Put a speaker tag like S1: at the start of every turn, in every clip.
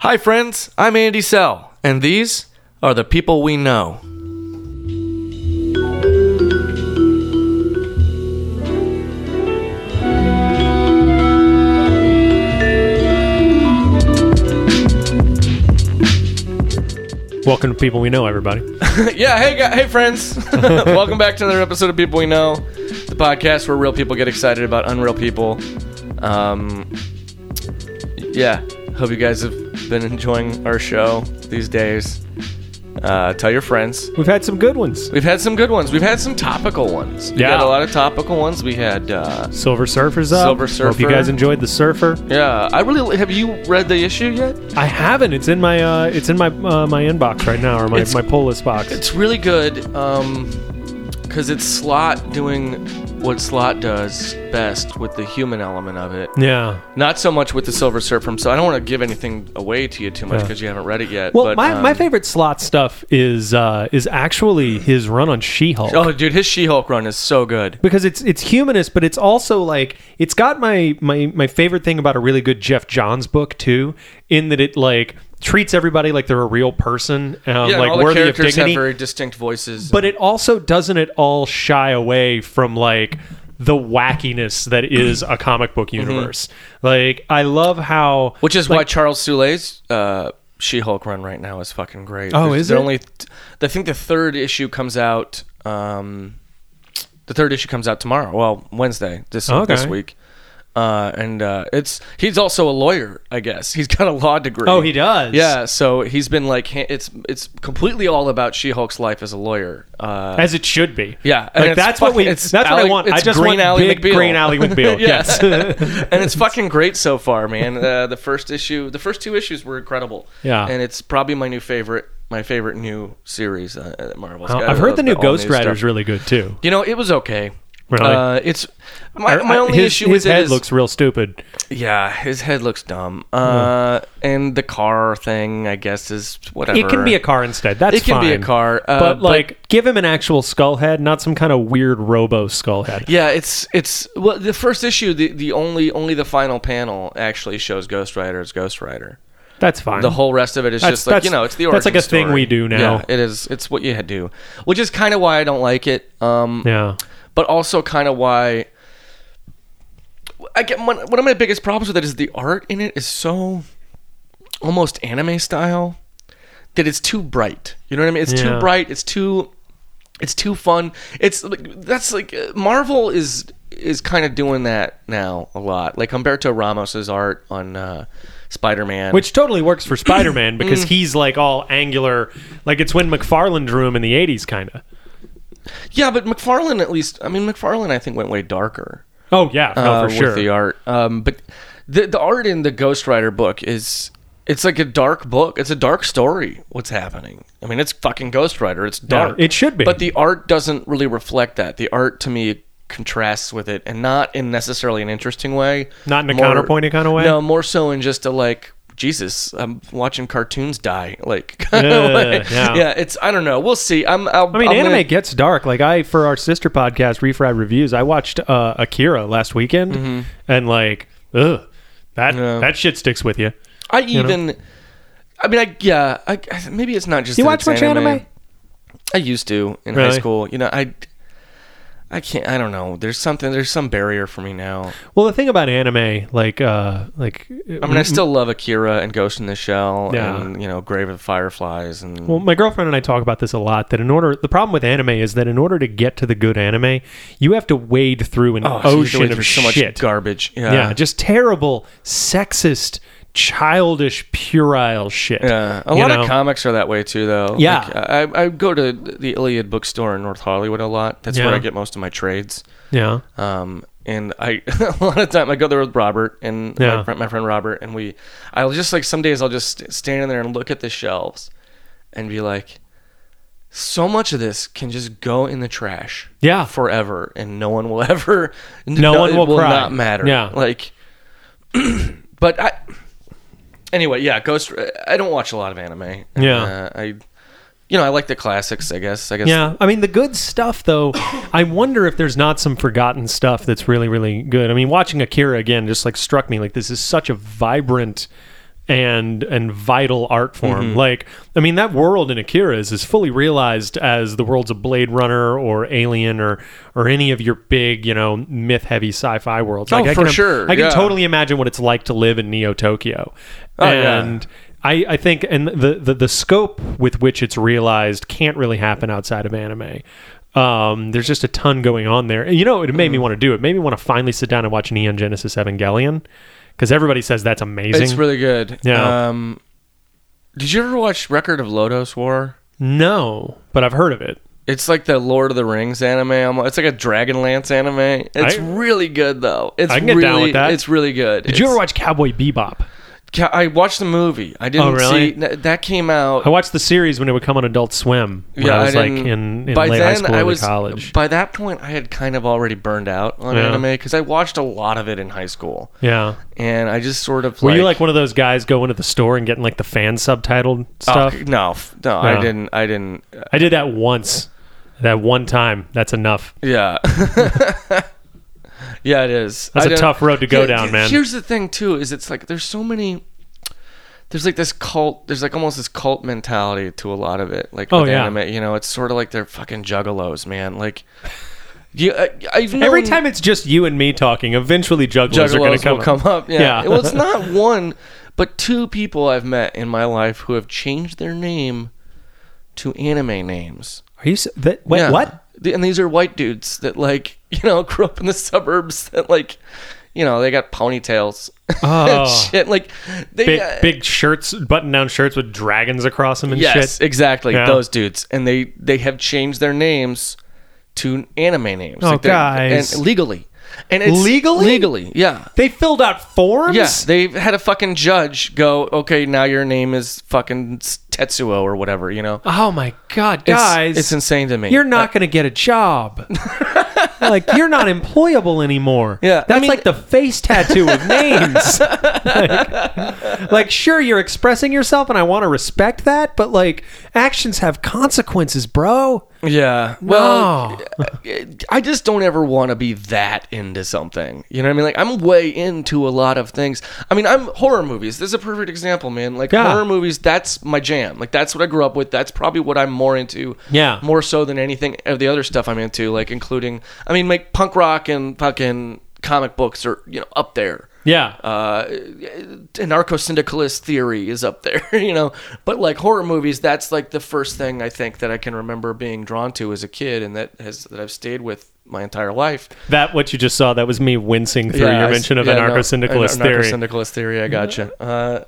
S1: Hi, friends. I'm Andy Sell, and these are the people we know.
S2: Welcome to People We Know, everybody.
S1: yeah, hey, gu- hey, friends. Welcome back to another episode of People We Know, the podcast where real people get excited about unreal people. Um, yeah, hope you guys have been enjoying our show these days. Uh, tell your friends.
S2: We've had some good ones.
S1: We've had some good ones. We've had some topical ones. We
S2: Yeah.
S1: had a lot of topical ones. We had, uh,
S2: Silver Surfer's up.
S1: Silver
S2: Hope you
S1: Surfer.
S2: guys enjoyed the Surfer.
S1: yeah. I really have you read the issue yet?
S2: I haven't. It's in my uh, it's in my uh, my inbox right now, or my
S1: It's-
S2: my pull list box.
S1: It's really good um cuz it's slot doing what slot does best with the human element of it.
S2: Yeah.
S1: Not so much with the silver surfer. So I don't want to give anything away to you too much
S2: Yeah.
S1: cuz you haven't read it yet.
S2: Well,
S1: but,
S2: my,
S1: um,
S2: my favorite slot stuff is uh, is actually his run on She-Hulk.
S1: Oh, dude, his She-Hulk run is so good.
S2: because it's it's humanist, but it's also like it's got my my my favorite thing about a really good Jeff Johns book too, in that it like treats everybody like they're a real person, um,
S1: Yeah, and
S2: like
S1: all the
S2: worthy of
S1: characters have
S2: dignity.
S1: very distinct voices.
S2: but it also doesn't at all shy away from like the wackiness that is a comic book universe. Like I love how
S1: Mm-hmm. Which is why Charles Soule's uh, She-Hulk run right now is fucking great.
S2: Oh,
S1: There's-
S2: is
S1: they're
S2: it?
S1: Only I think the third issue comes out. Um, the third issue comes out tomorrow. Well, Wednesday this this
S2: Oh, Okay.
S1: week. Uh, and uh, it's he's also a lawyer, I guess. He's got a law degree.
S2: Oh, he does.
S1: Yeah, so he's been like ha- it's it's completely all about She-Hulk's life as a lawyer. Uh,
S2: as it should be.
S1: Yeah, and
S2: like
S1: it's
S2: that's
S1: fucking-
S2: what we.
S1: it's
S2: That's what
S1: Ally-
S2: I want.
S1: it's
S2: I just
S1: Green
S2: want
S1: Alley
S2: big
S1: McBeal.
S2: Green Alley McBeal.
S1: Yes.
S2: yes.
S1: and it's fucking great so far, man. Uh, the first issue, the first two issues were incredible.
S2: Yeah.
S1: and it's probably my new favorite, my favorite new series uh, that Marvel's got.
S2: I've heard the new
S1: All
S2: Ghost Rider's
S1: stuff.
S2: really good too.
S1: You know, it was okay.
S2: Really?
S1: Uh, it's my,
S2: I-
S1: my
S2: I-
S1: only
S2: uh, his,
S1: issue
S2: his
S1: with
S2: head
S1: it is
S2: looks real stupid.
S1: yeah, his head looks dumb. Uh, and the car thing, I guess, is whatever.
S2: It can be a car instead. That's
S1: It can be a
S2: fine.
S1: car, uh,
S2: but
S1: but-
S2: like, give him an actual skull head, not some kind of weird robo skull head.
S1: Yeah, it's it's well the first issue the, the only only the final panel actually shows Ghost Rider as Ghost Rider.
S2: That's fine.
S1: The whole rest of it is
S2: That's-
S1: just like you
S2: that's-
S1: know, it's the origin
S2: that's like a thing
S1: story.
S2: we do now.
S1: Yeah, it is. It's what you do, which is kind of why I don't like it. Um,
S2: Yeah.
S1: but also kind of why I get one, one of my biggest problems with it is the art in it is so almost anime style that it's too bright. You know what I mean? It's too
S2: Yeah.
S1: bright. It's too it's too fun. It's like that's like uh, Marvel is is kind of doing that now a lot. Like Humberto Ramos's art on uh, Spider-Man,
S2: Which totally works for Spider Man
S1: Mm.
S2: because he's like all angular. Like it's when McFarlane drew him in the 80s, kind of.
S1: yeah, but McFarlane at least. I mean, McFarlane I think went way darker.
S2: Oh, yeah. No,
S1: uh,
S2: for sure.
S1: with the art. Um, but the the art in the Ghost Rider book is it's like a dark book. It's a dark story. What's happening? I mean, it's fucking Ghost Rider. It's dark.
S2: it should be.
S1: But the art doesn't really reflect that. The art to me contrasts with it, and not in necessarily an interesting way.
S2: Not in a counterpointy kind of way?
S1: No, more so in just a like. Jesus, I'm watching cartoons die. Like,
S2: Yeah,
S1: yeah.
S2: yeah.
S1: it's I don't know. We'll see. I'm. I'll,
S2: I mean,
S1: I'm
S2: anime
S1: gonna-
S2: gets dark. Like I, for our sister podcast, Refried Reviews, I watched uh, Akira last weekend, and like, ugh, that
S1: Mm-hmm. Yeah.
S2: that shit sticks with you.
S1: I even. I mean, I yeah. I, I- maybe it's not just.
S2: You
S1: that
S2: watch
S1: it's
S2: much anime?
S1: I used to in high
S2: Really?
S1: school. You know, I. I can't. I don't know. There's something. There's some barrier for me now.
S2: Well, the thing about anime, like, uh, like,
S1: I mean, I still love Akira and Ghost in the Shell
S2: Mm-hmm. Yeah.
S1: and you know Grave of Fireflies and
S2: Well, my girlfriend and I talk about this a lot. That in order, the problem with anime is that in order to get to the good anime, you have to wade through an
S1: Oh, geez,
S2: ocean
S1: there's
S2: of
S1: so much
S2: shit.
S1: garbage. Yeah.
S2: yeah, just terrible, sexist, childish, puerile shit.
S1: Yeah. a
S2: you
S1: lot
S2: know?
S1: of comics are that way too, though.
S2: Yeah.
S1: Like, I, I go to the Iliad bookstore in North Hollywood a lot. That's where
S2: Yeah.
S1: I get most of my trades.
S2: yeah,
S1: Um, and I a lot of time I go there with Robert and my
S2: Yeah.
S1: friend- my, friend Robert, and we. I'll just like some days I'll just st- stand in there and look at the shelves, and be like, so much of this can just go in the trash.
S2: Yeah.
S1: forever, and no one will ever. No,
S2: one
S1: it
S2: will cry.
S1: Not matter.
S2: Yeah.
S1: like. but I. Anyway, yeah, Ghost. I don't watch a lot of anime.
S2: Yeah.
S1: Uh, I. You know, I like the classics. I guess. I guess.
S2: yeah. I mean, the good stuff though. I wonder if there's not some forgotten stuff that's really, really good. I mean, watching Akira again just like struck me. Like this is such a vibrant and and vital art form.
S1: Mm-hmm.
S2: Like, I mean, that world in Akira is as fully realized as the worlds of Blade Runner or Alien or or any of your big, you know, myth heavy sci fi worlds.
S1: Oh,
S2: like, I
S1: for
S2: can,
S1: sure,
S2: I can
S1: yeah. Oh,
S2: totally imagine what it's like to live in Neo Tokyo.
S1: yeah.
S2: and I, I think and the, the the scope with which it's realized can't really happen outside of anime. Um, there's just a ton going on there. And you know, what it made
S1: Mm-hmm.
S2: me want to do it. Made me want to finally sit down and watch Neon Genesis Evangelion because everybody says that's amazing.
S1: It's really good.
S2: Yeah.
S1: Um, did you ever watch Record of Lodos War?
S2: no, but I've heard of it.
S1: It's like the Lord of the Rings anime. almo- It's like a Dragonlance anime. It's
S2: I-
S1: really good though. It's
S2: I can get
S1: really,
S2: down with that.
S1: It's really good.
S2: Did you ever watch Cowboy Bebop?
S1: watch? I watched the movie. I didn't
S2: Oh, really?
S1: see th- that came out.
S2: I watched the series when it would come on Adult Swim. When I was like
S1: didn't-
S2: in, in late high school, early college.
S1: By that point, I had kind of already burned out on
S2: Yeah.
S1: anime because I watched a lot of it in high school,
S2: Yeah.
S1: and I just sort of
S2: Were you like one of those guys going to the store and getting like the fan subtitled
S1: oh,
S2: stuff?
S1: no, f- no, I
S2: Yeah.
S1: didn't, I didn't,
S2: I did that once. That one time. That's enough.
S1: Yeah. yeah, it is.
S2: That's
S1: a
S2: a tough road to go down, man.
S1: Here's the thing too, is it's like there's so many there's like this cult there's like almost this cult mentality to a lot of it. Like
S2: Oh,
S1: with
S2: yeah.
S1: anime, you know, it's sort of like they're fucking juggalos, man. Like you, I, I've known
S2: Every time it's just you and me talking, eventually jugglers, are
S1: juggalos
S2: going to come,
S1: will come up. Yeah.
S2: Yeah.
S1: well, it's not one, but two people I've met in my life who have changed their name to anime names.
S2: Are you s- that, wait,
S1: Yeah.
S2: what?
S1: The- And these are white dudes that like you know grew up in the suburbs that like you know they got ponytails and
S2: Oh.
S1: shit like they
S2: Big,
S1: uh,
S2: big shirts, button down shirts with dragons across them and
S1: yes
S2: shit.
S1: exactly
S2: Yeah.
S1: those dudes and they they have changed their names to anime names
S2: Oh,
S1: they're-
S2: guys.
S1: and legally and it's
S2: Legally?
S1: legally yeah
S2: They filled out forms?
S1: yeah they had a fucking judge go okay now your name is fucking Tetsuo or whatever you know
S2: Oh my God,
S1: It's-
S2: guys.
S1: it's, insane to me
S2: You're not going to get a job. like, you're not employable anymore.
S1: Yeah, I
S2: That's
S1: mean-
S2: like the face tattoo of names. like, like, sure, you're expressing yourself, and I want to respect that, but like, actions have consequences, bro.
S1: Yeah. Well,
S2: No.
S1: I just don't ever want to be that into something. You know what I mean? Like I'm way into a lot of things. I mean, I'm horror movies. This is a perfect example, man. Like
S2: Yeah.
S1: horror movies, that's my jam. Like that's what I grew up with. That's probably what I'm more into.
S2: Yeah.
S1: More so than anything of the other stuff I'm into, like including I mean, like punk rock and fucking comic books are, you know, up there
S2: Yeah.
S1: uh, anarcho-syndicalist theory is up there, you know. But like horror movies, that's like the first thing I think that I can remember being drawn to as a kid, and that has that I've stayed with my entire life.
S2: that, what you just saw, that was me wincing through
S1: I
S2: your
S1: s-
S2: mention of
S1: yeah, no,
S2: anarcho syndicalist
S1: anar-
S2: theory. Mm-hmm.
S1: Anarcho-syndicalist theory. I gotcha. Uh,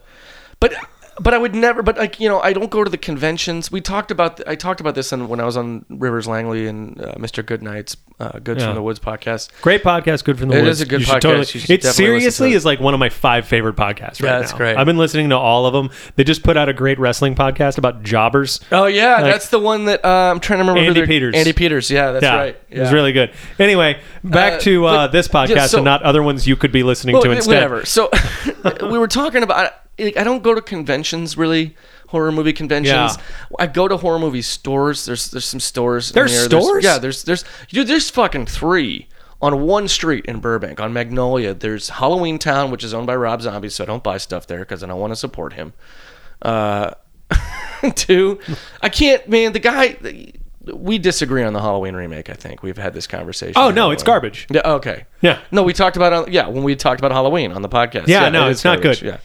S1: but but I would never. But like you know, I don't go to the conventions. We talked about. I talked about this in, when I was on Rivers Langley and uh, Mr. Goodnight's uh, Goods
S2: Yeah.
S1: from the Woods podcast.
S2: Great podcast, good from the
S1: It is
S2: woods.
S1: a good
S2: You should
S1: podcast.
S2: Totally,
S1: You should
S2: it
S1: definitely listen
S2: seriously
S1: to it.
S2: is like one of my five favorite podcasts right
S1: Yeah, it's
S2: now.
S1: great.
S2: I've been listening to all of them. They just put out a great wrestling podcast about jobbers.
S1: Oh yeah,
S2: Like-
S1: that's the one that uh, I'm trying to remember. who
S2: Andy
S1: they're-
S2: Peters.
S1: Andy Peters. Yeah, that's
S2: yeah,
S1: right.
S2: It was
S1: Yeah.
S2: really good. Anyway, back
S1: Uh,
S2: to uh,
S1: but-
S2: this podcast
S1: yeah, so-
S2: and not other ones you could be listening to
S1: Well, eh,
S2: instead.
S1: Whatever. So we were talking about. I, I don't go to conventions really, horror movie conventions. I go to horror movie stores. There's there's some stores. in
S2: There's
S1: here.
S2: stores?
S1: yeah. There's there's dude. There's fucking three on one street in Burbank on Magnolia. There's Halloween Town, which is owned by Rob Zombie, so I don't buy stuff there because I don't want to support him. Uh, two, I can't, man. The guy. we disagree on the Halloween remake. I think we've had this conversation.
S2: Oh, no, it's garbage.
S1: Yeah. Okay.
S2: Yeah.
S1: No, we talked about uh, yeah when we talked about Halloween on the podcast.
S2: Yeah, no,
S1: it
S2: it's
S1: is
S2: not
S1: garbage,
S2: good.
S1: Yeah,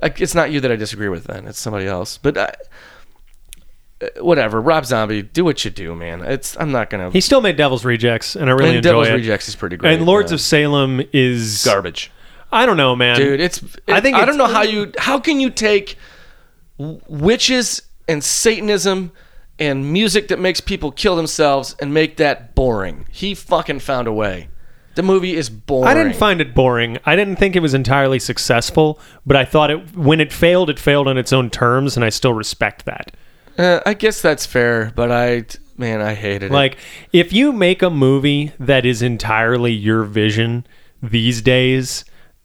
S1: Like, it's not you that I disagree with. Then it's somebody else. But I, uh, whatever, Rob Zombie, do what you do, man. It's I'm not gonna.
S2: He still made Devil's Rejects, and I really
S1: and
S2: enjoy
S1: Devil's
S2: it.
S1: Rejects is pretty great.
S2: and Lords
S1: yeah.
S2: of Salem is
S1: garbage,
S2: I don't know, man.
S1: dude. It's
S2: I
S1: I think
S2: think
S1: I
S2: it's-
S1: don't know how you how can you take w- witches and Satanism and music that makes people kill themselves and make that boring. He fucking found a way. The movie is boring.
S2: I didn't find it boring. I didn't think it was entirely successful, but I thought it when it failed, it failed on its own terms, and I still respect that.
S1: Uh, I guess that's fair, but I, man, I hated it.
S2: Like, if you make a movie that is entirely your vision these days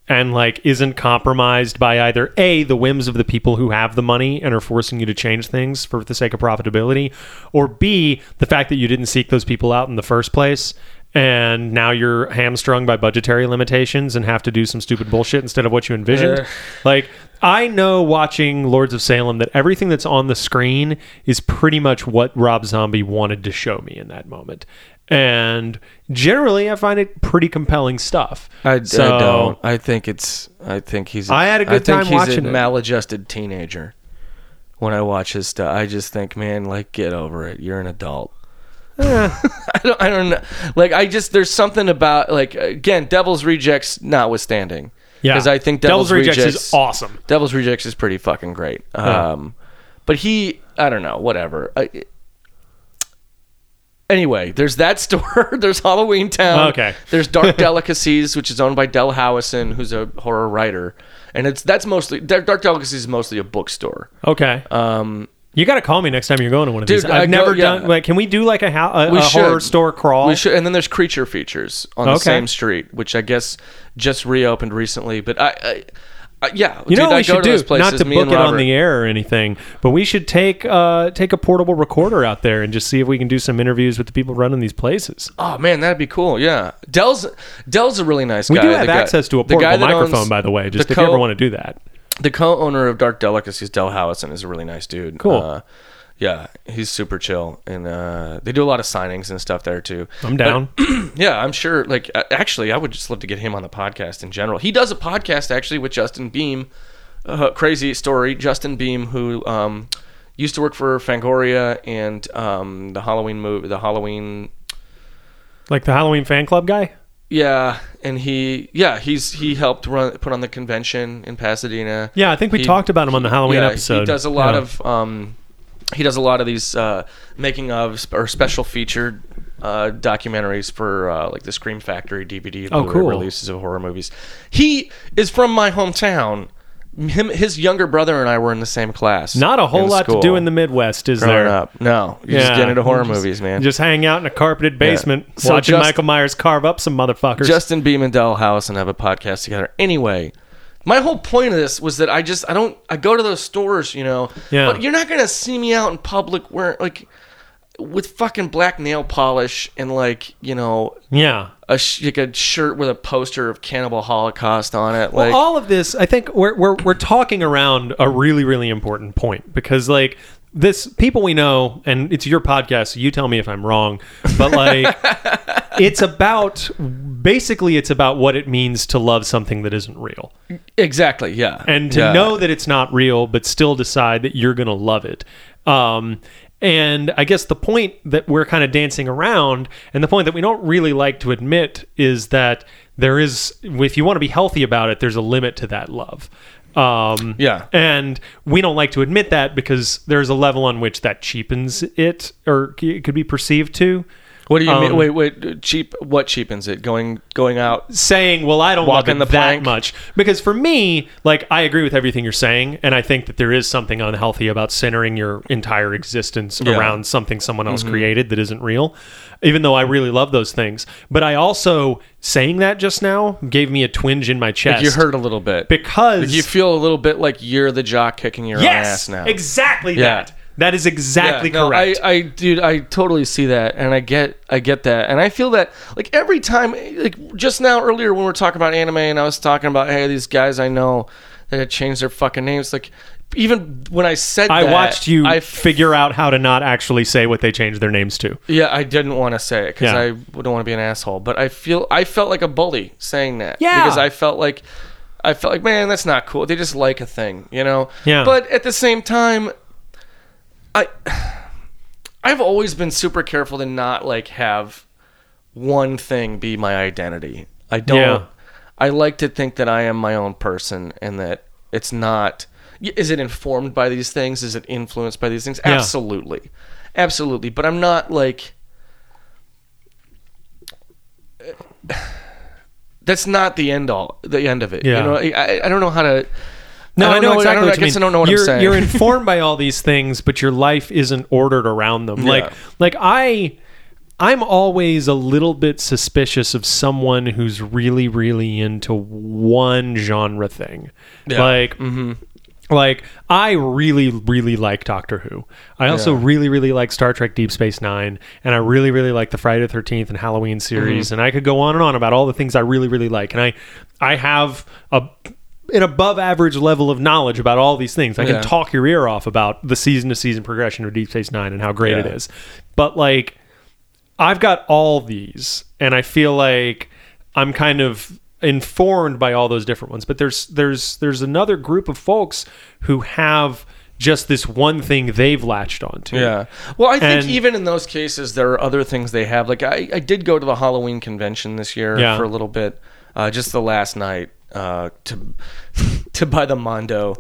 S2: and like isn't compromised by either a the whims of the people who have the money and are forcing you to change things for the sake of profitability or b the fact that you didn't seek those people out in the first place and now you're
S1: Uh.
S2: hamstrung by budgetary limitations and have to do some stupid bullshit instead of what you envisioned
S1: Ugh.
S2: like I know watching Lords of Salem that everything that's on the screen is pretty much what Rob Zombie wanted to show me in that moment. And generally, I find it pretty compelling stuff.
S1: I,
S2: So-
S1: I don't. I think it's. I think he's.
S2: I had a good
S1: think
S2: time
S1: he's
S2: watching
S1: a
S2: it.
S1: maladjusted teenager. When I watch his stuff, I just think, man, like get over it. You're an adult.
S2: Eh.
S1: I don't. I don't know. Like I just there's something about like again, Devil's Rejects notwithstanding.
S2: Yeah,
S1: Because I think Devil's,
S2: Rejects,
S1: Rejects
S2: is awesome.
S1: Devil's Rejects is pretty fucking great.
S2: Yeah.
S1: Um, but he, I don't know, whatever. I, anyway, there's that store. there's Halloween Town.
S2: Oh, Okay.
S1: There's Dark Delicacies, which is owned by Del Howison, who's a horror writer, and it's that's mostly Dark Dark Delicacies is mostly a bookstore.
S2: Okay,
S1: Um,
S2: you got to call me next time you're going to one of
S1: Dude,
S2: these. I've
S1: I go-
S2: never
S1: yeah.
S2: done. Like, can we do like a, ho- a,
S1: We
S2: a horror
S1: should.
S2: store crawl?
S1: We should, and then there's creature features on the
S2: Okay.
S1: same street, which I guess just reopened recently. But I, I, I yeah,
S2: You
S1: dude,
S2: know what
S1: I
S2: we
S1: go
S2: should
S1: to those
S2: do?
S1: places,
S2: Not to
S1: me and
S2: book it on
S1: Robert.
S2: the air or anything, but we should take uh, take a portable recorder out there and just see if we can do some interviews with the people running these places.
S1: Oh man, that'd be cool. Yeah, Dell's Dell's a really nice guy.
S2: We do have
S1: The guy-
S2: access to a
S1: the guy
S2: portable
S1: that
S2: microphone,
S1: owns-
S2: by the way. Just
S1: the
S2: if you ever
S1: co-
S2: want to do that.
S1: The co-owner of Dark Delicacies, Del Howison, is a really nice dude.
S2: Cool.
S1: Uh, yeah, he's super chill, and uh, they do a lot of signings and stuff there too.
S2: I'm
S1: But-
S2: down.
S1: yeah, I'm sure. Like, a- actually, I would just love to get him on the podcast in general. He does a podcast actually with Justin Beam. Uh, crazy story. Justin Beam, who um, used to work for Fangoria and um, the Halloween movie, the Halloween
S2: like the Halloween fan club guy.
S1: Yeah, and he yeah he's he helped run put on the convention in Pasadena.
S2: Yeah, I think we
S1: He-
S2: talked about him on the Halloween
S1: Yeah,
S2: episode.
S1: He does a lot
S2: Yeah.
S1: of um, he does a lot of these uh, making of sp- or special featured uh, documentaries for uh, like the Scream Factory DVD.
S2: Oh,
S1: Blu-ray
S2: cool.
S1: Releases of horror movies. He is from my hometown. Him, his younger brother and I were in the same class.
S2: not a whole lot to do in the
S1: school
S2: Midwest, is
S1: growing
S2: there?
S1: up. No, you just
S2: Yeah.
S1: get into horror
S2: You just-
S1: movies, man.
S2: Just hang out in a carpeted basement,
S1: So
S2: watching
S1: just-
S2: Michael Myers carve up some motherfuckers.
S1: Justin Beam and Del House and have a podcast together. Anyway, my whole point of this was that I just I don't I go to those stores, you know.
S2: Yeah.
S1: But you're not gonna see me out in public wearing like with fucking black nail polish and like you know
S2: yeah,
S1: a sh- like a shirt with a poster of Cannibal Holocaust on it. Like
S2: all of this i think we're, we're we're talking around a really really important point because like this people we know and it's your podcast so you tell me if i'm wrong but like it's about basically it's about what it means to love something that isn't real
S1: exactly, yeah.
S2: and to
S1: Yeah.
S2: know that it's not real but still decide that you're going to love it um and i guess the point that we're kind of dancing around and the point that we don't really like to admit is that there is if you want to be healthy about it there's a limit to that love um
S1: Yeah.
S2: and we don't like to admit that because there's a level on which that cheapens it or c- it could be perceived to
S1: What do you mean?
S2: um,
S1: Wait, wait. Cheap? What cheapens it? Going going out?
S2: saying, "Well, I don't love
S1: Walking
S2: it
S1: the
S2: that
S1: plank.
S2: much," because for me, like I agree with everything you're saying, and I think that there is something unhealthy about centering your entire existence around something someone else
S1: Mm-hmm.
S2: created that isn't real. Even though I really love those things, but I also saying that just now gave me a twinge in my chest.
S1: You hurt a little bit.
S2: because
S1: you feel a little bit like you're the jock kicking your own
S2: yes,
S1: ass now.
S2: exactly
S1: Yeah.
S2: that. That is
S1: Yeah,
S2: exactly
S1: no,
S2: correct.
S1: I, I dude, I totally see that, and I get, I get that, and I feel that like every time, like just now earlier when we were talking about anime, and I was talking about hey, these guys I know that had changed their fucking names, like even when I said
S2: I
S1: that,
S2: watched you
S1: I f-
S2: figure out how to not actually say what they changed their names to.
S1: yeah, I didn't want to say it because
S2: Yeah.
S1: I don't want to be an asshole, but I feel I felt like a bully saying that,
S2: Yeah.
S1: because I felt like. I felt like, man, that's not cool. They just like a thing, you know.
S2: Yeah.
S1: But at the same time, I I've always been super careful to not like have one thing be my identity. I don't
S2: Yeah.
S1: I like to think that I am my own person and that it's not y- is it informed by these things? Is it influenced by these things?
S2: Yeah.
S1: Absolutely. Absolutely, but I'm not like that's not the end all the end of it.
S2: Yeah.
S1: You know, I, I- I don't know how to
S2: No,
S1: I
S2: I,
S1: don't
S2: know,
S1: know- I
S2: exactly
S1: don't- I
S2: what you
S1: guess
S2: mean.
S1: I don't know what I'm
S2: you're,
S1: saying.
S2: You're informed by all these things, but your life isn't ordered around them.
S1: Yeah.
S2: Like, like I, I'm always a little bit suspicious of someone who's really, really into one genre thing.
S1: Yeah. Mm-hmm.
S2: Like, like I really, really like Doctor Who. I also really, really like Star Trek: Deep Space Nine, and I really, really like the Friday the Thirteenth and Halloween
S1: Mm-hmm.
S2: series. And I could go on and on about all the things I really, really like. And I, I have a an above average level of knowledge about all these things. I
S1: Yeah.
S2: can talk your ear off about the season to season progression of Deep Space Nine and how great it
S1: Yeah.
S2: is. But like, I've got all these, and I feel like I'm kind of informed by all those different ones. But there's there's there's another group of folks who have just this one thing they've latched onto.
S1: Yeah. Well, I think
S2: And-
S1: even in those cases, there are other things they have. Like I, I did go to the Halloween convention this year
S2: Yeah.
S1: for a little bit, uh, just the last night uh, to to buy the Mondo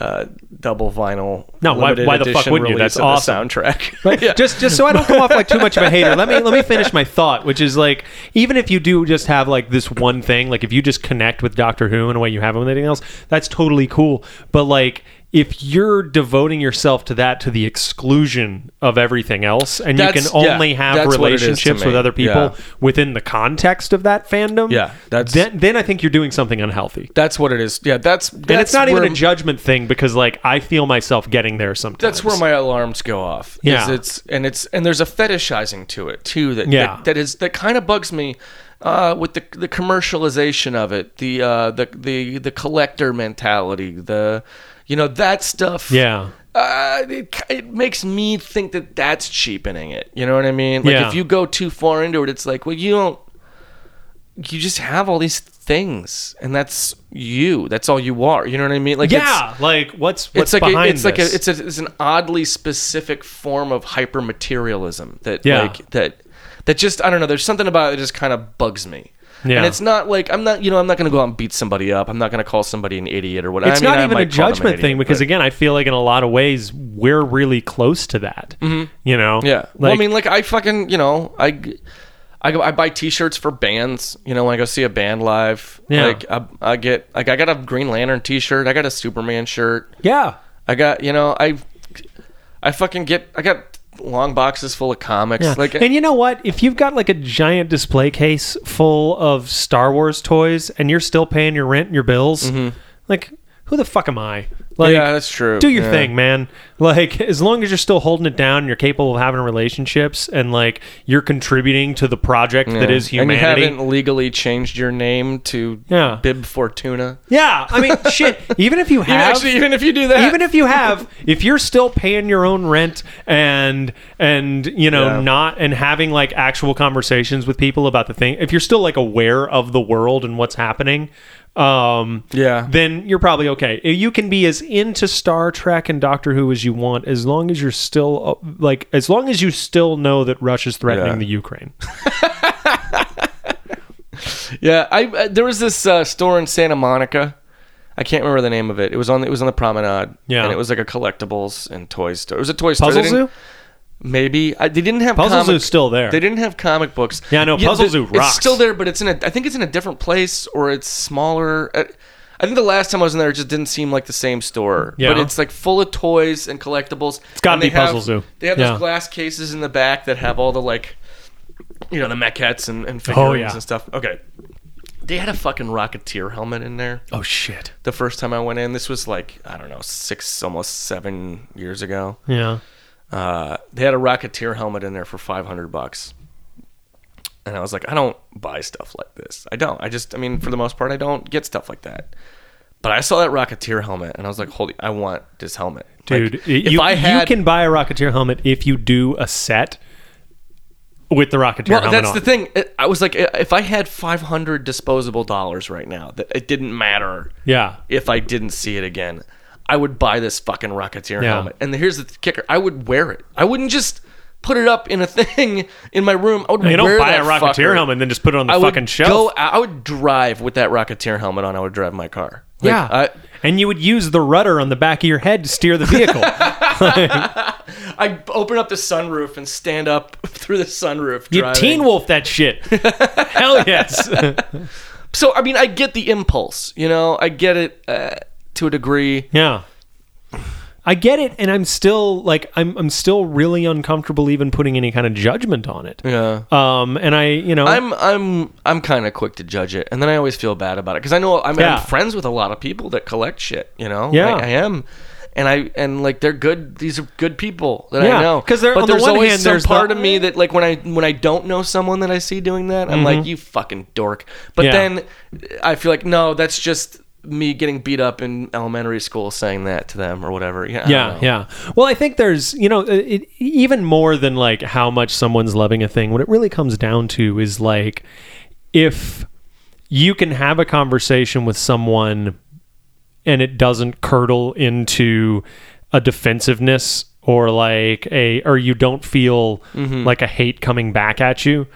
S1: uh, double vinyl.
S2: No, why-
S1: limited
S2: why the fuck
S1: edition
S2: wouldn't you?
S1: release
S2: That's
S1: of the
S2: awesome.
S1: soundtrack.
S2: Right?
S1: Yeah.
S2: Just just so I don't come off like too much of a hater. Let me let me finish my thought, which is like even if you do just have like this one thing, like if you just connect with Doctor Who in a way you haven't with anything else, that's totally cool. But like if you're devoting yourself to that to the exclusion of everything else, and you
S1: That's-
S2: can only
S1: yeah,
S2: have
S1: that's what it is to
S2: relationships with
S1: me.
S2: other people
S1: Yeah.
S2: within the context of that fandom,
S1: Yeah, that's-
S2: then, then I think you're doing something unhealthy.
S1: that's what it is. Yeah, that's,
S2: And it's not even
S1: where-
S2: a judgment thing because like I feel myself getting there sometimes.
S1: That's where my alarms go off. is
S2: Yeah.
S1: it's and it's and there's a fetishizing to it too that
S2: Yeah.
S1: that, that is that kind of bugs me uh, with the the commercialization of it, the uh, the the the collector mentality, the you know that stuff.
S2: yeah.
S1: Uh, it, it makes me think that that's cheapening it. You know what I mean? Like
S2: Yeah.
S1: if you go too far into it, it's like, well, you don't. You just have all these things, and that's you. That's all you are. You know what I mean? Like it's-
S2: yeah, like what's
S1: it's
S2: what's
S1: like
S2: behind
S1: a, it's like a,
S2: this?
S1: it's a, it's an oddly specific form of hypermaterialism that
S2: Yeah.
S1: like that that just I don't know. There's something about it that just kind of bugs me.
S2: Yeah.
S1: And it's not like I'm not you know I'm not gonna go out and beat somebody up. I'm not gonna call somebody an idiot or whatever.
S2: It's
S1: I mean,
S2: not
S1: I
S2: even
S1: might call
S2: a
S1: them an
S2: judgment
S1: idiot,
S2: thing because
S1: but-
S2: again, I feel like in a lot of ways we're really close to that. You know?
S1: Mm-hmm. yeah.
S2: Like,
S1: well, I mean, like I fucking you know I. g- I, go, I buy T-shirts for bands. You know, when I go see a band live,
S2: Yeah.
S1: like I, I get like I got a Green Lantern T-shirt, I got a Superman shirt,
S2: yeah.
S1: I got you know I I fucking get I got long boxes full of comics
S2: Yeah.
S1: like
S2: and you know what? If you've got like a giant display case full of Star Wars toys and you're still paying your rent and your bills, like who the fuck am I? Like
S1: Mm-hmm. yeah that's true
S2: do your
S1: Yeah.
S2: thing, man. Like as long as you're still holding it down, and you're capable of having relationships and like you're contributing to the project that is
S1: and you
S2: humanity.
S1: haven't legally changed your name to
S2: Yeah.
S1: Bib Fortuna
S2: Yeah, I mean, shit. Even if you
S1: even,
S2: have,
S1: actually even if you do that
S2: even if you have, if you're still paying your own rent and and you know
S1: Yeah.
S2: not and having like actual conversations with people about the thing, if you're still like aware of the world and what's happening, um,
S1: Yeah.
S2: then you're probably okay. Eh, You can be as into Star Trek and Doctor Who as you want, as long as you're still uh, like, as long as you still know that Russia's threatening
S1: Yeah.
S2: the Ukraine.
S1: yeah I uh, there was this uh, store in Santa Monica I can't remember the name of it it was on it was on the promenade
S2: Yeah.
S1: and it was like a collectibles and toy store it was a toy store They
S2: Puzzle
S1: didn't-
S2: Zoo.
S1: maybe I, they didn't have
S2: Puzzle
S1: comic-
S2: Zoo's still there.
S1: They didn't have comic books.
S2: Yeah, I know, Puzzle
S1: the-
S2: Zoo
S1: It's
S2: rocks.
S1: still there, but it's in a. I think it's in a different place, or it's smaller. I, I think the last time I was in there, it just didn't seem like the same store.
S2: Yeah.
S1: But it's like full of toys and collectibles. It's
S2: gotta be Puzzle Zoo.
S1: They have
S2: Yeah.
S1: those glass cases in the back that have all the like, you know, the maquettes and, and figurines
S2: Oh, yeah.
S1: and stuff. Okay. They had a fucking Rocketeer helmet in there
S2: Oh shit.
S1: the first time I went in. This was like I don't know six, almost seven years ago.
S2: Yeah.
S1: Uh, they had a Rocketeer helmet in there for 500 bucks. And I was like, I don't buy stuff like this. I don't. I just, I mean, for the most part, I don't get stuff like that. But I saw that Rocketeer helmet and I was like, holy, I want this helmet.
S2: dude.
S1: Like,
S2: you, you can buy a Rocketeer helmet if you do a set with the Rocketeer
S1: Well,
S2: helmet
S1: that's
S2: on.
S1: the thing. It- I was like, if I had 500 disposable dollars right now, that it didn't matter
S2: Yeah,
S1: if I didn't see it again. I would buy this fucking Rocketeer
S2: Yeah.
S1: helmet. And here's the kicker: I would wear it. I wouldn't just put it up in a thing in my room. I would
S2: you
S1: wear
S2: don't buy
S1: that
S2: a Rocketeer
S1: fucker.
S2: helmet and then just put it on the
S1: I
S2: fucking
S1: would
S2: shelf.
S1: Go, out- I would drive with that Rocketeer helmet on. I would drive my car. Like,
S2: yeah,
S1: I,
S2: and you would use the rudder on the back of your head to steer the vehicle.
S1: I open up the sunroof and stand up through the sunroof.
S2: you
S1: driving.
S2: Teen Wolf that shit. Hell yes.
S1: So I mean, I get the impulse. You know, I get it uh, to a degree.
S2: yeah. I get it, and I'm still like I'm I'm still really uncomfortable even putting any kind of judgment on it.
S1: Yeah.
S2: Um, and I you know
S1: I'm I'm I'm kind of quick to judge it, and then I always feel bad about it because I know I'm,
S2: Yeah.
S1: I'm friends with a lot of people that collect shit. You know,
S2: Yeah.
S1: Like, I am, and I and like they're good. These are good people that I
S2: Yeah,
S1: know.
S2: 'cause there-
S1: but
S2: on the
S1: there's
S2: one
S1: always
S2: hand,
S1: some
S2: there's the-
S1: part of me that like when I when I don't know someone that I see doing that, I'm like, you fucking dork. But
S2: Mm-hmm. Yeah.
S1: then I feel like no, that's just me getting beat up in elementary school saying that to them or whatever. Yeah, I don't
S2: Yeah,
S1: know.
S2: yeah. Well, I think there's, you know, it, it- even more than like how much someone's loving a thing, what it really comes down to is like if you can have a conversation with someone and it doesn't curdle into a defensiveness or like a or you don't feel
S1: Mm-hmm.
S2: like a hate coming back at you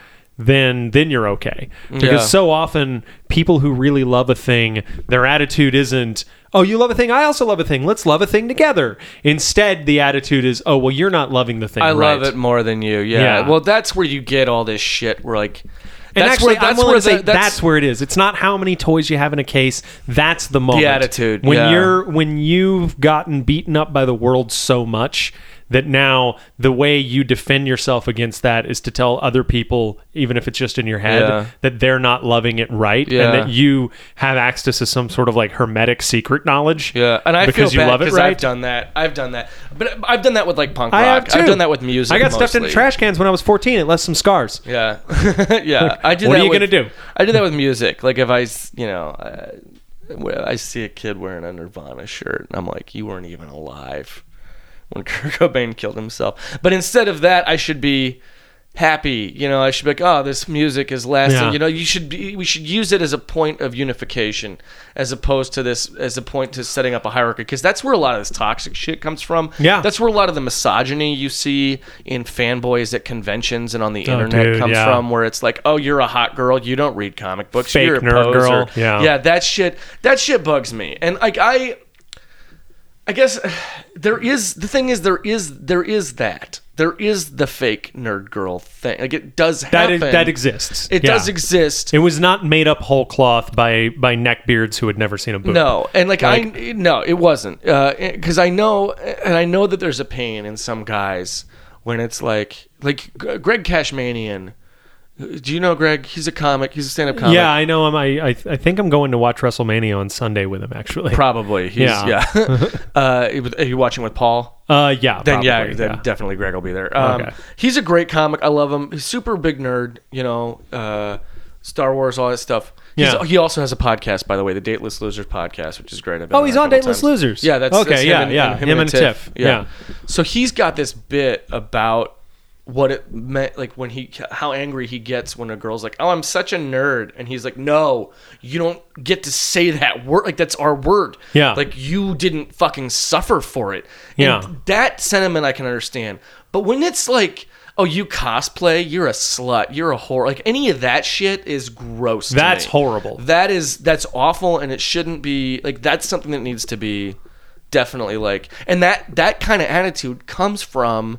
S2: then then you're okay because
S1: Mm-hmm. Yeah.
S2: so often people who really love a thing their attitude isn't oh you love a thing i also love a thing let's love a thing together instead the attitude is oh well you're not loving the thing
S1: I love
S2: right."
S1: it more than you. Yeah.
S2: Yeah.
S1: Well, that's where you get all this shit. Where like,
S2: and
S1: that's
S2: actually,
S1: where
S2: I'm
S1: that's
S2: willing
S1: where
S2: to say
S1: the-
S2: that's, where it is. It's not how many toys you have in a case. That's the moment.
S1: attitude,
S2: When
S1: yeah.
S2: you're when you've gotten beaten up by the world so much that now the way you defend yourself against that is to tell other people, even if it's just in your head,
S1: Yeah.
S2: that they're not loving it right,
S1: Yeah.
S2: and that you have access to some sort of like hermetic secret knowledge.
S1: Yeah, and I
S2: because
S1: feel
S2: you
S1: bad
S2: love it
S1: because
S2: right.
S1: I've done that. I've done that, but I've done that with like punk rock.
S2: I have too.
S1: I've done that with music.
S2: I got stuffed in
S1: mostly.
S2: trash cans when I was 14. It left some scars.
S1: Yeah, yeah. I do.
S2: what are
S1: that
S2: you
S1: with-
S2: gonna do?
S1: I do that with music. Like if I, s- you know, uh, well, I see a kid wearing a Nirvana shirt, and I'm like, you weren't even alive when Kurt Cobain killed himself. But instead of that, I should be happy. You know, I should be like, oh, this music is lasting.
S2: Yeah.
S1: You know, you should be, we should use it as a point of unification, as opposed to this as a point to setting up a hierarchy, because that's where a lot of this toxic shit comes from.
S2: Yeah.
S1: that's where a lot of the misogyny you see in fanboys at conventions and on the
S2: Oh,
S1: internet
S2: dude,
S1: comes
S2: yeah.
S1: from where it's like, oh, you're a hot girl. You don't read comic books.
S2: Fake
S1: you're a
S2: nerd
S1: poser.
S2: girl. Yeah.
S1: yeah, that shit. That shit bugs me. And like I, I guess there is the thing is there is there is that there is the fake nerd girl thing. Like it does
S2: That
S1: happen.
S2: is, that exists.
S1: It
S2: Yeah.
S1: does exist.
S2: It was not made up whole cloth by by neckbeards who had never seen a boob.
S1: No, and like, I no, it wasn't because I know and I know that there's a pain in some guys when it's like like G- Greg Cashmanian. Do you know Greg? He's a comic. He's a stand-up comic.
S2: Yeah, I know. I'm, I I I think I'm going to watch WrestleMania on Sunday with him actually.
S1: Probably. He's,
S2: Yeah.
S1: yeah. uh, are you watching with Paul?
S2: uh, yeah.
S1: Then yeah,
S2: probably,
S1: then definitely Greg will be there. Um,
S2: Okay.
S1: He's a great comic. I love him. He's super big nerd. You know, uh, Star Wars, all that stuff. He's,
S2: Yeah.
S1: He also has a podcast, by the way, the Dateless Losers podcast, which is great. I've been
S2: Oh,
S1: on
S2: he's
S1: that a
S2: on
S1: couple
S2: Dateless
S1: times.
S2: Losers.
S1: Yeah, that's
S2: Okay,
S1: that's
S2: yeah,
S1: him and,
S2: yeah.
S1: and him,
S2: Him
S1: and,
S2: and
S1: Tiff.
S2: Tiff, yeah.
S1: Yeah. So he's got this bit about what it meant like when he how angry he gets when a girl's like oh i'm such a nerd and he's like no you don't get to say that word like that's our word
S2: Yeah.
S1: like you didn't fucking suffer for it
S2: Yeah.
S1: and that sentiment i can understand but when it's like oh you cosplay you're a slut you're a whore like any of that shit is gross to
S2: That's
S1: me.
S2: horrible.
S1: that is that's awful and it shouldn't be like that's something that needs to be definitely like and that that kind of attitude comes from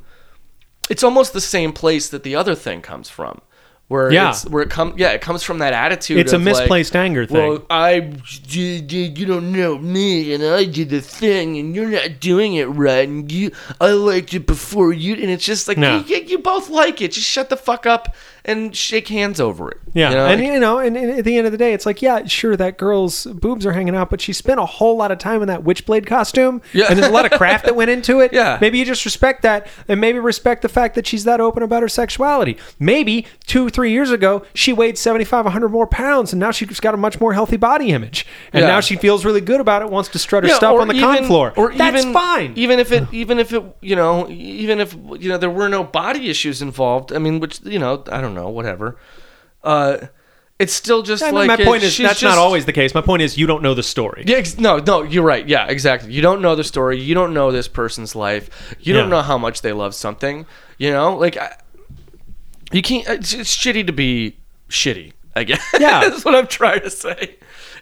S1: it's almost the same place that the other thing comes from. Where
S2: Yeah.
S1: it's, where it comes yeah, it comes from that attitude.
S2: It's a
S1: of, like,
S2: misplaced anger thing.
S1: Well, I you don't know me, and I did the thing, and you're not doing it right, and you I liked it before you, and it's just like
S2: No.
S1: you, you both like it. Just shut the fuck up and shake hands over it.
S2: Yeah,
S1: you know,
S2: and
S1: like-
S2: you know, and, and at the end of the day, it's like, yeah, sure, that girl's boobs are hanging out, but she spent a whole lot of time in that Witchblade costume,
S1: Yeah.
S2: and there's a lot of craft that went into it.
S1: Yeah.
S2: maybe you just respect that, and maybe respect the fact that she's that open about her sexuality. Maybe two, three years ago, she weighed 75, 100 more pounds, and now she's got a much more healthy body image, and
S1: Yeah.
S2: now she feels really good about it, wants to strut her
S1: Yeah,
S2: stuff
S1: or
S2: on the
S1: even-
S2: con floor.
S1: Or
S2: That's
S1: even,
S2: fine.
S1: Even if it, even if it, you know, even if you know there were no body issues involved. I mean, which you know, I don't know, whatever. Uh, it's still just
S2: I mean,
S1: like
S2: my
S1: it-
S2: point is
S1: she's
S2: that's not
S1: just-
S2: always the case. My point is you don't know the story.
S1: Yeah, ex- no, no, you're right. Yeah, exactly. You don't know the story. You don't know this person's life. You don't
S2: Yeah.
S1: know how much they love something. You know, like I, you can't. It's, it's shitty to be shitty. I guess.
S2: Yeah.
S1: that's what I'm trying to say.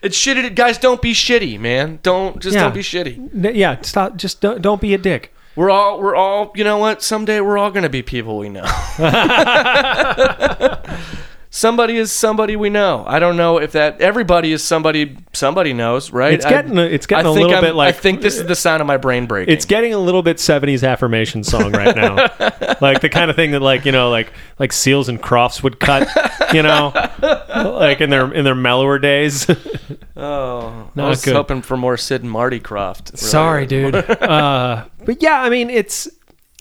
S1: It's shitty. To, guys, don't be shitty, man. Don't just
S2: Yeah.
S1: don't be shitty.
S2: N- yeah, stop. Just don't, don't be a dick.
S1: We're all we're all you know what? Someday we're all gonna be people we know. somebody is somebody we know. I don't know if that everybody is somebody somebody knows, right?
S2: It's getting
S1: I,
S2: a- it's getting
S1: I
S2: a
S1: think
S2: little
S1: I'm-
S2: bit like-
S1: I think this is the sound of my brain breaking.
S2: It's getting a little bit 70s affirmation song right now. like the kind of thing that like, you know, like like Seals and Crofts would cut, you know, like in their in their mellower days.
S1: oh, I
S2: not
S1: was
S2: good.
S1: hoping for more Sid and Marty Croft. really.
S2: Sorry, dude. Uh, but yeah, I mean, it's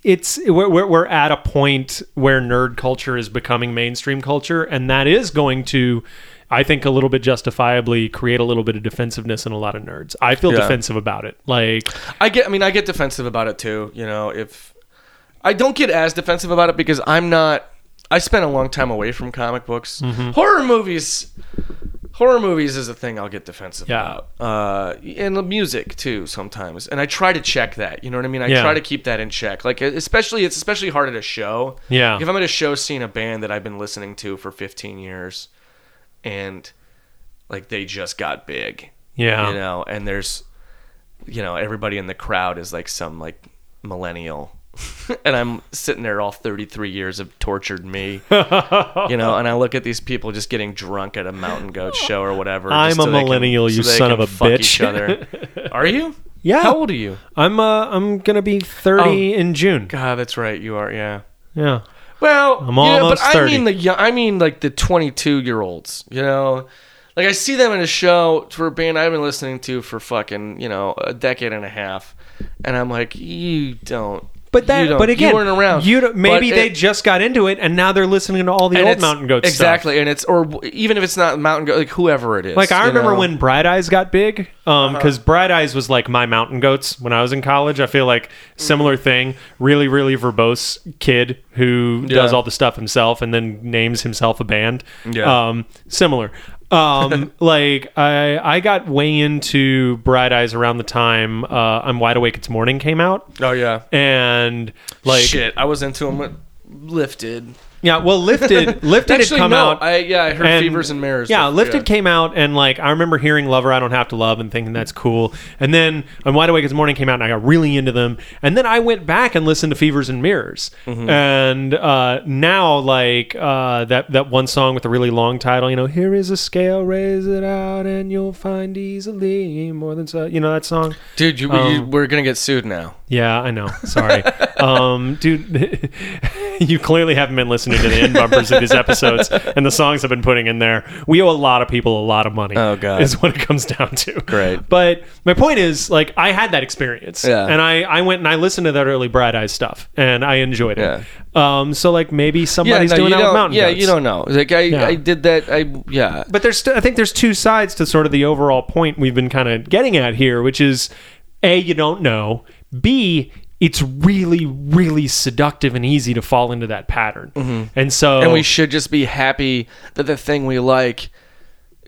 S2: it's we're, we're we're at a point where nerd culture is becoming mainstream culture and that is going to I think a little bit justifiably create a little bit of defensiveness in a lot of nerds. I feel
S1: Yeah.
S2: defensive about it. Like
S1: I get. I mean, I get defensive about it too. You know, if I don't get as defensive about it because I'm not. I spent a long time away from comic books.
S2: Mm-hmm.
S1: Horror movies. Horror movies is a thing I'll get defensive
S2: Yeah.
S1: about, uh, and the music too sometimes. And I try to check that. You know what I mean? I
S2: Yeah.
S1: try to keep that in check. Like e, especially, it's especially hard at a show.
S2: Yeah.
S1: If I'm at a show seeing a band that I've been listening to for 15 years, and like they just got big,
S2: yeah.
S1: you know and there's you know everybody in the crowd is like some like millennial and i'm sitting there all 33 years of tortured me you know and i look at these people just getting drunk at a mountain goat show or whatever
S2: I'm
S1: just
S2: a
S1: so they can-
S2: millennial, you
S1: so they
S2: son
S1: can
S2: of a
S1: fuck each
S2: bitch.
S1: other are you
S2: Yeah.
S1: how old are you
S2: I'm uh I'm gonna be thirty in June.
S1: god that's right you are yeah
S2: Yeah.
S1: well,
S2: I'm
S1: you know,
S2: almost
S1: but
S2: 30.
S1: I mean the young, I mean like the 22 year olds. You know, like I see them in a show for a band I've been listening to for fucking you know a decade and a half, and I'm like, you don't.
S2: But
S1: you
S2: that,
S1: don't-
S2: but again,
S1: you weren't around.
S2: You don't- maybe
S1: But
S2: they
S1: it-
S2: just got into it, and now they're listening to all the
S1: and
S2: old
S1: it's-
S2: Mountain Goat stuff.
S1: exactly, and it's or w- even if it's not Mountain Goat, like whoever it is.
S2: Like I
S1: you
S2: remember
S1: know? Uh-huh.
S2: when Bright Eyes got big, because Bright Eyes was like my Mountain Goats when I was in college. I feel like similar
S1: Mm-hmm.
S2: thing. Really, really verbose kid who does
S1: Yeah.
S2: all the stuff himself and then names himself a band.
S1: Yeah.
S2: Um, similar. Um, like I, I got way into Bright Eyes around the time uh, "I'm Wide Awake It's Morning" came out,
S1: oh yeah,
S2: and like
S1: shit, I was into them. With, Lifted,
S2: yeah, well, lifted, lifted had
S1: Actually,
S2: come
S1: no,
S2: out.
S1: I, yeah, I heard Fevers and Mirrors.
S2: Yeah,
S1: but-
S2: Lifted came out, and like I remember hearing "Lover I Don't Have to Love" and thinking that's cool. And then "I'm Wide Awake This Morning" came out, and I got really into them. And then I went back and listened to "Fevers and Mirrors,"
S1: Mm-hmm.
S2: and uh, now like uh, that that one song with a really long title, you know, "Here is a scale, raise it out, and you'll find easily more than so." You know that song?
S1: dude. You, you,
S2: um,
S1: we're gonna get sued now.
S2: Yeah, I know. Sorry, um, dude. you clearly haven't been listening to the end bumpers of these episodes and the songs I've been putting in there. We owe a lot of people a lot of money.
S1: Oh, God.
S2: is what it comes down to.
S1: Great.
S2: But my point is, like, I had that experience,
S1: Yeah.
S2: and I I went and I listened to that early Bright Eyes stuff, and I enjoyed it. Um, so like maybe somebody's doing
S1: you
S2: that with
S1: don't-
S2: Mountain
S1: Yeah,
S2: Goats.
S1: you don't know. Like I, I did that. I yeah.
S2: But there's, st- I think there's two sides to sort of the overall point we've been kind of getting at here, which is A, you don't know. B, it's really, really seductive and easy to fall into that pattern. And so,
S1: Mm-hmm. and we should just be happy that the thing we like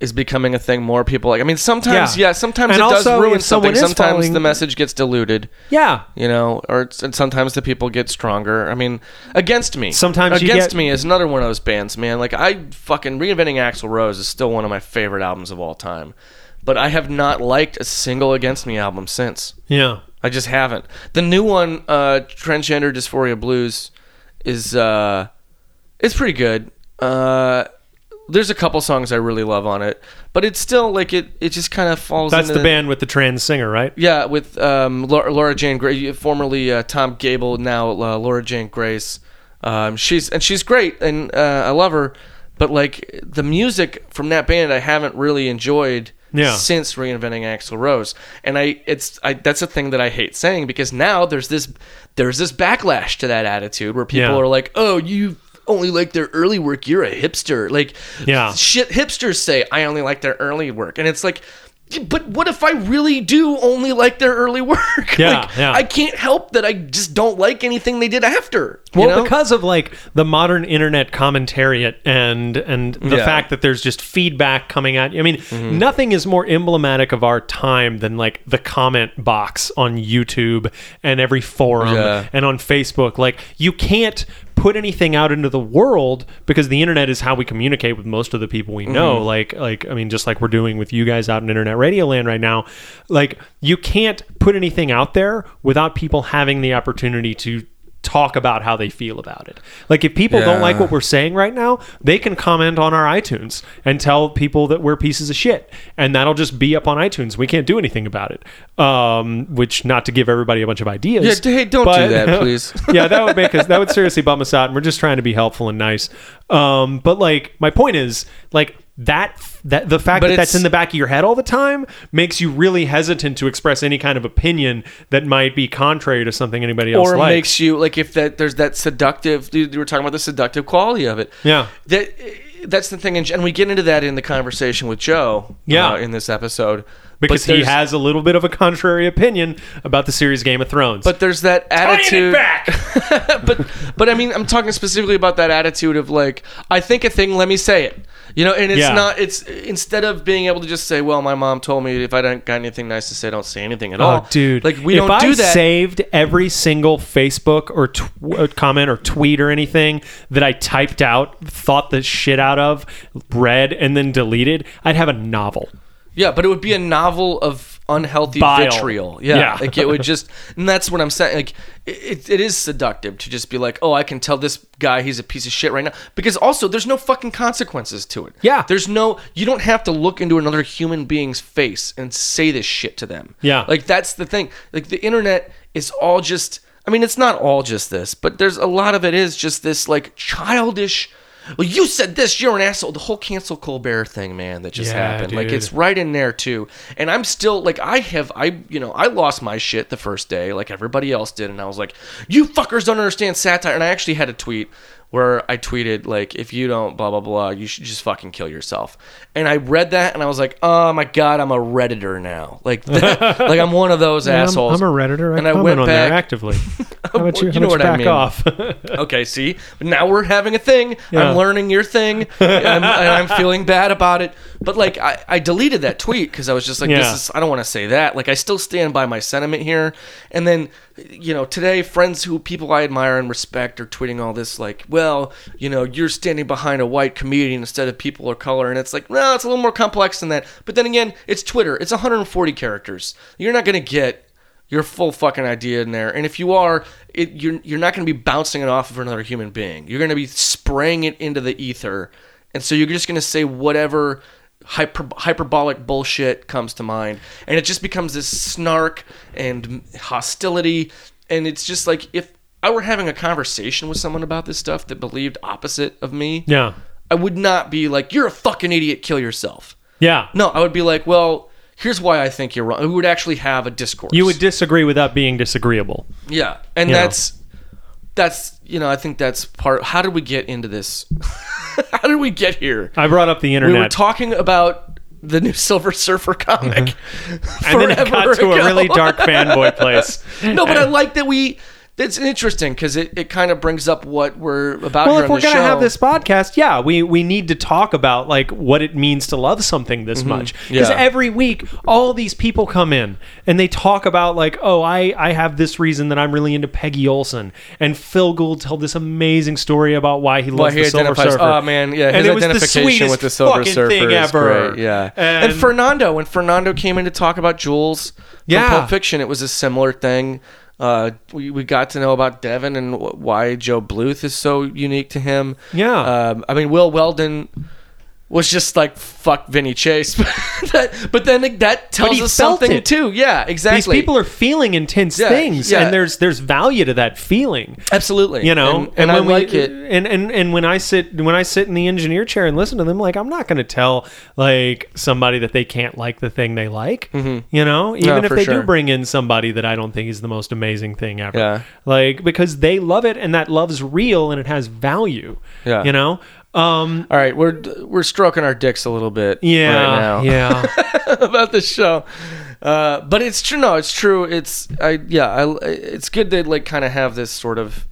S1: is becoming a thing more people like. I mean, sometimes
S2: Yeah.
S1: yeah, sometimes
S2: And
S1: it
S2: also,
S1: does ruin
S2: if someone
S1: something.
S2: is
S1: Sometimes
S2: following-
S1: the message gets diluted,
S2: yeah,
S1: you know, or it's, and sometimes the people get stronger. I mean, against me.
S2: Sometimes you
S1: against
S2: get-
S1: me is another one of those bands, man. Like I fucking reinventing Axl Rose is still one of my favorite albums of all time, but I have not liked a single Against Me album since.
S2: yeah,
S1: I just haven't. The new one, uh, Transgender Dysphoria Blues, is uh, it's pretty good. Uh, there's a couple songs I really love on it, but it's still like it. It just kind of falls.
S2: that's
S1: into
S2: the band with the trans singer, right?
S1: Yeah, with um, Laura, Laura Jane Gray, formerly uh, Tom Gable, now uh, Laura Jane Grace. Um, she's and she's great, and uh, I love her. But like the music from that band, I haven't really enjoyed
S2: Yeah.
S1: since reinventing Axl Rose. And I, it's I, that's a thing that I hate saying because now there's this there's this backlash to that attitude where people
S2: Yeah.
S1: are like, oh, you only like their early work. You're a hipster. Like,
S2: Yeah.
S1: shit hipsters say I only like their early work, and it's like, but what if I really do only like their early work?
S2: Yeah,
S1: like,
S2: yeah.
S1: I can't help that I just don't like anything they did after. you
S2: Well,
S1: know?
S2: because of like the modern internet commentariat and and the
S1: Yeah. Mm-hmm.
S2: fact that there's just feedback coming at you. I mean, nothing is more emblematic of our time than like the comment box on YouTube and every forum
S1: Yeah.
S2: and on Facebook. Like you can't put anything out into the world because the internet is how we communicate with most of the people we know.
S1: Mm-hmm.
S2: Like like I mean, just like we're doing with you guys out in internet radio land right now. Like you can't put anything out there without people having the opportunity to talk about how they feel about it. Like if people don't like
S1: Yeah.
S2: what we're saying right now, they can comment on our iTunes and tell people that we're pieces of shit, and that'll just be up on iTunes. We can't do anything about it. Um, which not to give everybody a bunch of ideas.
S1: Yeah, d- hey, don't do
S2: but-
S1: that, please.
S2: yeah, that would make us. That would seriously bum us out. And we're just trying to be helpful and nice. Um, but like, my point is, like that that the fact
S1: But
S2: that that's
S1: it's-
S2: in the back of your head all the time makes you really hesitant to express any kind of opinion that might be contrary to something anybody else
S1: or
S2: likes.
S1: makes you like if that there's that seductive. You, you were talking about the seductive quality of it.
S2: Yeah.
S1: that that's the thing, and, and we get into that in the conversation with Joe.
S2: Yeah.
S1: uh, in this episode,
S2: because
S1: But
S2: he
S1: there's-
S2: has a little bit of a contrary opinion about the series Game of Thrones.
S1: But there's that attitude.
S2: back.
S1: but but I mean, I'm talking specifically about that attitude of like, I think a thing, let me say it. You know, and it's
S2: Yeah.
S1: not. It's instead of being able to just say, "Well, my mom told me if I don't got anything nice to say, don't say anything at all."
S2: Oh, dude!
S1: like we
S2: if
S1: don't
S2: I
S1: do that.
S2: Saved every single Facebook or tw- uh, comment or tweet or anything that I typed out, thought the shit out of, read, and then deleted. I'd have a novel.
S1: yeah, but it would be a novel of unhealthy
S2: Bile.
S1: vitriol. Yeah,
S2: Yeah.
S1: like it would just, and that's what I'm saying. Like it, it is seductive to just be like, "Oh, I can tell this guy he's a piece of shit right now," because also there's no fucking consequences to it.
S2: Yeah.
S1: there's no. You don't have to look into another human being's face and say this shit to them.
S2: Yeah.
S1: Like that's the thing. Like the internet is all just I mean, it's not all just this, but there's a lot of it is just this like childish well, you said this, you're an asshole. The whole cancel Colbert thing, man, that just
S2: Yeah,
S1: happened. Like
S2: dude.
S1: it's right in there too. And I'm still like I have I you know, I lost my shit the first day, like everybody else did, and I was like, You fuckers don't understand satire and I actually had a tweet where I tweeted like, if you don't blah blah blah, you should just fucking kill yourself. And I read that and I was like, oh my god, I'm a redditor now. Like, that, like I'm one of those assholes.
S2: I'm, a redditor. I
S1: and I
S2: comment
S1: went
S2: on
S1: back.
S2: there actively. How about you?
S1: You
S2: how
S1: know
S2: about
S1: what I
S2: back
S1: mean.
S2: off?
S1: okay, see, now we're having a thing.
S2: Yeah.
S1: I'm learning your thing, I'm, and I'm feeling bad about it. But like, I, I deleted that tweet because I was just like,
S2: Yeah.
S1: this is I don't want to say that. Like, I still stand by my sentiment here. And then, you know, today, friends who people I admire and respect are tweeting all this like, well, you know, you're standing behind a white comedian instead of people of color, and it's like, no, it's a little more complex than that. But then again, it's Twitter. It's 140 characters. You're not gonna get your full fucking idea in there. And if you are, it, you're you're not going to be bouncing it off of another human being. You're going to be spraying it into the ether, and so you're just going to say whatever hyper, hyperbolic bullshit comes to mind, and it just becomes this snark and hostility. And it's just like if I were having a conversation with someone about this stuff that believed opposite of me,
S2: yeah,
S1: I would not be like, "You're a fucking idiot. Kill yourself."
S2: yeah.
S1: No, I would be like, "Well." Here's why I think you're wrong. We would actually have a discourse.
S2: You would disagree without being disagreeable.
S1: Yeah, and
S2: You know.
S1: that's that's you know I think that's part. How did we get into this? how did we get here?
S2: I brought up the
S1: We
S2: internet.
S1: were talking about the new Silver Surfer comic,
S2: and then it
S1: forever
S2: got to
S1: ago.
S2: a really dark fanboy place.
S1: no, but I like that we. It's interesting because it, it kind of brings up what we're about.
S2: well,
S1: here
S2: if
S1: on
S2: we're
S1: the
S2: gonna
S1: show.
S2: have this podcast, yeah, we we need to talk about like what it means to love something this much. Because
S1: Mm-hmm. Yeah.
S2: every week, all these people come in and they talk about like, oh, I I have this reason that I'm really into Peggy Olson, and Phil Gould told this amazing story about why he
S1: Well,
S2: loves
S1: he
S2: the Silver
S1: identifies.
S2: Surfer.
S1: Oh man, yeah, his
S2: and it was the
S1: identification
S2: sweetest
S1: with the Silver
S2: fucking
S1: Surfer
S2: thing
S1: is
S2: ever.
S1: great. Yeah,
S2: and,
S1: and, Fernando, when Fernando came in to talk about Jules
S2: Yeah.
S1: from Pulp Fiction, it was a similar thing. Uh, we we got to know about Devin and wh- why Joe Bluth is so unique to him.
S2: Yeah.
S1: um, I mean Will Weldon. Was just like fuck Vinny Chase, but, that, but then that tells
S2: he
S1: us
S2: felt
S1: something
S2: it.
S1: too. Yeah,
S2: these
S1: exactly.
S2: people are feeling intense
S1: Yeah,
S2: things,
S1: yeah.
S2: and there's there's value to that feeling.
S1: absolutely,
S2: you know
S1: and, and, I
S2: when we-
S1: like it.
S2: and, and and when i sit when i sit in the engineer chair and listen to them like i'm not going to tell like somebody that they can't like the thing they like you know even if
S1: Mm-hmm. for
S2: they
S1: sure.
S2: do bring in somebody that i don't think is the most amazing thing ever
S1: Yeah.
S2: like because they love it and that love's real and it has value
S1: Yeah.
S2: you know um
S1: All right, we're we're stroking our dicks a little bit. right
S2: yeah
S1: now.
S2: yeah
S1: about this show. Uh, but it's true. No, it's true. It's I yeah. I, it's good to like kind of have this sort of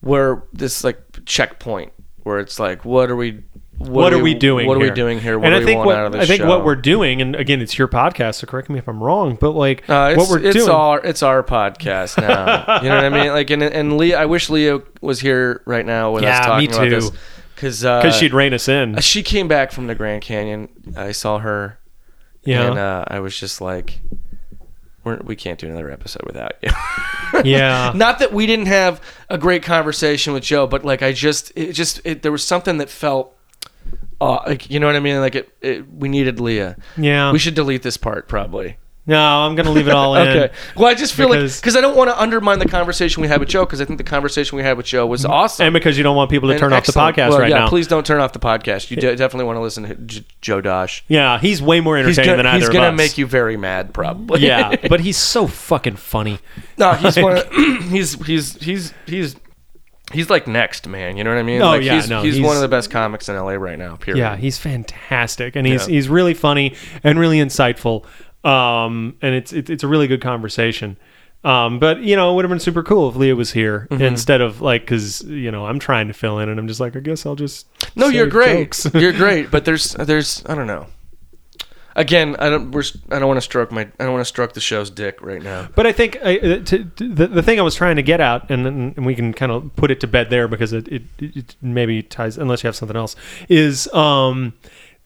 S1: where this like checkpoint where it's like, what are we? What,
S2: what are we doing?
S1: What
S2: here?
S1: are we doing here? What
S2: and
S1: do
S2: I
S1: we
S2: think
S1: want
S2: what
S1: out of this
S2: I think
S1: show?
S2: what we're doing, and again, it's your podcast, so correct me if I'm wrong, but like
S1: Uh, it's,
S2: what we're
S1: it's
S2: doing,
S1: our it's our podcast now. you know what I mean? Like and and Lee, I wish Leo was here right now with us
S2: Yeah, me
S1: talking about this
S2: too.
S1: because
S2: because she'd rein us in.
S1: she came back from the Grand Canyon. I saw her
S2: Yeah,
S1: And uh, I was just like, we're, we can't do another episode without you.
S2: yeah.
S1: Not that we didn't have a great conversation with Joe, but like I just, it just, it, there was something that felt, uh, like you know what I mean? Like it, it we needed Leah.
S2: Yeah.
S1: We should delete this part probably.
S2: no, I'm gonna leave it all in.
S1: Okay. Well, I just feel
S2: Because-
S1: like because I don't want to undermine the conversation we had with Joe because I think the conversation we had with Joe was awesome.
S2: And because you don't want people to
S1: and
S2: turn
S1: excellent.
S2: off the podcast
S1: Well,
S2: right
S1: yeah,
S2: now.
S1: Please don't turn off the podcast. You de- definitely want to listen to J- Joe Dosh.
S2: Yeah, he's way more entertaining
S1: He's gonna,
S2: than either
S1: he's
S2: of
S1: gonna
S2: us.
S1: make you very mad, probably.
S2: yeah, but he's so fucking funny.
S1: No, he's one. Of, he's he's he's he's he's like next man. You know what I mean?
S2: Oh,
S1: like,
S2: yeah,
S1: he's,
S2: no,
S1: he's,
S2: he's-
S1: one of the best comics in LA right now. Period.
S2: Yeah, he's fantastic, and he's
S1: Yeah.
S2: he's really funny and really insightful. Um, and it's it, it's a really good conversation. Um, but you know, it would have been super cool if Leah was here
S1: Mm-hmm.
S2: instead of like because you know I'm trying to fill in, and I'm just like, I guess I'll just
S1: No,
S2: say
S1: you're great.
S2: jokes.
S1: you're great, but there's there's I don't know. Again, I don't we're, s- I don't want to stroke my I don't want to stroke the show's dick right now.
S2: But I think I, uh, to, to, the, the thing I was trying to get out, and, then- and we can kind of put it to bed there because it, it, it maybe ties, unless you have something else, is um,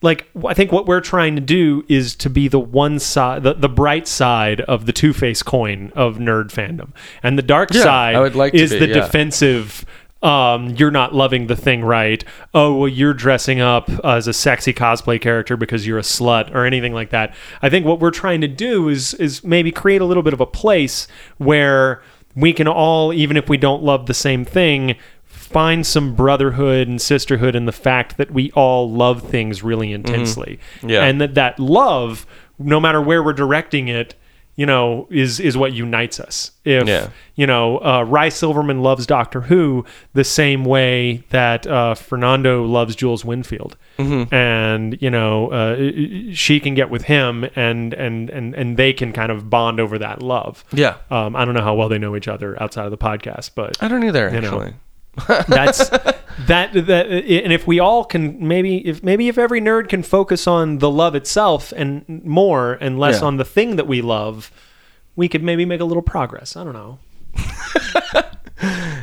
S2: like I think what we're trying to do is to be the one side, the, the bright side of the two faced coin of nerd fandom, and the dark
S1: Yeah,
S2: side
S1: I would like to
S2: is
S1: be,
S2: the
S1: yeah.
S2: defensive. Um, you're not loving the thing right. Oh, well, you're dressing up as a sexy cosplay character because you're a slut or anything like that. I think what we're trying to do is is maybe create a little bit of a place where we can all, even if we don't love the same thing, find some brotherhood and sisterhood in the fact that we all love things really intensely.
S1: Mm-hmm. Yeah.
S2: And that that love, no matter where we're directing it, you know, is is what unites us. If
S1: Yeah.
S2: you know, uh, Rye Silverman loves Doctor Who the same way that uh, Fernando loves Jules Winfield,
S1: Mm-hmm.
S2: and you know, uh, she can get with him, and and and and they can kind of bond over that love.
S1: Yeah.
S2: Um, I don't know how well they know each other outside of the podcast, but
S1: I don't either
S2: know.
S1: actually.
S2: that's that that and if we all can maybe if maybe if every nerd can focus on the love itself and more and less
S1: Yeah.
S2: on the thing that we love, we could maybe make a little progress. I don't know.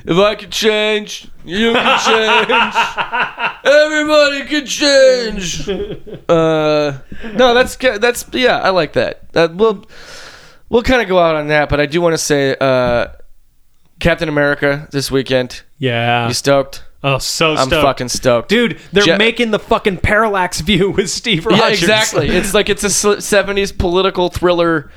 S1: If I could change, you can change. Everybody could change. Uh, no, that's ca- that's yeah, I like that. That we'll we'll kind of go out on that, but I do want to say uh, Captain America this weekend.
S2: Yeah.
S1: You stoked?
S2: Oh, so
S1: I'm
S2: stoked.
S1: fucking stoked,
S2: Dude, they're
S1: Je-
S2: making the fucking parallax view with Steve Rogers.
S1: Yeah, exactly. It's like it's a sl- '70s political thriller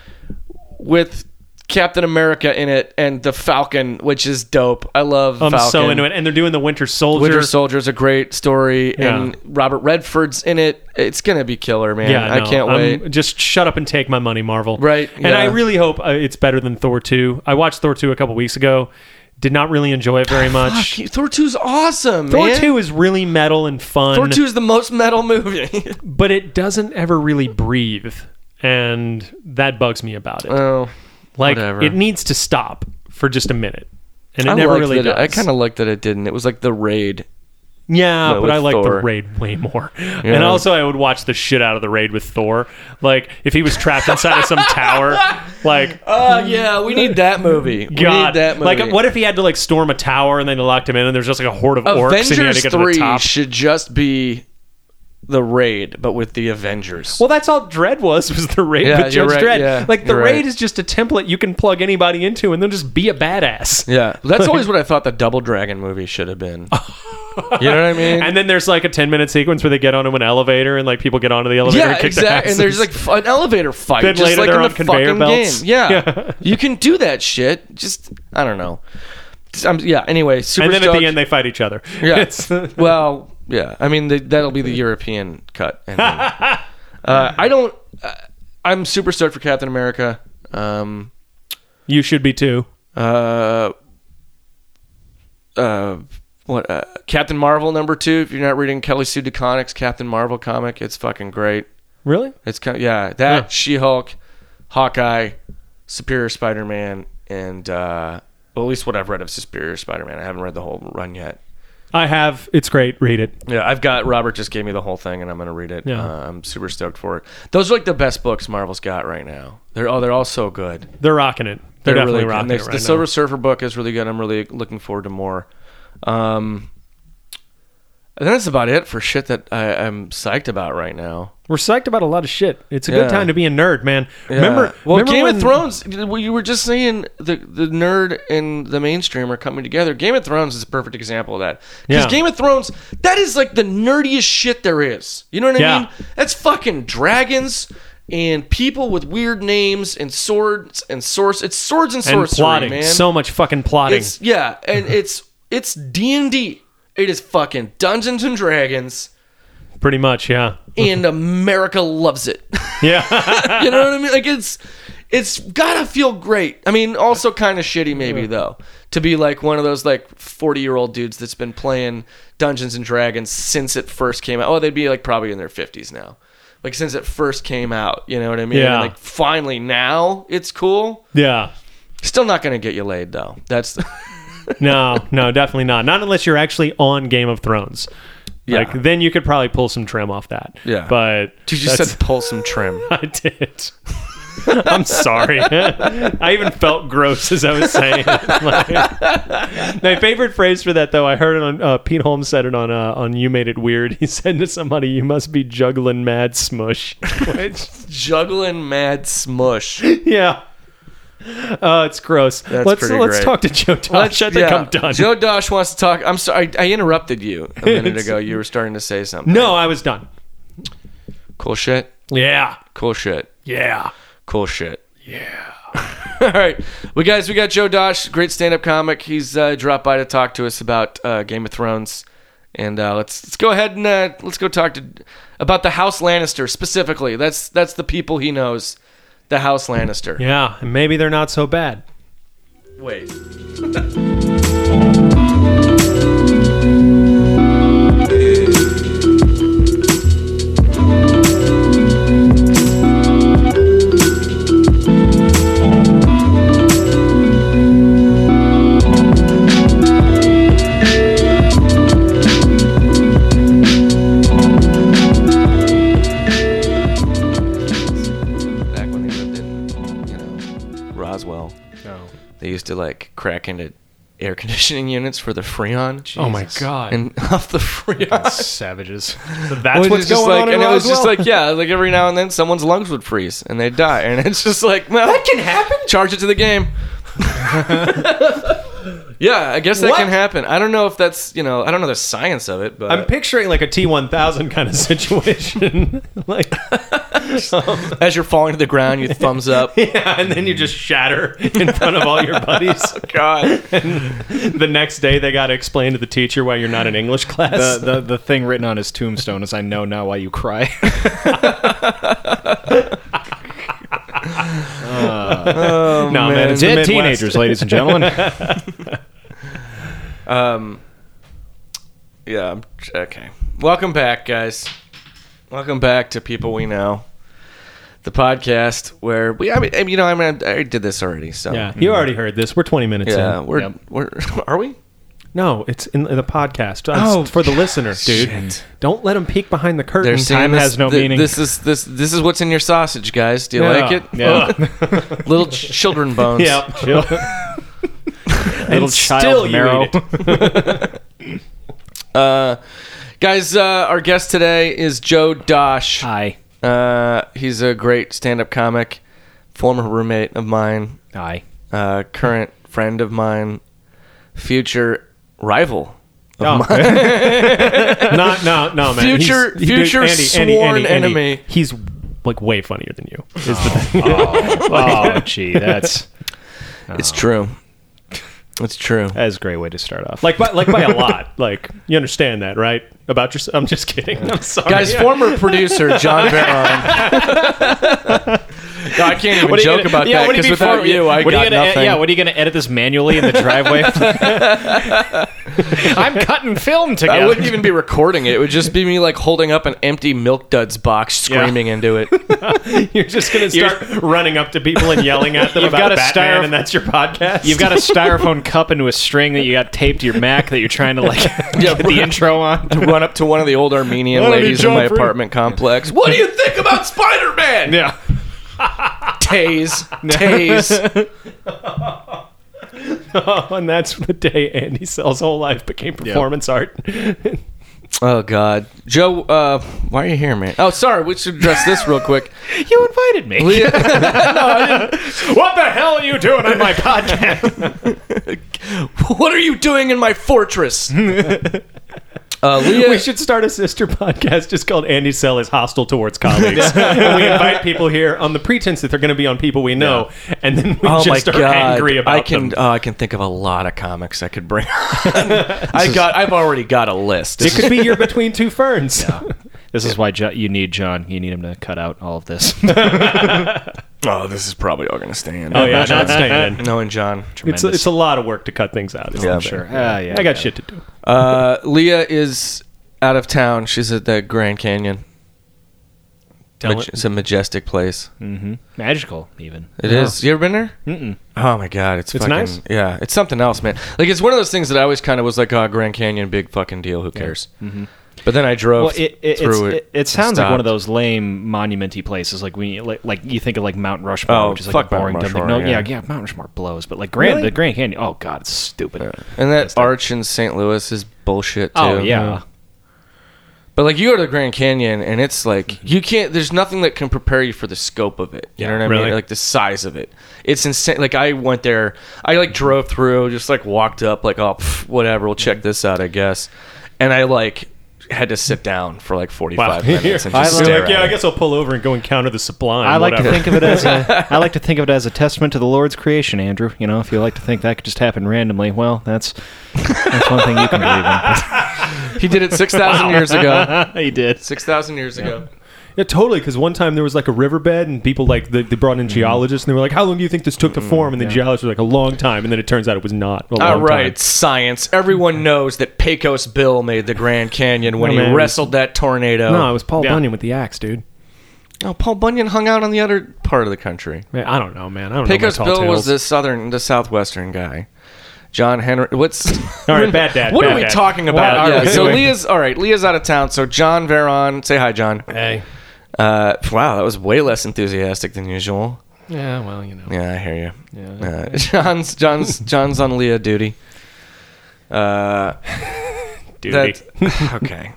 S1: with Captain America in it and the Falcon, which is dope. I love.
S2: I'm
S1: Falcon.
S2: so into it. And they're doing the Winter Soldier.
S1: Winter Soldier's a great story,
S2: Yeah.
S1: and Robert Redford's in it. It's gonna be killer, man.
S2: Yeah,
S1: I
S2: no,
S1: can't
S2: I'm-
S1: wait.
S2: Just shut up and take my money, Marvel.
S1: Right,
S2: And
S1: yeah.
S2: I really hope uh, it's better than Thor 2. I watched Thor 2 a couple weeks ago. Did not really enjoy it very much.
S1: Ah, Fuck, Thor 2's awesome,
S2: Thor
S1: man.
S2: 2 is really metal and fun,
S1: Thor 2 is the most metal movie.
S2: but it doesn't ever really breathe. And that bugs me about it.
S1: oh,
S2: like,
S1: whatever.
S2: it needs to stop for just a minute. And it
S1: I
S2: never
S1: liked
S2: really
S1: that
S2: does.
S1: it- I kind of liked that it didn't. It was like the raid.
S2: Yeah,
S1: No,
S2: but
S1: with
S2: I like
S1: Thor.
S2: the raid way more. And also, I would watch the shit out of the raid with Thor. Like if he was trapped inside of some tower, like
S1: Oh yeah, we need that movie. We
S2: God,
S1: need that movie.
S2: like what if he had to like storm a tower and then they locked him in and there's just like a horde of orcs and he had to
S1: Avengers
S2: get to the
S1: Three
S2: top.
S1: should just be the raid, but with the Avengers.
S2: Well, that's all Dread was was the raid
S1: Yeah,
S2: with
S1: you're
S2: Judge
S1: right,
S2: Dread.
S1: yeah,
S2: like the
S1: you're
S2: raid
S1: right.
S2: is just a template you can plug anybody into and then just be a badass.
S1: yeah, that's always what I thought the Double Dragon movie should have been. you know what I mean?
S2: And then there's like a 10 minute sequence where they get onto an elevator and like people get onto the elevator and
S1: Yeah,
S2: kick their
S1: exactly.
S2: asses.
S1: And there's like f- an elevator fight,
S2: Then
S1: just
S2: later
S1: like in
S2: they're
S1: the
S2: on conveyor
S1: fucking
S2: belts.
S1: game. Yeah,
S2: Yeah.
S1: you can do that shit. Just I don't know. Just- I'm, yeah. Anyway, super.
S2: and then at
S1: stoked.
S2: the end they fight each other.
S1: yeah.
S2: It's-
S1: well, yeah. I mean, the, that'll be the European cut. and then- uh, I don't. Uh, I'm super stoked for Captain America. Um,
S2: you should be too.
S1: uh, uh, what uh, Captain Marvel number two? If you're not reading Kelly Sue DeConnick's Captain Marvel comic, it's fucking great.
S2: Really?
S1: It's kind of, yeah, that
S2: Yeah.
S1: She-Hulk, Hawkeye, Superior Spider-Man, and uh, well, at least what I've read of Superior Spider-Man. I haven't read the whole run yet.
S2: I have. It's great. Read it.
S1: Yeah, I've got Robert just gave me the whole thing, and I'm gonna read it.
S2: Yeah.
S1: Uh, I'm super stoked for it. Those are like the best books Marvel's got right now. They're oh, they're all so good.
S2: They're rocking it. They're, definitely
S1: really
S2: rocking
S1: good.
S2: it
S1: And
S2: right
S1: the Silver Surfer book is really good. I'm really looking forward to more. Um, and that's about it for shit that I, I'm psyched about right now.
S2: now. We're psyched about a lot of shit. It's a
S1: Yeah.
S2: good time to be a nerd, man. Remember,
S1: well,
S2: remember
S1: Game of
S2: when-
S1: Thrones. well, You were just saying the the nerd and the mainstream are coming together. Game of Thrones is a perfect example of that. Because
S2: Yeah.
S1: Game of Thrones, that is like the nerdiest shit there is. You know what I
S2: Yeah.
S1: mean? That's fucking dragons and people with weird names and swords and source. It's swords and
S2: and
S1: sorcery,
S2: plotting,
S1: man.
S2: so much fucking plotting.
S1: It's yeah, and it's it's D and D. It is fucking Dungeons and Dragons,
S2: Pretty much, yeah,
S1: and America loves it.
S2: yeah.
S1: you know what I mean? Like it's it's gotta feel great. I mean, also kind of shitty maybe though to be like one of those like forty year old dudes that's been playing Dungeons and Dragons since it first came out. Oh, they'd be like probably in their fifties now. Like since it first came out, you know what I mean?
S2: Yeah.
S1: And, like finally now it's cool.
S2: Yeah.
S1: Still not gonna get you laid though. That's
S2: No, no, definitely not. Not unless you're actually on Game of Thrones.
S1: Yeah.
S2: Like then you could probably pull some trim off that.
S1: Yeah.
S2: But
S1: dude. You
S2: that's-
S1: said pull some trim.
S2: I did. I'm sorry. I even felt gross as I was saying. it. Like- my favorite phrase for that, though, I heard it on uh, Pete Holmes said it on uh, on You Made It Weird. He said to somebody, "You must be juggling mad smush." Which-
S1: Juggling mad smush.
S2: yeah. Oh, it's gross. let's
S1: pretty
S2: let's
S1: great.
S2: talk to Joe Tosh. I think I'm done.
S1: Joe Dosh wants to talk. I'm sorry, I, I interrupted you a minute
S2: It's-
S1: ago. You were starting to say something.
S2: no, I was done.
S1: Cool shit.
S2: Yeah.
S1: Cool shit.
S2: Yeah.
S1: Cool shit. Yeah. All right, we guys, we got Joe Dosh, great stand-up comic. He's uh, dropped by to talk to us about uh, Game of Thrones, and uh, let's let's go ahead and uh, let's go talk to about the House Lannister specifically. That's that's the people he knows, the House Lannister.
S2: Yeah. And maybe they're not so bad.
S1: Wait. Back when they lived in, you know, Roswell. They used to like crack into air conditioning units for the Freon.
S2: Oh my god.
S1: And off the Freon.
S2: savages. that's
S1: It was
S2: what's
S1: just
S2: going
S1: like-
S2: on. In
S1: And it was just
S2: Roswell.
S1: like, yeah, like every now and then someone's lungs would freeze and they'd die. And it's just like, well, that can happen. Charge it to the game. yeah, I guess that
S2: What?
S1: can happen. I don't know if that's, you know, I don't know the science of it, but
S2: I'm picturing like a T1000 kind of situation. like, um,
S1: as you're falling to the ground, you thumbs up.
S2: yeah, and then you just shatter in front of all your buddies.
S1: God.
S2: the next day, they got to explain to the teacher why you're not in English class.
S3: the, the the thing written on his tombstone is "I know now why you cry."
S1: Ah, oh,
S2: no, man, it's the
S3: Dead
S2: Midwest.
S3: teenagers, ladies and gentlemen.
S1: Yeah. I'm, okay. Welcome back, guys. Welcome back to People We Know, the podcast where we. I mean, I mean, you know, I mean, I did this already, so Mm.
S2: Yeah, you already heard this. We're 20 minutes
S1: yeah.
S2: in.
S1: We're
S3: Yep.
S1: we're are we?
S2: No, it's in the podcast. It's
S3: Oh,
S2: for the listener, dude.
S1: shit.
S2: Don't let them peek behind the curtain.
S1: They're seeing
S3: time
S1: this-
S3: has no
S1: thi-
S3: meaning.
S1: This is this this is what's in your sausage, guys. Do you like it? Oh.
S3: Yeah.
S1: Little ch- children bones.
S2: Yep.
S3: Little
S2: And
S3: child
S2: still you
S3: marrow.
S2: eat it.
S1: Uh, guys, uh, our guest today is Joe Dosh.
S3: Aye,
S1: Uh, he's a great stand-up comic, former roommate of mine.
S3: aye.
S1: uh, current friend of mine, future rival.
S2: Oh. not no no man. He's-
S1: Future-
S2: he- dude,
S1: future sworn enemy.
S2: He's like way funnier than you. Is the thing.
S3: Oh, gee, that's
S1: It's true. It's true.
S3: that's a great way to start off.
S2: like by like by a lot. Like you understand that, right? About your. I'm just kidding. I'm sorry,
S1: Guys,
S2: Yeah.
S1: former producer John Barron. no, I can't even
S3: What are you
S1: joke
S3: gonna-
S1: about
S3: yeah,
S1: that
S3: what are you
S1: because
S3: gonna-
S1: without you, I
S3: what are
S1: got
S3: you gonna,
S1: nothing.
S3: Yeah, what are you going to edit this manually in the driveway? I'm cutting film together.
S1: I wouldn't even be recording it. It would just be me like holding up an empty Milk Duds box,
S3: Yeah.
S1: screaming into it.
S2: You're just gonna start running up to people and yelling at them
S3: You've
S2: about
S3: got a
S2: Batman,
S3: styro-
S2: and that's your podcast.
S3: You've got a styrofoam cup into a string that you got taped to your Mac that you're trying to like get the intro on.
S1: Run up to one of the old Armenian
S3: Why don't you
S1: ladies in my
S3: jump in?
S1: apartment complex. What do you think about Spider Man?
S3: Yeah.
S1: Tase, tase.
S2: and that's the day Andy Sell's whole life became performance art.
S1: Oh God, Joe, uh, why are you here, man? Oh, sorry, we should address this real quick.
S3: You invited me.
S1: We-
S3: What the hell are you doing on my podcast?
S1: what are you doing in my fortress? Uh, Leah,
S2: we should start a sister podcast just called Andy Sell is Hostile Towards Colleagues. and we invite people here on the pretense that they're going to be on people we know, and then we
S1: oh my
S2: just are
S1: God,
S2: angry about
S1: I can,
S2: them.
S1: oh, I can think of a lot of comics I could bring. I got, I've already got a list.
S2: It could be your between two ferns.
S3: This is why Jo- you need John. You need him to cut out all of this.
S1: Oh, this is probably all going to stay in.
S2: Oh yeah, not staying in.
S1: No, and John.
S2: It's a, it's a lot of work to cut things out.
S1: Yeah,
S2: yeah,
S1: but-
S3: sure. Ah, yeah.
S2: I got shit to do.
S1: Uh, Leah is out of town. She's at the Grand Canyon.
S2: Tell
S1: Maj-
S2: it-
S1: it's a majestic place.
S3: Mm-hmm. Magical, even.
S1: It is. You ever been there?
S3: Mm-mm.
S1: Oh my god, it's
S2: It's
S1: fucking,
S2: nice.
S1: Yeah, it's something else, man. Like it's one of those things that I always kind of was like, oh, Grand Canyon, big fucking deal. Who cares? But then I drove
S3: Mm-hmm. Well, it, it, it's,
S1: through
S3: it,
S1: it.
S3: it. sounds like one of
S1: stopped.
S3: those lame monumenty places. Like when you like, like you think of like Mount Rushmore,
S1: Oh,
S3: which is like
S1: fuck
S3: a boring.
S1: Mount
S3: dumb thing.
S1: Rushmore,
S3: no, yeah.
S1: yeah.
S3: yeah, Mount Rushmore blows. But like Grand,
S2: Really?
S3: the Grand Canyon. Oh god, it's stupid.
S1: And that arch in St. Louis is bullshit too.
S3: Oh yeah.
S1: But like you go to the Grand Canyon and it's
S2: Mm-hmm.
S1: like you can't there's nothing that can prepare you for the scope of it. You know what I
S2: really.
S1: mean? Like the size of it. It's insane. Like I went there, I like drove through, just like walked up like oh pff, whatever, we'll check
S2: Mm-hmm.
S1: this out, I guess. And I like had to sit down for like 45 minutes and
S2: I
S1: just
S2: like-
S1: stare at
S2: yeah, I
S1: it.
S2: guess I'll pull over and go encounter the sublime.
S3: I like
S2: whatever.
S3: to think of it as a, I like to think of it as a testament to the Lord's creation, Andrew. You know, if you like to think that could just happen randomly, well, that's that's one thing you can believe
S1: He did it 6,000 years ago.
S3: in. he did.
S1: 6,000 years ago.
S2: Yeah, totally. Because one time there was like a riverbed, and people like they, they brought in geologists, and they were like, "How long do you think this took to form?" And the geologists were like, "A long time." And then it turns out it was not. A long
S1: All
S2: time. Mm-hmm.
S1: right, science. Everyone knows that Pecos Bill made the Grand Canyon when
S2: No,
S1: he
S2: man, it was-
S1: wrestled that tornado.
S2: No, it was Paul
S3: Yeah.
S2: Bunyan with the axe, dude.
S1: Oh, Paul Bunyan hung out on the other part of the country.
S2: Man, I don't know, man. I don't
S1: Pecos
S2: know. my tall
S1: Bill was
S2: tales.
S1: the southern, the southwestern guy. John Henry. What's
S2: All right, bad dad,
S1: What
S2: bad
S1: are we
S2: dad.
S1: talking about?
S2: What are
S1: Yeah,
S2: we
S1: so
S2: doing?
S1: Leah's all right. Leah's out of town. So John Veron, say hi, John.
S2: Hey.
S1: Uh, wow, that was way less enthusiastic than usual.
S2: Yeah, well, you know.
S1: Yeah, I hear you. Uh, John's John's John's on Leah duty. Uh,
S2: Dude.
S1: that okay.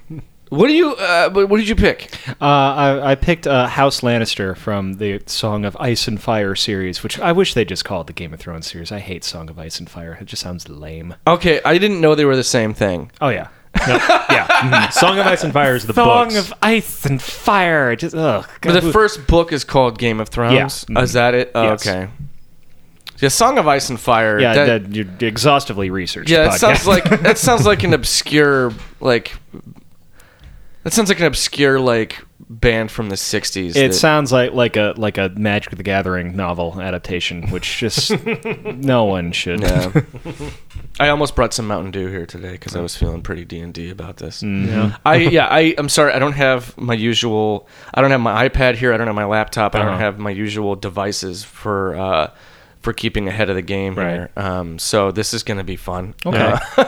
S1: What do you? Uh, what what did you pick?
S3: Uh, I, I picked uh, House Lannister from the Song of Ice and Fire series, which I wish they just called the Game of Thrones series. I hate Song of Ice and Fire; it just sounds lame.
S1: Okay, I didn't know they were the same thing.
S3: Oh yeah,
S2: No, yeah.
S1: Mm-hmm.
S2: Mhm. Song of Ice and Fire is the books.
S3: Ice and Fire. Just ugh.
S1: But the first book is called Game of Thrones.
S3: Yeah.
S1: Oh, is that it? Oh,
S3: Yes.
S1: Okay. Yeah, Song of Ice and Fire.
S3: yeah,
S1: that-
S3: that, you exhaustively researched.
S1: yeah,
S3: podcast.
S1: it sounds like that sounds like an obscure like that sounds like an obscure like band from the '60s.
S3: It
S1: that-
S3: sounds like like a like a Magic the Gathering novel adaptation, which just no one should.
S1: Yeah. I almost brought some Mountain Dew here today because I was feeling pretty D and D about this.
S3: Mm-hmm.
S2: Yeah.
S1: I yeah I I'm sorry I don't have my usual I don't have my iPad here I don't have my laptop
S3: Uh-huh.
S1: I don't have my usual devices for uh for keeping ahead of the game here um so this is gonna be fun Uh,
S3: Okay.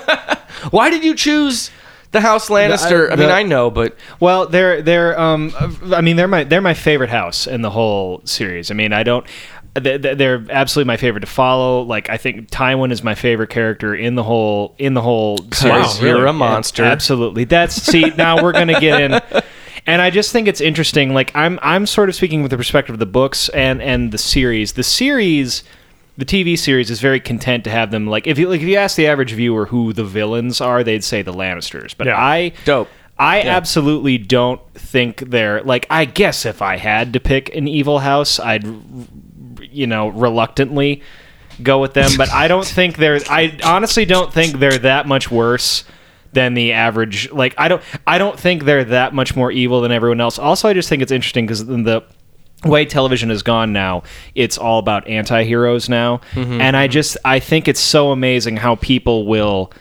S1: why did you choose the uh, House Lannister I, mean
S3: the-
S1: I know but
S3: Well, they're they're um, I mean they're my they're my favorite house in the whole series. I mean I don't. they- they- They're absolutely my favorite to follow. Like I think Tywin is my favorite character in the whole in the whole series.
S1: you're a
S3: Yeah,
S1: monster.
S3: Absolutely. That's see now we're gonna get in. And I just think it's interesting. Like I'm I'm sort of speaking with the perspective of the books and and the series. The series. The TV series is very content to have them like if you like if you ask the average viewer who the villains are they'd say the Lannisters but
S2: Yeah.
S3: I
S1: Dope.
S3: I absolutely don't think they're like. I guess if I had to pick an evil house, I'd you know reluctantly go with them. But I don't think they're. I honestly don't think they're that much worse than the average. Like I don't. I don't think they're that much more evil than everyone else. Also, I just think it's interesting because the way television has gone now it's all about anti-heroes now
S1: Mm-hmm.
S3: and i just i think it's so amazing how people will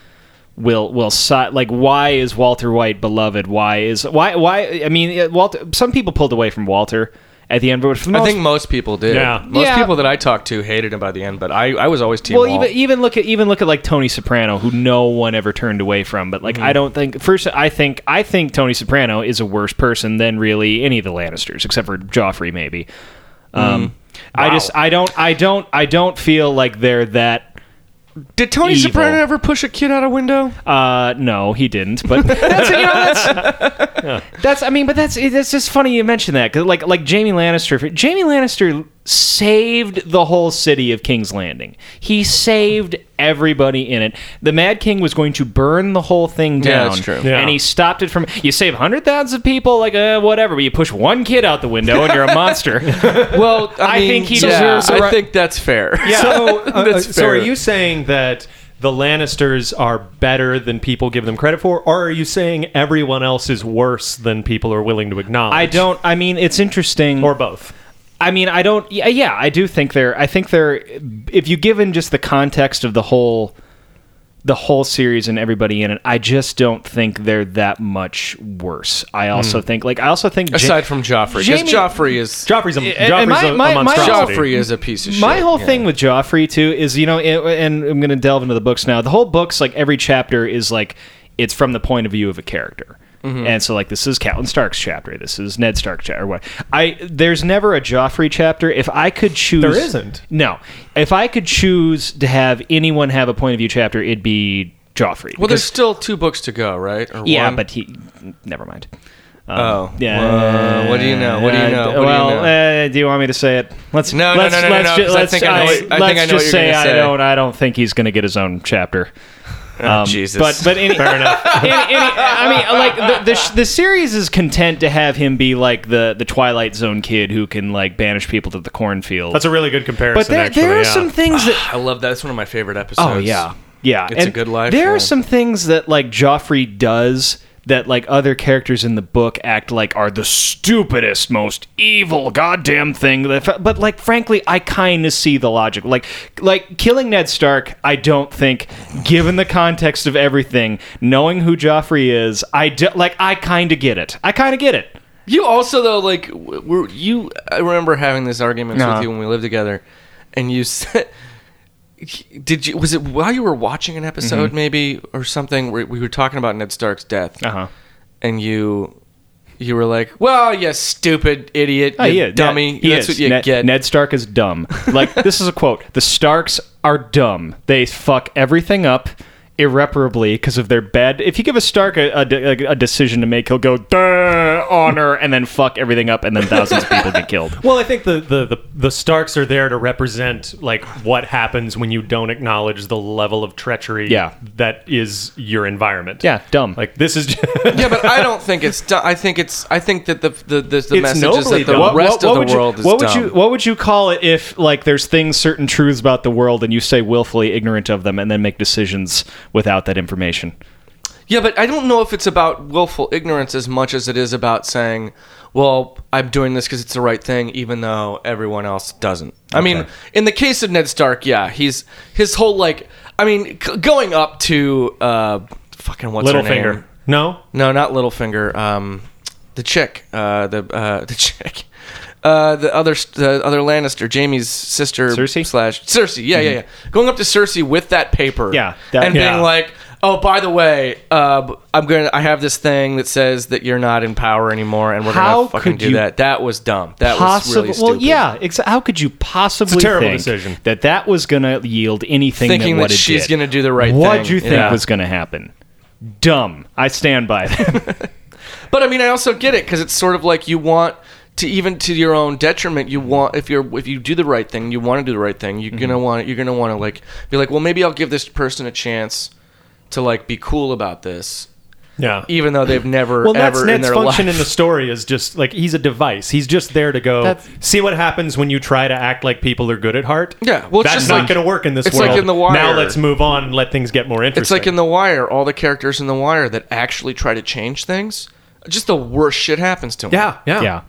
S3: will will si- like why is Walter White beloved? Why is why why I mean uh, Walter? Some people pulled away from Walter at the end, but for
S1: I
S3: the most
S1: think most people did
S2: Yeah.
S1: most
S3: Yeah.
S1: people that I talked to hated him by the end but I I was always team
S3: well,
S1: Walt.
S3: even even look at even look at like Tony Soprano, who no one ever turned away from. But like, I don't think first. I think I think Tony Soprano is a worse person than really any of the Lannisters, except for Joffrey, maybe. Um, I just I don't I don't I don't feel like they're that
S1: did Tony
S3: evil.
S1: Soprano ever push a kid out a window
S3: Uh, no, he didn't. But that's you know that's that's I mean, but that's that's just funny you mentioned that 'cause like like Jamie Lannister, Jamie Lannister saved the whole city of King's Landing. He saved everybody in it. The Mad King was going to burn the whole thing
S1: Yeah,
S3: down,
S1: that's true.
S2: Yeah.
S3: and he stopped it from. You save hundred thousands of people, like uh, whatever, but you push one kid out the window and you're a monster.
S1: well I,
S3: I
S1: mean,
S3: think he
S1: yeah,
S3: deserves a
S1: I
S3: ri-
S1: think that's fair
S2: So, uh,
S1: That's
S2: uh, so
S1: fair.
S2: are you saying that the Lannisters are better than people give them credit for, or are you saying everyone else is worse than people are willing to acknowledge?
S3: I don't. I mean, it's interesting.
S2: or both.
S3: I mean, I don't. Yeah, yeah, I do think they're. I think they're. If you given just the context of the whole, the whole series and everybody in it, I just don't think they're that much worse. I also think, like, I also think Ja-
S1: Aside from Joffrey, because
S3: Jamie-
S1: Joffrey is
S2: Joffrey's a,
S3: and
S2: Joffrey's
S3: my-
S2: a,
S3: my-
S2: a
S3: my-
S2: monstrosity.
S1: Joffrey is a piece of shit.
S3: My whole
S1: yeah.
S3: thing with Joffrey too is you know, it, and I'm going to delve into the books now. The whole books, like every chapter, is like it's from the point of view of a character.
S1: Mm-hmm.
S3: And so, like, this is Catelyn Stark's chapter. This is Ned Stark's chapter. What I there's never a Joffrey chapter. If I could choose,
S2: There isn't.
S3: No, if I could choose to have anyone have a point of view chapter, it'd be Joffrey.
S1: Well, there's
S3: Because-
S1: still two books to go, right? Or
S3: yeah,
S1: one?
S3: but he never mind. Um,
S1: Oh.
S3: yeah.
S1: Whoa, what do you know? What do you know? What do you
S3: well,
S1: know?
S3: Uh, do you want me to say it? Let's
S1: No, no,
S3: let's,
S1: no, no, no,
S3: let's
S1: no,
S3: ju-
S1: 'cause I
S3: let's-
S1: think I know what- I
S3: let's
S1: think I know
S3: just
S1: what you're
S3: say,
S1: gonna
S3: I
S1: say.
S3: don't. I don't think he's going to get his own chapter. Um,
S1: Jesus.
S3: But but any, fair enough. Any, any, I mean, like the, the sh- the series is content to have him be like the the Twilight Zone kid who can like banish people to the cornfield.
S2: That's a really good comparison.
S3: but there
S2: actually,
S3: there are
S2: yeah.
S3: some things that
S1: I love that. It's one of my favorite episodes.
S3: Oh yeah, yeah.
S1: It's a good life,
S3: There
S1: yeah.
S3: are some things that like Joffrey does that like other characters in the book act like are the stupidest, most evil, goddamn thing. That, but like, frankly, I kind of see the logic. Like, like killing Ned Stark. I don't think, given the context of everything, knowing who Joffrey is, I do, like. I kind of get it. I kind of get it.
S1: You also though, like, w- were you? I remember having this argument
S3: Uh-huh.
S1: with you when we lived together, and you said, "Did you? Was it while you were watching an episode,
S3: Mm-hmm.
S1: maybe, or something? Where we were talking about Ned Stark's death,
S3: Uh-huh.
S1: and you." You were like, "Well, you stupid idiot,
S3: Oh,
S1: you
S3: yeah,
S1: dummy.
S3: Ned, he
S1: That's
S3: is.
S1: what you
S3: Ned,
S1: get."
S3: Ned Stark is dumb. Like this is a quote: "The Starks are dumb. They fuck everything up irreparably because of their bad. If you give a Stark a, a de- a decision to make, he'll go "Duh, honor and then fuck everything up, and then thousands of people get killed.
S2: Well, I think the, the, the, the Starks are there to represent like what happens when you don't acknowledge the level of treachery
S3: Yeah.
S2: that is your environment.
S3: Yeah, dumb.
S2: Like this is
S1: yeah, but I don't think it's. Du- I think it's. I think that the the the, the message is
S2: nobly
S1: that the
S2: dumb. What-
S1: rest
S3: would
S1: of the
S3: you-
S1: world is
S3: what would
S1: dumb.
S3: you what would you call it if like there's things certain truths about the world and you say willfully ignorant of them and then make decisions without that information
S1: Yeah, but I don't know if it's about willful ignorance as much as it is about saying, "Well, I'm doing this because it's the right thing, even though everyone else doesn't." I mean,
S3: Okay.
S1: in the case of Ned Stark, yeah, he's his whole like, I mean, c- going up to uh, fucking what's her name?
S2: Littlefinger. No?
S1: No, not Littlefinger. Um, the chick, uh, the uh, the chick, uh, the other the other Lannister, Jamie's sister
S3: Cersei? Mm-hmm.
S1: slash Cersei. Yeah, yeah, yeah. Going up to Cersei with that paper.
S3: Yeah, that-
S1: and
S2: yeah.
S1: being like, oh, by the way, uh, I'm gonna I have this thing that says that you're not in power anymore, and we're
S3: How
S1: gonna fucking
S3: could
S1: do
S3: you
S1: that. That was dumb. That was
S3: possible?
S1: really stupid.
S3: well, yeah. Ex- how could you possibly
S2: terrible
S3: think
S2: decision.
S3: that that was going to yield anything?
S1: Thinking
S3: that, what
S1: that
S3: it
S1: she's
S3: did?
S1: gonna do the right
S3: What'd
S1: thing.
S3: you think
S1: Yeah.
S3: was going to happen? Dumb. I stand by that.
S1: But I mean, I also get it because it's sort of like you want to even to your own detriment. You want if you're if you do the right thing, you want to do the right thing. You're gonna
S2: Mm-hmm.
S1: want you're gonna want to like be like, well, maybe I'll give this person a chance to like be cool about this,
S2: Yeah.
S1: even though they've never
S2: Well, that's
S1: ever in
S2: Ned's
S1: their life.
S2: function in the story is just like he's a device. He's just there to go
S3: That's-
S2: see what happens when you try to act like people are good at heart.
S1: Yeah, well, it's
S2: that's
S1: just
S2: not
S1: like-
S2: going to work in this
S1: it's
S2: world.
S1: like in The Wire.
S2: Now let's move on and let things get more interesting.
S1: it's like in The Wire, all the characters in The Wire that actually try to change things, just the worst shit happens to them.
S2: yeah, yeah,
S3: yeah.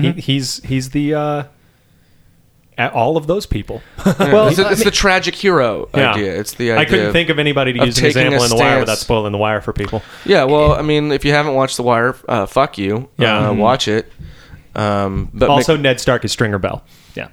S2: He, he's he's the uh, at all of those people.
S1: well, it's, it's the tragic hero idea. It's the idea.
S2: I couldn't
S1: of-
S2: think of anybody to
S1: of
S2: use an
S1: taking a
S2: example in the wire
S1: stance.
S2: without spoiling the wire for people.
S1: Yeah, well, I mean, if you haven't watched The Wire, uh, fuck you.
S2: Yeah.
S3: Mm-hmm.
S1: uh, watch it. Um, but make-
S2: Also, Ned Stark is Stringer Bell.
S3: Yeah.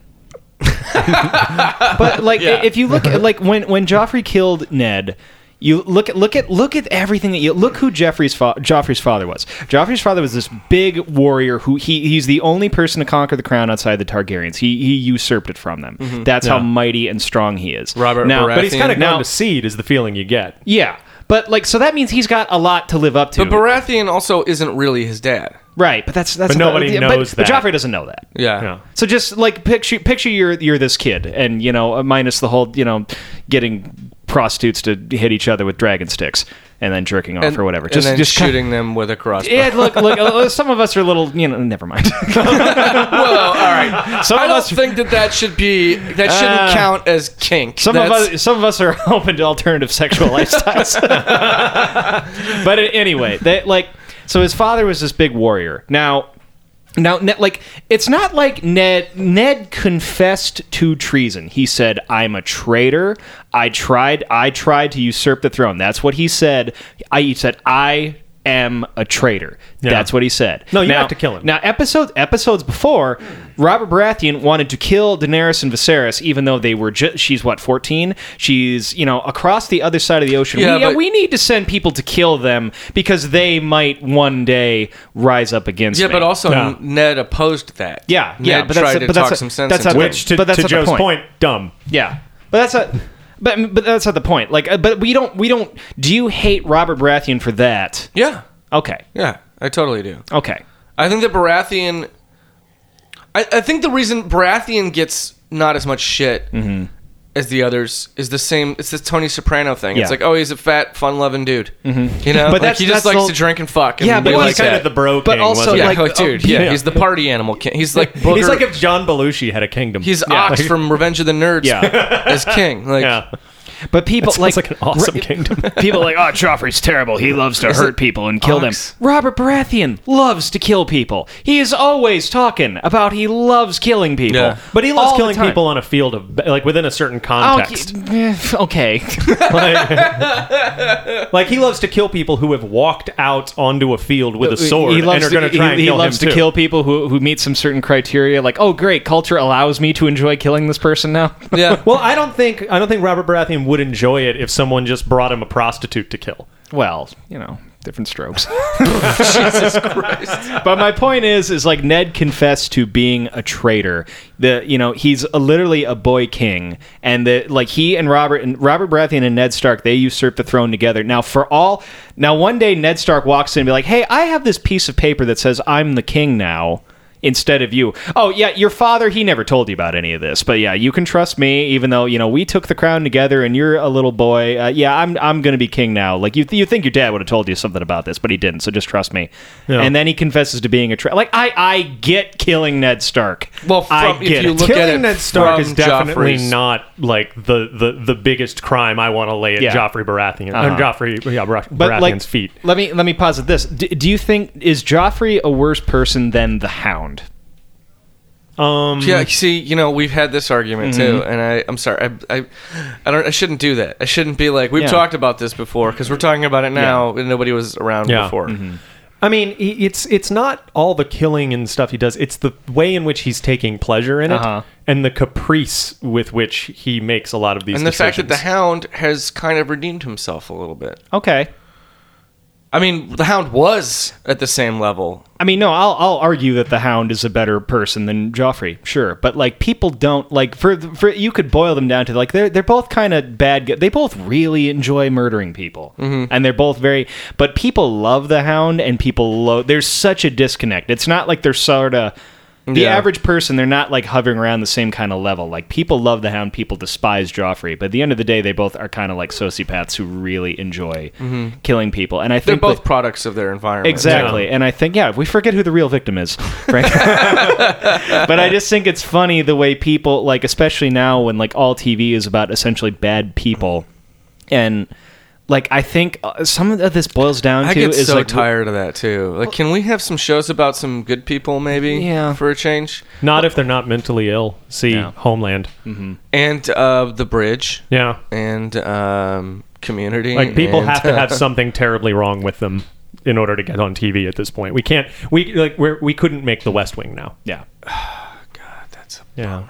S3: but like
S1: Yeah.
S3: if you look at like when when Joffrey killed Ned you look at look at look at everything that you look who Jeffrey's fa- Joffrey's father was. Joffrey's father was this big warrior who he he's the only person to conquer the crown outside the Targaryens. He he usurped it from them. That's how mighty and strong he is.
S1: Mm-hmm. Robert
S3: now,
S1: Baratheon.
S2: But he's kind of
S3: Now-
S2: gone to seed is the feeling you get.
S3: yeah, but like so that means he's got a lot to live up to.
S1: But Baratheon also isn't really his dad.
S3: right, but that's that's
S2: But nobody knows
S3: but
S2: that.
S3: Joffrey doesn't know that.
S1: Yeah.
S2: Yeah.
S3: So just like picture picture you're you're this kid, and you know minus the whole you know getting prostitutes to hit each other with dragon sticks and then jerking off or whatever.
S1: And
S3: Just
S1: then
S3: just kind-
S1: shooting them with a crossbow.
S3: yeah, look, look. uh, Some of us are little, you know. Never mind.
S1: Well, all right.
S3: Some
S1: I
S3: of
S1: don't
S3: us,
S1: think that that should be that shouldn't
S3: Ah.
S1: count as kink.
S3: some of
S1: That's-
S3: us, some of us are open to alternative sexual lifestyles. but anyway, they, like, so his father was this big warrior. Now, Now, Ned, like it's not like Ned Ned confessed to treason. He said, "I'm a traitor. I tried. I tried to usurp the throne." That's what he said. I, he said, "I am a traitor." That's what he said.
S2: No, you
S3: Now-
S2: have to kill him.
S3: Now, episodes episodes before, Robert Baratheon wanted to kill Daenerys and Viserys, even though they were ju- she's what fourteen. She's you know across the other side of the ocean.
S1: Yeah,
S3: we, yeah,
S1: but-
S3: we need to send people to kill them because they might one day rise up against.
S1: Yeah,
S3: me.
S1: but also
S2: Yeah.
S1: Ned opposed that.
S3: Yeah,
S1: Ned
S3: yeah, but that's
S1: tried
S3: a-
S1: to
S3: but
S1: talk
S3: that's a-
S1: some sense
S3: that's
S1: into
S3: a-
S1: him.
S2: Which to,
S3: But that's
S2: to
S3: not the
S2: Joe's
S3: point.
S2: dumb.
S3: Yeah, but that's not. But but that's not the point. Like, uh, but we don't we don't. Do you hate Robert Baratheon for that?
S1: Yeah,
S3: Okay,
S1: yeah, I totally do.
S3: okay.
S1: I think that Baratheon. I, I think the reason Baratheon gets not as much shit as the others is the same. It's this Tony Soprano thing.
S3: Yeah.
S1: It's like, oh, he's a fat, fun-loving dude. You know,
S3: But
S1: but like,
S3: that's-
S1: he just
S3: that's the
S1: likes
S3: whole-
S1: to drink and fuck. And
S3: Yeah, but
S1: we
S2: Well,
S3: he's
S1: like
S2: he's kind
S1: that.
S2: of the bro king.
S3: But also,
S2: wasn't he?
S1: yeah,
S3: like,
S1: like,
S3: oh,
S1: dude, yeah,
S2: yeah.
S1: he's the party animal. King. He's like Booger.
S2: he's like if John Belushi had a kingdom.
S1: he's
S2: Yeah.
S1: Ox from Revenge of the Nerds.
S2: Yeah.
S1: as king. Like,
S2: Yeah,
S3: But people
S2: sounds
S3: like,
S2: like an awesome kingdom.
S3: people are like, oh, Joffrey's terrible. He loves to hurt people and kill
S1: Ox?
S3: them. Robert Baratheon loves to kill people. He is always talking about he loves killing people.
S1: Yeah.
S2: But he loves
S3: All the
S2: killing
S3: time.
S2: people on a field of like within a certain
S3: Okay.
S2: context.
S3: eh, okay.
S2: like, like, he loves to kill people who have walked out onto a field with a sword
S3: He loves
S2: and are going
S3: to,
S2: to try
S3: he,
S2: and
S3: he
S2: kill
S3: loves
S2: him
S3: to
S2: too.
S3: kill people who, who meet some certain criteria. Like, oh, great, culture allows me to enjoy killing this person now.
S1: yeah.
S2: Well, I don't think I don't think Robert Baratheon would enjoy it if someone just brought him a prostitute to kill.
S3: well, you know, different strokes. but my point is, is like Ned confessed to being a traitor. The you know he's a, literally a boy king, and the like he and Robert and Robert Baratheon and Ned Stark they usurp the throne together. Now for all now one day Ned Stark walks in and be like, hey, I have this piece of paper that says I'm the king now. Instead of you, oh yeah, your father he never told you about any of this, but yeah, you can trust me. Even though you know we took the crown together, and you're a little boy, uh, yeah, I'm I'm gonna be king now. Like you, you think your dad would have told you something about this, but he didn't. So just trust me.
S2: Yeah.
S3: And then he confesses to being a traitor. Like I, I get killing Ned Stark.
S1: Well, from-
S3: I
S1: if
S3: get
S1: you
S3: it.
S1: look at it
S2: Killing Ned Stark
S1: from
S2: is definitely
S1: Joffrey's-
S2: not like the, the, the biggest crime I want to lay at
S3: Yeah.
S2: Joffrey Baratheon.
S3: Uh-huh.
S2: uh Joffrey yeah, Bar-
S3: but
S2: Baratheon's
S3: like,
S2: feet.
S3: Let me let me posit this. D- do you think is Joffrey a worse person than the Hound?
S2: Um,
S3: Mm-hmm.
S1: Yeah, see, you know, we've had this argument too, and I, I'm sorry, I, I, I don't, I shouldn't do that. I shouldn't be like we've
S3: Yeah.
S1: talked about this before because we're talking about it now, and nobody was around
S2: Yeah.
S1: before.
S3: Mm-hmm.
S2: I mean, he- it's it's not all the killing and stuff he does. It's the way in which he's taking pleasure in it,
S3: Uh-huh.
S2: and the caprice with which he makes a lot of these.
S1: And the fact that
S2: decisions.
S1: the Hound has kind of redeemed himself a little bit.
S3: Okay.
S1: I mean, the Hound was at the same level.
S3: I mean, no, I'll I'll argue that the Hound is a better person than Joffrey, sure, but like people don't like for for you could boil them down to like they're they're both kind of bad. gu- They both really enjoy murdering people,
S1: Mm-hmm.
S3: and they're both very. But people love the Hound, and people love. There's such a disconnect. It's not like they're sort of. The
S1: Yeah.
S3: average person, they're not like hovering around the same kind of level. Like people love the Hound, people despise Joffrey, but at the end of the day, they both are kind of like sociopaths who really enjoy killing people. And I
S1: Mm-hmm. They're
S3: think
S1: both
S3: that-
S1: products of their environment.
S3: Exactly. And I think, yeah, we forget who the real victim is, right? but I just think it's funny the way people, like, especially now when, like, all TV is about essentially bad people. And, like, I think uh, some of this boils down
S1: I
S3: to
S1: get
S3: is
S1: so
S3: like.
S1: tired of that too. Like, can we have some shows about some good people, maybe?
S3: Yeah.
S1: For a change.
S2: not if they're not mentally ill. See
S3: Yeah.
S2: Homeland.
S1: Mm. And uh, the bridge.
S2: Yeah,
S1: And um, community.
S2: like people
S1: and,
S2: have to have something terribly wrong with them in order to get on TV at this point. We can't. We like we're, we couldn't make The West Wing now.
S3: Yeah.
S1: That's a
S2: Yeah.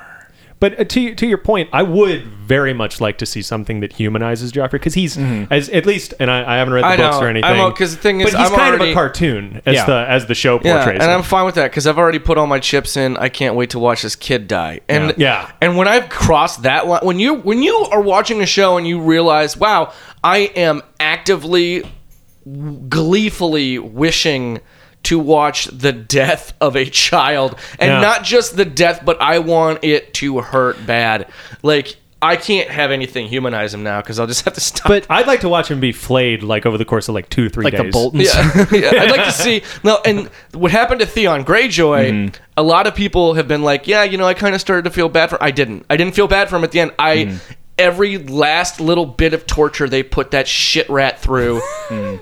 S2: But uh, to to your point, I would very much like to see something that humanizes Joffrey because he's as at least, and I, I haven't read the
S1: I
S2: books
S1: know.
S2: or anything.
S1: I'm o- 'cause the thing is,
S2: but he's
S1: I'm
S2: kind of
S1: already-
S2: a cartoon as
S3: Yeah.
S2: the as the show
S1: Yeah,
S2: portrays.
S1: and
S2: him.
S1: I'm fine with that because I've already put all my chips in. I can't wait to watch this kid die. And
S2: Yeah. Yeah.
S1: and when I've crossed that line, when you when you are watching a show and you realize, wow, I am actively, gleefully wishing to watch the death of a child, and
S2: Yeah.
S1: not just the death, but I want it to hurt bad. Like I can't have anything humanize him now because I'll just have to stop.
S3: But-
S2: I'd like to watch him be flayed like over the course of like two three
S3: Like
S2: days.
S3: the Boltons.
S1: Yeah, yeah. I'd like to see. No, and what happened to Theon Greyjoy? A lot of people have been like, "Yeah, you know, I kind of started to feel bad for." I didn't. I didn't feel bad for him at the end. I every last little bit of torture they put that shit rat through,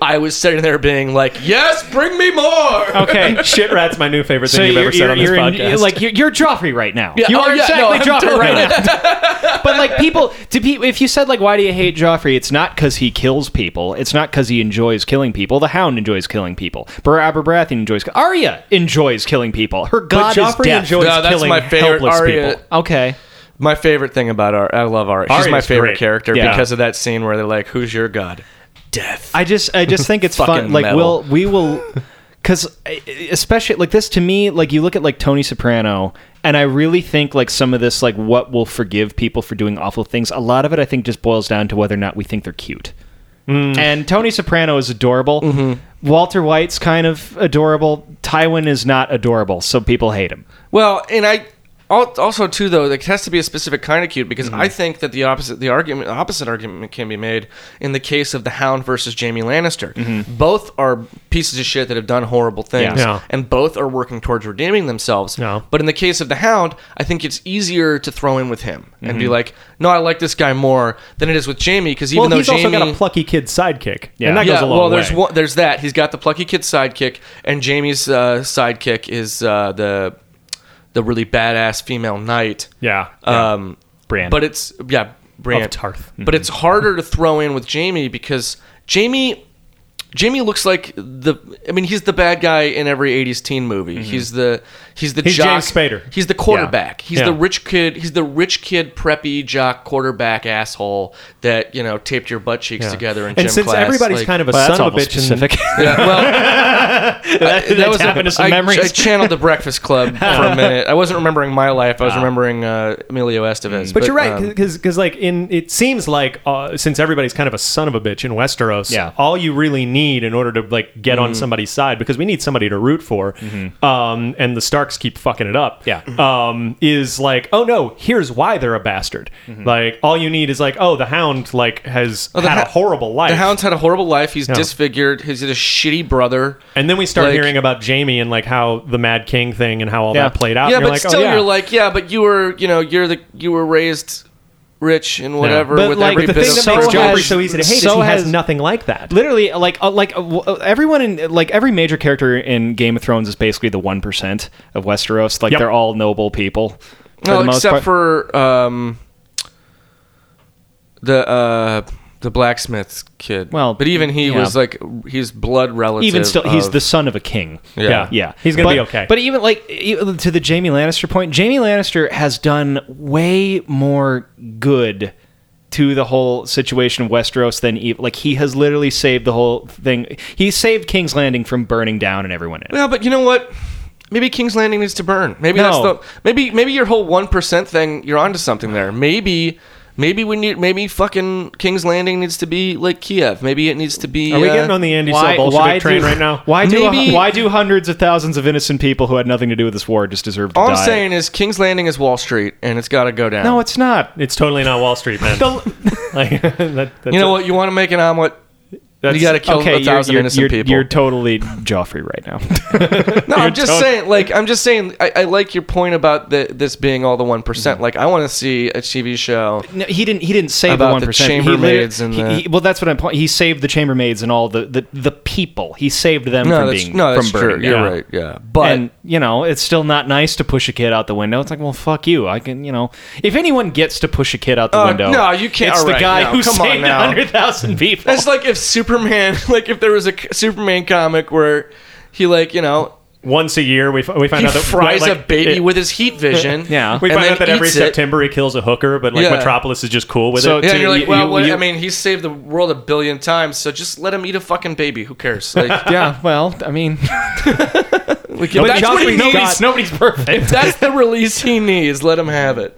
S1: I was sitting there being like, "Yes, bring me more."
S3: Okay.
S2: Shit rat's my new favorite thing
S3: So
S2: you've
S3: you're,
S2: ever said
S3: you're,
S2: on this
S3: you're in-
S2: podcast.
S3: you're like you're, you're Joffrey right now.
S1: Yeah,
S3: you
S1: oh,
S3: are
S1: yeah, no,
S3: exactly
S1: I'm
S3: Joffrey
S1: totally-
S3: right now. but like people, to people, if you said like, why do you hate Joffrey? It's not because he kills people. It's not because he enjoys killing people. The Hound enjoys killing people. Bur Aberbrothy enjoys. Arya enjoys killing people. Her god is
S2: Joffrey
S3: death.
S2: enjoys-
S1: No, that's
S2: killing
S1: my favorite.
S2: helpless
S1: Arya,
S2: people.
S3: okay.
S1: My favorite thing about Arya, I love Arya. She's my
S2: Arya's
S1: favorite
S2: great.
S1: character
S3: Yeah.
S1: because of that scene where they're like, "Who's your god?"
S3: I just I just think it's
S1: Fucking
S3: fun. Like
S1: metal.
S3: we'll we will because especially like this to me like you look at like Tony Soprano and I really think like some of this like what will forgive people for doing awful things. A lot of it I think just boils down to whether or not we think they're cute.
S2: Mm.
S3: And Tony Soprano is adorable.
S2: Mm-hmm.
S3: Walter White's kind of adorable. Tywin is not adorable, so people hate him.
S1: Well, and I al- also too though like, it has to be a specific kind of cute because
S2: Mm-hmm.
S1: I think that the opposite the argument opposite argument can be made in the case of the Hound versus Jamie Lannister. Both are pieces of shit that have done horrible things,
S2: Mm-hmm. Yeah. Yeah.
S1: and both are working towards redeeming themselves.
S2: No.
S1: But in the case of the Hound, I think it's easier to throw in with him and be like, "No, I like this guy more than it is with Jamie," because even
S2: Mm-hmm. well,
S1: though
S2: he's
S1: Jamie
S2: also got a plucky kid sidekick,
S3: Yeah.
S2: and that goes a long
S1: well,
S2: way.
S1: there's one, there's that. He's got the plucky kid sidekick, and Jamie's uh, sidekick is uh, the the really badass female knight.
S2: yeah,
S1: Um,
S3: Brand.
S1: But it's yeah, Brienne
S2: Of Tarth.
S1: But it's harder to throw in with Jamie because Jamie. Jamie looks like the. I mean, he's the bad guy in every '80s teen movie. He's the he's the
S2: Mm-hmm. He's
S1: jock.
S2: James Spader.
S1: He's the quarterback. He's the
S2: Yeah.
S1: rich kid. He's the rich kid, preppy jock quarterback asshole that you know taped your butt cheeks
S2: yeah.
S1: together in
S2: and
S1: gym
S2: since
S1: class,
S2: everybody's
S1: like-
S2: kind of a
S3: Well, that's
S2: son of a
S3: awful
S2: bitch, in-
S3: specific.
S1: yeah, well,
S3: that,
S1: that was
S3: happened to some
S1: I,
S3: memories.
S1: I channeled the Breakfast Club for a minute. I wasn't remembering my life. I was remembering uh, Emilio Estevez.
S2: But, you're right,
S1: um,
S2: because like in it seems like uh, since everybody's kind of a son of a bitch in Westeros,
S3: Yeah.
S2: all you really need in order to like get
S1: Mm-hmm.
S2: on somebody's side because we need somebody to root for, um, and the Starks keep fucking it up.
S3: Yeah.
S2: um, is like oh no, here's why they're a bastard. Like all you need is like oh the Hound like has
S1: Mm-hmm. Oh, the
S2: had
S1: Hou-
S2: a horrible life.
S1: the Hound's had a horrible life. He's
S2: Yeah.
S1: disfigured. He's a shitty brother.
S2: and then we start
S1: like-
S2: hearing about Jamie and like how the Mad King thing and how all
S3: Yeah.
S2: that played out.
S1: yeah,
S2: and
S1: but
S2: you're like,
S1: still,
S2: oh, yeah.
S1: you're like, yeah, but you were, you know, you're the, you were raised rich and whatever
S3: But
S1: with
S3: like-
S1: every
S2: But the
S1: bit
S2: thing that
S1: of
S2: makes
S3: so
S2: Joffrey
S3: has-
S2: so easy to hate
S3: so
S2: is he has,
S3: has-
S2: nothing like that.
S3: literally like uh, like uh, w- uh, everyone in like every major character in Game of Thrones is basically the one percent of Westeros. Like
S2: Yep.
S3: they're all noble people. For the
S1: no,
S3: most
S1: except
S3: part.
S1: for um, the uh, the blacksmith kid.
S3: Well,
S1: but even he
S3: yeah.
S1: was like, he's blood relative.
S3: even still, he's
S1: of-
S3: the son of a king.
S1: Yeah.
S2: Yeah.
S3: Yeah,
S2: He's gonna
S3: But-
S2: be okay.
S3: But even like e- to the Jamie Lannister point, Jamie Lannister has done way more good to the whole situation of Westeros than evil. Like he has literally saved the whole thing. He saved King's Landing from burning down and everyone in it.
S1: Well, but you know what? Maybe King's Landing needs to burn. Maybe
S3: No.
S1: that's the maybe maybe your whole one percent thing. You're onto something there. Maybe maybe we need maybe fucking King's Landing needs to be like Kiev. Maybe it needs to be.
S2: Are we
S1: uh,
S2: getting on the Andy Saw Bolshevik train
S3: do,
S2: right now?
S3: Why do
S1: Maybe-
S3: why do hundreds of thousands of innocent people who had nothing to do with this war just deserve to
S1: All
S3: die?
S1: I'm saying is King's Landing is Wall Street, and it's got to go down.
S3: no, it's not.
S2: It's totally not Wall Street, man. like, that, that's
S1: you know
S2: it.
S1: what? You want to make an omelet. you got to kill
S3: okay,
S1: a 1000
S3: you're, you're,
S1: innocent
S3: you're,
S1: people.
S3: You're totally Joffrey right now.
S1: no, I'm just
S2: tot-
S1: saying. Like, I'm just saying. I, I like your point about the, this being all the one
S3: Mm-hmm.
S1: Like, I want to see a TV show.
S3: No, he didn't. He didn't save
S1: About
S3: the one
S1: the
S3: percent.
S1: chambermaids and the-
S3: well, that's what I'm. point- He saved the chambermaids and all the the, the people. He saved them
S1: No,
S3: from
S1: that's
S3: being
S1: no, that's
S3: from
S1: true.
S3: burning.
S1: You're
S3: down.
S1: right. Yeah, but
S3: and you know, it's still not nice to push a kid out the window. It's like, well, fuck you. I can, you know, if anyone gets to push a kid out the
S1: Uh,
S3: window,
S1: no, you can't-
S3: It's
S1: all
S3: the
S1: right,
S3: guy
S1: no,
S3: who
S1: come on
S3: saved
S1: now.
S3: hundred thousand people.
S1: That's like if Superman, like if there was a c- Superman comic where he like you know
S2: Once a year, we, f- we find
S1: he
S2: out that
S1: fries
S2: like,
S1: a baby
S2: it-
S1: with his heat vision.
S3: Yeah.
S2: We
S1: and
S2: find
S1: then
S2: out that every
S1: eats it.
S2: September he kills a hooker, but like
S1: Yeah.
S2: Metropolis is just cool with
S3: So-
S2: it.
S1: Yeah,
S3: to-
S1: and you're like,
S3: you-
S1: well,
S3: you-
S1: what,
S3: you-
S1: I mean, he saved the world a billion times, so just let him eat a fucking baby. Who cares? Like,
S3: yeah. Well, I mean,
S1: like, that's what he needs.
S3: nobody's, nobody's perfect.
S1: That's the release he needs. Let him have it.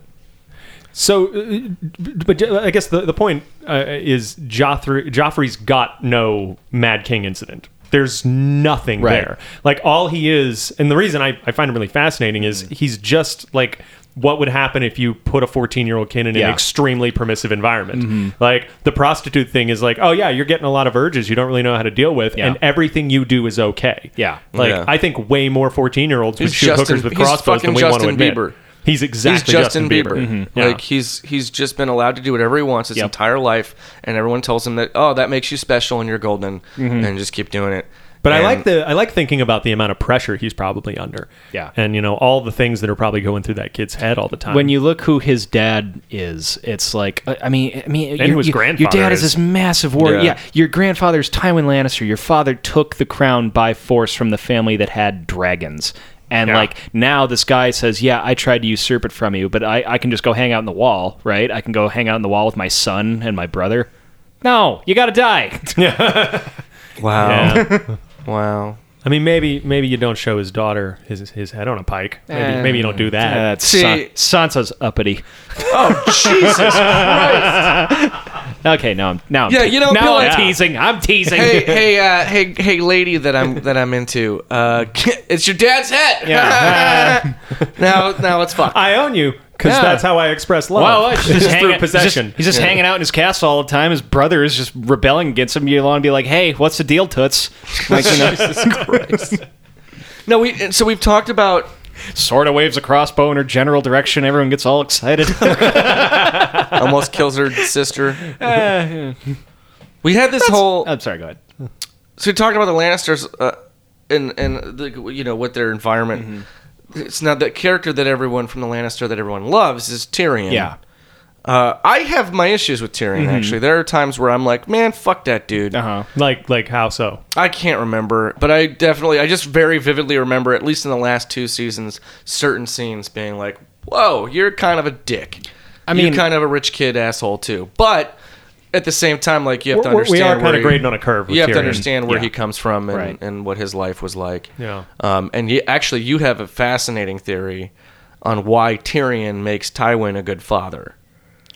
S2: So, uh, but I guess the, the point uh, is Joffrey, Joffrey's got no Mad King incident. There's nothing
S3: Right.
S2: there. Like, all he is, and the reason I, I find him really fascinating is
S1: Mm-hmm.
S2: he's just like what would happen if you put a 14 year old kid in
S3: Yeah.
S2: an extremely permissive environment.
S1: Mm-hmm.
S2: Like, the prostitute thing is like, oh, yeah, you're getting a lot of urges you don't really know how to deal with,
S3: Yeah.
S2: and everything you do is okay.
S3: Yeah.
S2: Like,
S1: Yeah.
S2: I think way more 14 year olds would
S1: He's
S2: shoot
S1: Justin.
S2: hookers with
S1: he's
S2: crossbows than
S1: fucking
S2: we want to
S1: Justin
S2: admit.
S1: Bieber.
S2: He's exactly Mm-hmm.
S1: he's Justin, Bieber.
S2: Yeah.
S1: Like he's he's just been allowed to do whatever he wants his
S3: Yep.
S1: entire life, and everyone tells him that oh that makes you special and you're golden, and just keep doing it.
S2: Mm-hmm. But I
S1: And-
S2: like the I like thinking about the amount of pressure he's probably under.
S3: Yeah.
S2: and you know all the things that are probably going through that kid's head all the time.
S3: when you look who his dad is, it's like uh, I I mean, I mean, your-
S2: who his
S3: your- Your
S2: grandfather
S3: dad is,
S2: is.
S3: this massive warrior.
S1: Yeah.
S3: Yeah. your grandfather's Tywin Lannister. Your father took the crown by force from the family that had dragons, and
S2: Yeah.
S3: like now this guy says, "Yeah, I tried to usurp it from you, but I, I can just go hang out in the wall, right? I can go hang out in the wall with my son and my brother." No, you gotta die.
S1: wow,
S2: Yeah.
S1: wow.
S2: I mean, maybe maybe you don't show his daughter his his head on a pike. Maybe
S3: Eh.
S2: maybe you don't do that.
S3: That's
S1: See- Oh,
S3: San- Sansa's uppity.
S1: Jesus Christ!
S3: Okay, now I'm now I'm
S1: Yeah, you know,
S3: now
S1: Bill,
S3: I'm
S1: yeah.
S3: teasing. I'm teasing.
S1: hey, hey, uh, hey, hey, lady that I'm that I'm into. Uh, it's your dad's head. now, now it's fucked.
S2: I own you because
S1: Yeah.
S2: that's how I express love.
S1: Oh.
S3: Wow, he's just,
S2: It's through
S3: hanging, he's just,
S2: possession.
S3: he's just hanging out in his castle all the time. His brother is just rebelling against him. You want to be like, "Hey, what's the deal, toots?" Like, you know,
S1: no, we. and So we've talked about.
S3: sort of waves a crossbow in her general direction. Everyone gets all excited.
S1: Almost kills her sister.
S2: Uh,
S1: we had this whole.
S3: I'm sorry. Go ahead.
S1: so we talked about the Lannisters uh, and and the, you know what their environment. It's not that character that everyone from the Lannister that everyone loves is Tyrion.
S3: Yeah.
S1: uh, I have my issues with Tyrion. Actually, there are times where I'm like, man, fuck that dude.
S3: Uh huh.
S2: like like how so?
S1: I can't remember, but I definitely, I just very vividly remember, at least in the last two seasons, certain scenes being like, "Whoa, you're kind of a dick. I
S3: mean-
S1: you're kind of a rich kid asshole too." But at the same time, like you have to
S2: We're-
S1: understand,
S2: we are
S1: where
S2: kind of
S1: he-
S2: grading on a curve. With
S1: You have
S2: Tyrion.
S1: to understand where
S2: Yeah.
S1: he comes from and,
S3: Right.
S1: and what his life was like.
S2: Yeah.
S1: Um, and he, actually, you have a fascinating theory on why Tyrion makes Tywin a good father.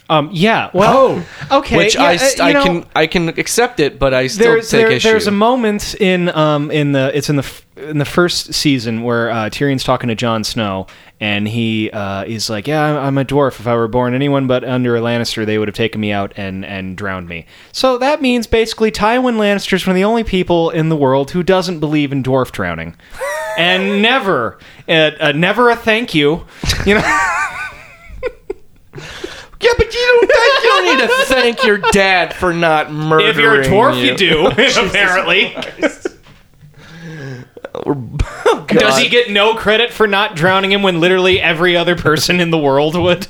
S3: Um. Yeah. Well. Okay.
S1: Oh. Which I,
S3: yeah,
S1: s-
S3: uh, you
S1: I
S3: know,
S1: can I can accept it, but I still
S3: There's
S1: take
S3: there,
S1: issue.
S3: there's a moment in um in the it's in the f- in the first season where uh, Tyrion's talking to Jon Snow and he uh, he's like yeah I'm- I'm a dwarf if I were born anyone but under a Lannister they would have taken me out and and drowned me so that means basically Tywin Lannister's one of the only people in the world who doesn't believe in dwarf drowning and never uh, uh, never a thank you you know
S1: Yeah, but you don't. Thank, you don't need to thank your dad for not murdering
S3: if you're a dwarf you,
S1: you
S3: do apparently
S1: God.
S3: Does he get no credit for not drowning him when literally every other person in the world would?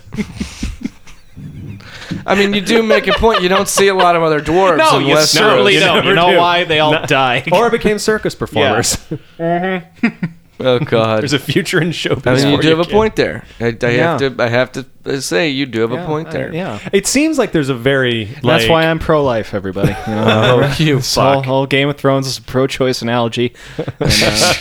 S1: I mean, you do make a point. You don't see a lot of other dwarves.
S3: No,
S1: in
S3: you
S1: Westeros.
S3: certainly
S2: You
S3: don't. You
S2: never
S3: know
S2: do.
S3: why? They all die.
S2: or became circus performers.
S1: Oh God.
S2: There's a future in show
S1: I
S2: business.
S1: mean, you
S2: for
S1: do have a
S2: kid.
S1: point there. I, I
S3: Yeah.
S1: have to. I have to say, you do have a point there.
S3: yeah.
S2: It seems like there's a very
S3: That's
S2: like-
S3: why I'm pro life, everybody. You know,
S1: Oh, you
S3: this whole,
S1: fuck.
S3: whole Game of Thrones is a pro choice analogy. And, uh,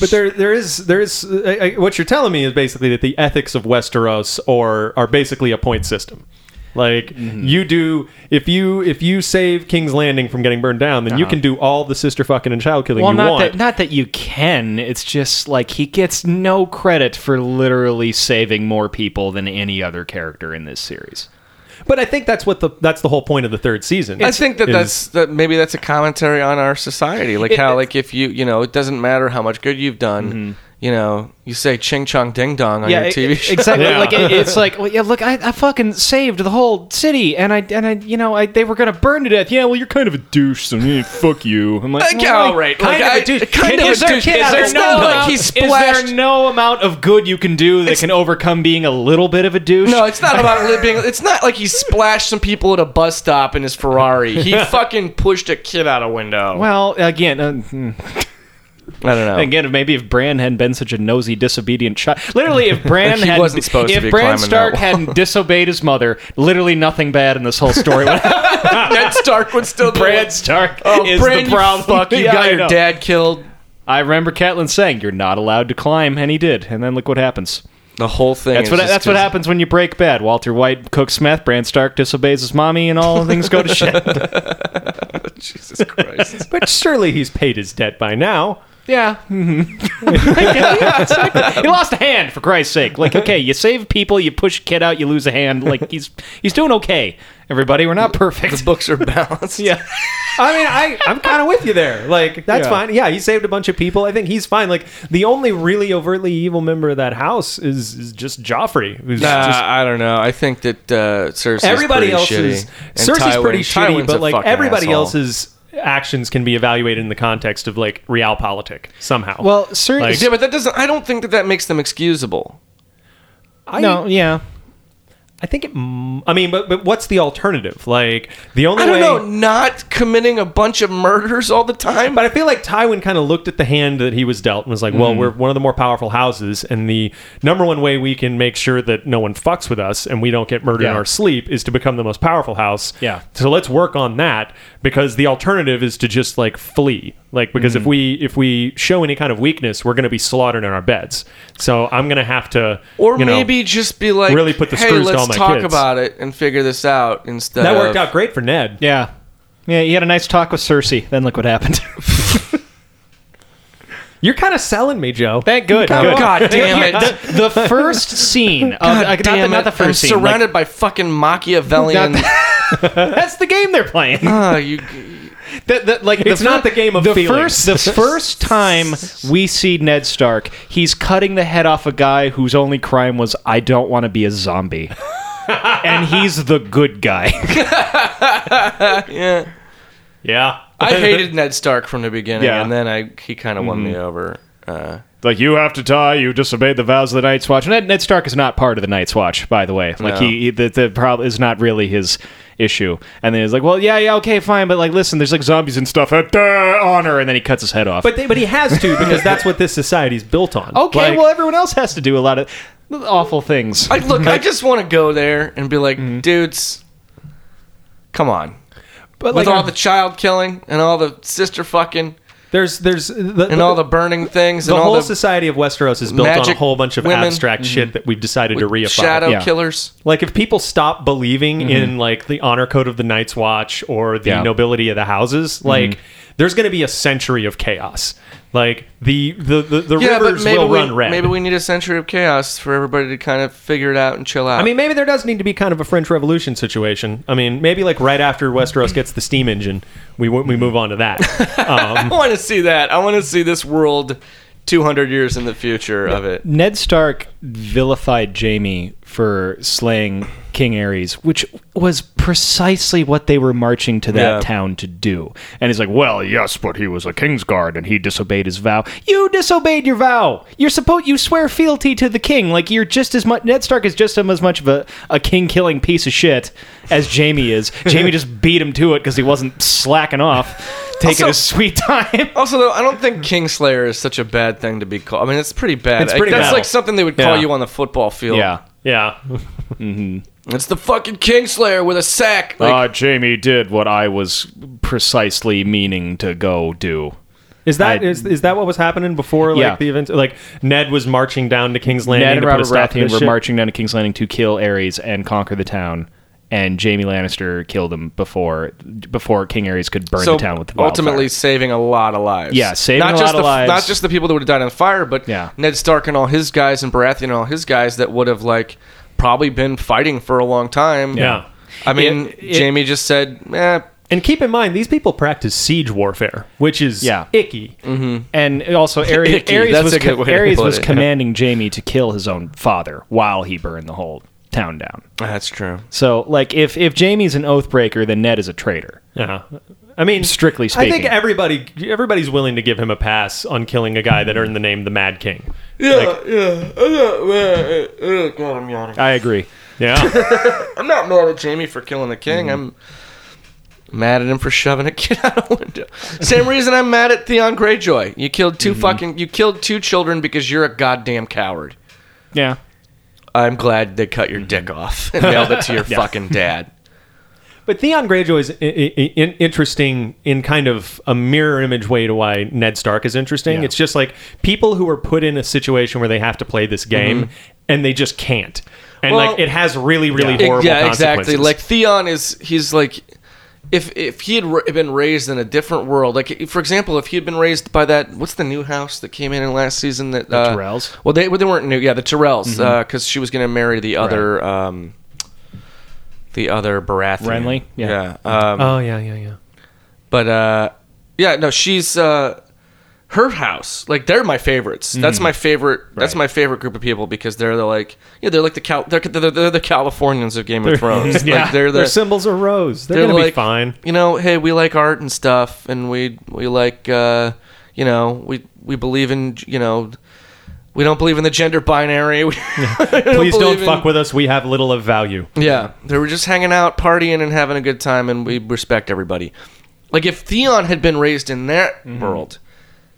S2: but there there is there is I, I, what you're telling me is basically that the ethics of Westeros or are basically a point system. Like
S1: Mm-hmm.
S2: you do if you if you save King's Landing from getting burned down, then
S1: Uh-huh.
S2: you can do all the sister fucking and child killing
S3: well,
S2: you
S3: not
S2: want.
S3: that not that you can. It's just like he gets no credit for literally saving more people than any other character in this series.
S2: but I think that's what the that's the whole point of the third season.
S1: I think that
S2: is-
S1: that's that maybe that's a commentary on our society, like how like if you you know it doesn't matter how much good you've done,
S3: Mm-hmm.
S1: you know you say ching chong ding dong on your
S3: it-
S1: TV
S3: it-
S1: show.
S3: e, Exactly.
S2: Yeah.
S3: Like it, it's like, well, yeah, look, I, I fucking saved the whole city, and I and I, you know, I, they were gonna burn to death. Yeah, well, you're kind of a douche, so yeah, fuck you. I'm like,
S1: Like,
S3: well,
S1: all right,
S3: kind
S1: like,
S3: of
S1: I-
S3: a douche.
S1: kind
S3: Kid,
S1: of a
S3: is there-
S1: douche.
S3: kid,
S1: Is
S3: is
S1: there
S3: there no
S1: no-
S3: amount-
S1: he
S3: is there
S1: splashed-
S3: no amount of good you can do that can overcome being a little bit of a douche?
S1: No, it's not about li- being. It's not like he splashed some people at a bus stop in his Ferrari. He fucking pushed a kid out a window.
S3: Well, again, uh, hmm.
S1: I don't know.
S3: again, if maybe if Bran hadn't been such a nosy, disobedient child, literally, if Bran
S1: He
S3: hadn't,
S1: wasn't supposed to
S3: if
S1: be
S3: Bran
S1: climbing that
S3: Stark
S1: wall.
S3: hadn't disobeyed his mother, literally nothing bad in this whole story would happen.
S1: Ned Stark would still be
S3: Brad
S1: like,
S3: Stark
S1: Oh,
S3: is
S1: Bran,
S3: the problem.
S1: You, fuck, you
S3: Yeah,
S1: got
S3: I
S1: your
S3: know.
S1: dad killed.
S3: I remember Catelyn saying, "You're not allowed to climb," and he did. And then look what happens.
S1: The whole thing.
S3: That's
S1: is
S3: what
S1: just
S3: that's what
S1: 'cause-
S3: happens when you break bad. Walter White cooks meth. Bran Stark disobeys his mommy, and all things go to shit.
S1: Jesus Christ.
S2: but surely he's paid his debt by now.
S3: Yeah. he lost a hand for Christ's sake. Like, okay, you save people, you push a kid out, you lose a hand. Like he's he's doing okay. Everybody, we're not perfect.
S1: The books are balanced.
S3: Yeah.
S2: I mean, I, I'm kind of with you there. Like, that's
S3: Yeah.
S2: fine. Yeah, he saved a bunch of people. I think he's fine. Like, the only really overtly evil member of that house is, is just Joffrey, who's
S1: Nah,
S2: just
S1: I don't know. I think that uh, Cersei's
S2: everybody
S1: pretty
S2: else
S1: shitty.
S2: is
S1: And
S2: Cersei's
S1: Tywin-
S2: pretty
S1: Tywin's
S2: shitty,
S1: a
S2: but like
S1: fucking
S2: everybody
S1: asshole.
S2: else's actions can be evaluated in the context of like realpolitik somehow.
S3: Well, Cer-
S2: Like-
S1: Yeah, but that doesn't. I don't think that that makes them excusable.
S2: I,
S3: no, yeah.
S2: I think it. m- I mean, but but what's the alternative? Like the only
S1: I don't
S2: way.
S1: know. Not committing a bunch of murders all the time.
S2: But I feel like Tywin kind of looked at the hand that he was dealt and was like, "Well, we're one of the more powerful houses, and the number one way we can make sure that no one fucks with us and we don't get murdered in
S3: Yeah.
S2: our sleep is to become the most powerful house."
S3: Yeah.
S2: So let's work on that because the alternative is to just like flee. Like because if we if we show any kind of weakness, we're going to be slaughtered in our beds. So I'm going to have to
S1: or
S2: you know,
S1: maybe just be like,
S2: really put the
S1: hey,
S2: screws to
S1: let's
S2: all my
S1: talk
S2: kids."
S1: about it and figure this out instead.
S2: that worked
S1: of-
S2: out great for Ned.
S3: Yeah. Yeah, he had a nice talk with Cersei. Then look what happened.
S2: You're kind of selling me, Joe.
S3: Thank good.
S1: Oh,
S3: good.
S1: God damn it! God
S3: The, the first scene of like, not, the,
S1: damn
S3: not the
S1: it! I'm
S3: first scene. like,
S1: surrounded by fucking Machiavellian.
S3: Not that's the game they're playing.
S1: Ah, you,
S3: That- that, like
S2: It's not the game of
S3: the
S2: feelings.
S3: First, the first time we see Ned Stark, he's cutting the head off a guy whose only crime was I don't want to be a zombie, and he's the good guy.
S1: yeah.
S2: Yeah.
S1: I hated Ned Stark from the beginning,
S3: Yeah.
S1: and then I he kind of won
S2: Mm-hmm.
S1: me over. Uh,
S3: like you have to die. You disobeyed the vows of the Night's Watch. Ned, Ned Stark is not part of the Night's Watch, by the way. Like
S1: No.
S3: he, he the, the problem is not really his issue. And then he's like, well, yeah, yeah, okay, fine, but like listen, there's like zombies and stuff. Uh, duh, honor, and then he cuts his head off.
S2: But, they, but he has to because that's what this society's built on.
S3: okay,
S2: Like-
S3: well, everyone else has to do a lot of awful things.
S1: I look. I just want to go there and be like,
S2: Mm-hmm.
S1: dudes, come on.
S2: but
S1: With
S2: like,
S1: all the child killing and all the sister fucking
S2: there's there's the,
S1: and all the burning things
S2: the
S1: and all
S2: whole
S1: the
S2: society of Westeros is built on a
S1: magic
S2: whole bunch of
S1: women
S2: abstract shit that we've decided to reify.
S1: shadow Mm-hmm.
S3: Yeah.
S1: killers.
S2: Like if people stop believing in like the honor code of the Night's Watch or the
S3: Yeah.
S2: nobility of the houses,
S1: Mm-hmm.
S2: like there's going to be a century of chaos. Like the the the, the
S1: Yeah, but
S2: rivers
S1: maybe
S2: will
S1: we,
S2: run red.
S1: maybe we need a century of chaos for everybody to kind of figure it out and chill out.
S2: I mean, maybe there does need to be kind of a French Revolution situation. I mean, maybe like right after Westeros gets the steam engine, we we move on to that. Um,
S1: I want to see that. I want to see this world 200 years in the future of it.
S3: Ned Stark vilified Jamie for slaying King Ares, which was precisely what they were marching to that
S1: Yeah.
S3: town to do. And he's like, "Well, yes, but he was a king's guard and he disobeyed his vow. You disobeyed your vow. You're supposed you swear fealty to the king. Like you're just as much Ned Stark is just as much of a, a king killing piece of shit as Jamie is. Jamie just beat him to it because he wasn't slacking off, taking
S1: Also-
S3: his sweet time.
S1: Also, though, I don't think Kingslayer is such a bad thing to be called. I mean, it's pretty bad.
S2: It's pretty
S1: Like, That's
S2: bad.
S1: like something they would call
S2: Yeah.
S1: you on the football field.
S2: Yeah.
S1: It's the fucking Kingslayer with a sack. Like,
S3: uh, Jamie did what I was precisely meaning to go do.
S2: Is that
S3: I-
S2: is is that what was happening before like
S3: Yeah.
S2: the event? Like Ned was marching down to King's Landing
S3: Ned and
S2: to
S3: Robert
S2: put a stop to
S3: Baratheon
S2: this
S3: were
S2: shit?
S3: marching down to King's Landing to kill Ares and conquer the town, and Jamie Lannister killed him before before King Ares could burn
S1: so
S3: the town with the
S1: ultimately
S3: wildfire.
S1: saving a lot of lives.
S3: Yeah, saving
S1: not
S3: a
S1: just
S3: lot of
S1: the,
S3: lives.
S1: Not just the people that would have died on fire, but
S3: Yeah.
S1: Ned Stark and all his guys, and Baratheon and all his guys that would have like probably been fighting for a long time.
S2: Yeah.
S1: I mean,
S3: It- it-
S1: Jamie just said, eh,
S2: And keep in mind, these people practice siege warfare, which is
S3: Yeah. Mm-hmm.
S2: icky.
S3: and also Ares,
S1: Icky,
S3: Ares
S1: that's
S3: was
S1: a good
S3: co-
S1: way to
S3: Ares
S1: put
S3: was
S1: it, yeah.
S3: commanding Jamie to kill his own father while he burned the whole town down.
S1: that's true.
S3: So, like, if if Jamie's an oath breaker, then Ned is a traitor.
S2: Yeah. I mean,
S3: Strictly
S2: I think
S3: speaking.
S2: everybody everybody's willing to give him a pass on killing a guy that earned the name the Mad King.
S1: Yeah, yeah. God, I'm yawning.
S3: I agree.
S2: Yeah.
S1: I'm not mad at Jamie for killing the king.
S3: Mm-hmm.
S1: I'm mad at him for shoving a kid out a window. Same reason I'm mad at Theon Greyjoy. You killed 2
S3: Mm-hmm.
S1: fucking. You killed two children because you're a goddamn coward.
S3: Yeah.
S1: I'm glad they cut your dick off and nailed it to your fucking dad.
S2: but Theon Greyjoy is i- i- in- interesting in kind of a mirror image way to why Ned Stark is interesting.
S3: Yeah.
S2: It's just like people who are put in a situation where they have to play this game and they just can't. And
S1: Mm-hmm. Well-
S2: like it has really really
S1: Ex-
S2: horrible
S1: yeah,
S2: consequences.
S1: exactly. Like Theon is he's like if if he had ra- been raised in a different world, like for example, if he had been raised by that what's the new house that came in in last season that the
S3: Tyrells?
S1: Well, they well, they weren't new. Yeah, the Tyrells, because she was going to marry the other. Um, the other Baratheon.
S3: Renly?
S1: Yeah.
S3: Yeah.
S1: Um,
S2: Oh yeah, yeah, yeah.
S1: but uh, yeah, no, she's uh, her house. Like they're my favorites.
S2: Mm-hmm.
S1: That's my favorite. That's
S3: Right.
S1: my favorite group of people because they're the like yeah they're like the Cal- they're, they're, they're the Californians of Game of Thrones. like, they're the,
S2: Their symbols are rose. They're, gonna
S1: like
S2: be fine.
S1: you know hey we like art and stuff and we we like uh, you know we we believe in you know. We don't believe in the gender binary. We
S2: Please don't
S1: believe in-
S2: fuck with us. We have little of value.
S1: yeah, they were just hanging out, partying, and having a good time, and we respect everybody. Like if Theon had been raised in that world,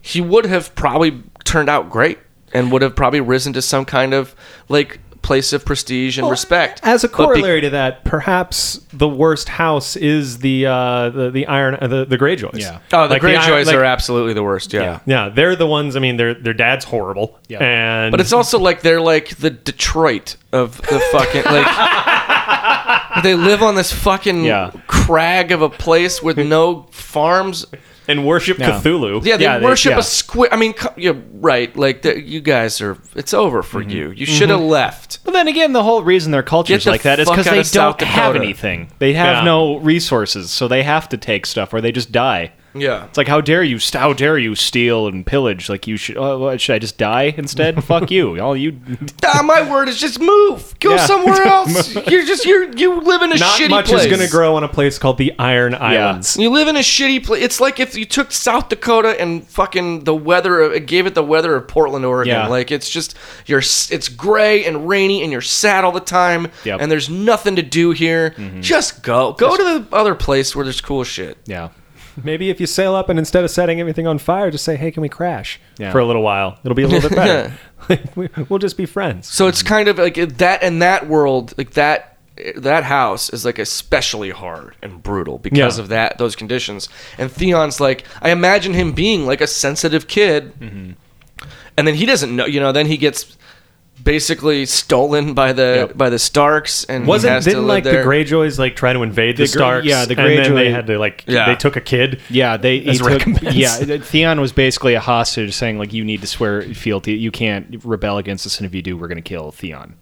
S1: he would have probably turned out great and would have probably risen to some kind of like place of prestige and respect.
S2: As a
S1: But be-
S2: corollary to that, perhaps the worst house is the uh, the, the iron uh, the the Greyjoys.
S3: Yeah.
S1: oh, the
S2: Like,
S1: Greyjoys
S2: iron- like-
S1: are absolutely the worst. Yeah.
S3: Yeah.
S2: Yeah, they're the ones. I mean, their their dad's horrible.
S3: Yeah.
S2: and
S1: But it's also like they're like the Detroit of the fucking like they live on this fucking
S3: Yeah.
S1: crag of a place with no farms
S2: and worship
S3: Yeah.
S2: Cthulhu.
S1: Yeah, they
S3: Yeah, they-
S1: worship
S3: yeah.
S1: a squid. I mean, co- yeah, right. Like the, you guys are. It's over for
S3: Mm-hmm.
S1: you. You should have left.
S3: But then again, the whole reason their culture
S1: Get
S3: is
S1: the
S3: like that is
S1: fuck
S3: because
S1: out
S3: they
S1: of South
S3: don't have
S1: Dakota.
S3: anything. They have
S2: Yeah.
S3: no resources, so they have to take stuff, or they just die.
S1: Yeah.
S3: It's like, how dare you? How dare you steal and pillage? Like you should. Oh, what, should I just die instead? Fuck you! All you.
S1: Ah, my word is just move. Go
S3: Yeah.
S1: somewhere else. you're just you're you live in a
S2: not
S1: shitty
S2: much
S1: place.
S2: is going to grow on a place called the Iron Islands.
S1: You live in a shitty place. It's like if you took South Dakota and fucking the weather, of- it gave it the weather of Portland, Oregon.
S3: Yeah.
S1: Like it's just you're, s- it's gray and rainy, and you're sad all the time,
S3: Yep. Mm-hmm.
S1: and there's nothing to do here. Just go, go to the other place where there's cool shit.
S3: Yeah.
S2: Maybe if you sail up and instead of setting everything on fire, just say, "Hey, can we crash
S3: Yeah.
S2: for a little while? It'll be a little bit better. Like, we- we'll just be friends."
S1: So it's kind of like it- that and that world, like that that house is like especially hard and brutal because
S2: Yeah.
S1: of that those conditions. And Theon's like I imagine him being like a sensitive kid,
S2: Mm-hmm.
S1: and then he doesn't know. You know, then he gets basically stolen by the
S3: Yep.
S1: by the Starks, and he
S2: Wasn't
S1: has to
S2: didn't
S1: live
S2: like
S1: there.
S2: the Greyjoys like try to invade the,
S3: The Grey-
S2: Starks?
S3: yeah, the
S2: and then they
S3: Greyjoy-
S2: had to like
S1: Yeah.
S2: they took a kid.
S3: Yeah, they he
S2: As
S3: took,
S2: recompense.
S3: yeah. th- Theon was basically a hostage, saying like, "You need to swear fealty. You can't rebel against us, and if you do, we're going to kill Theon."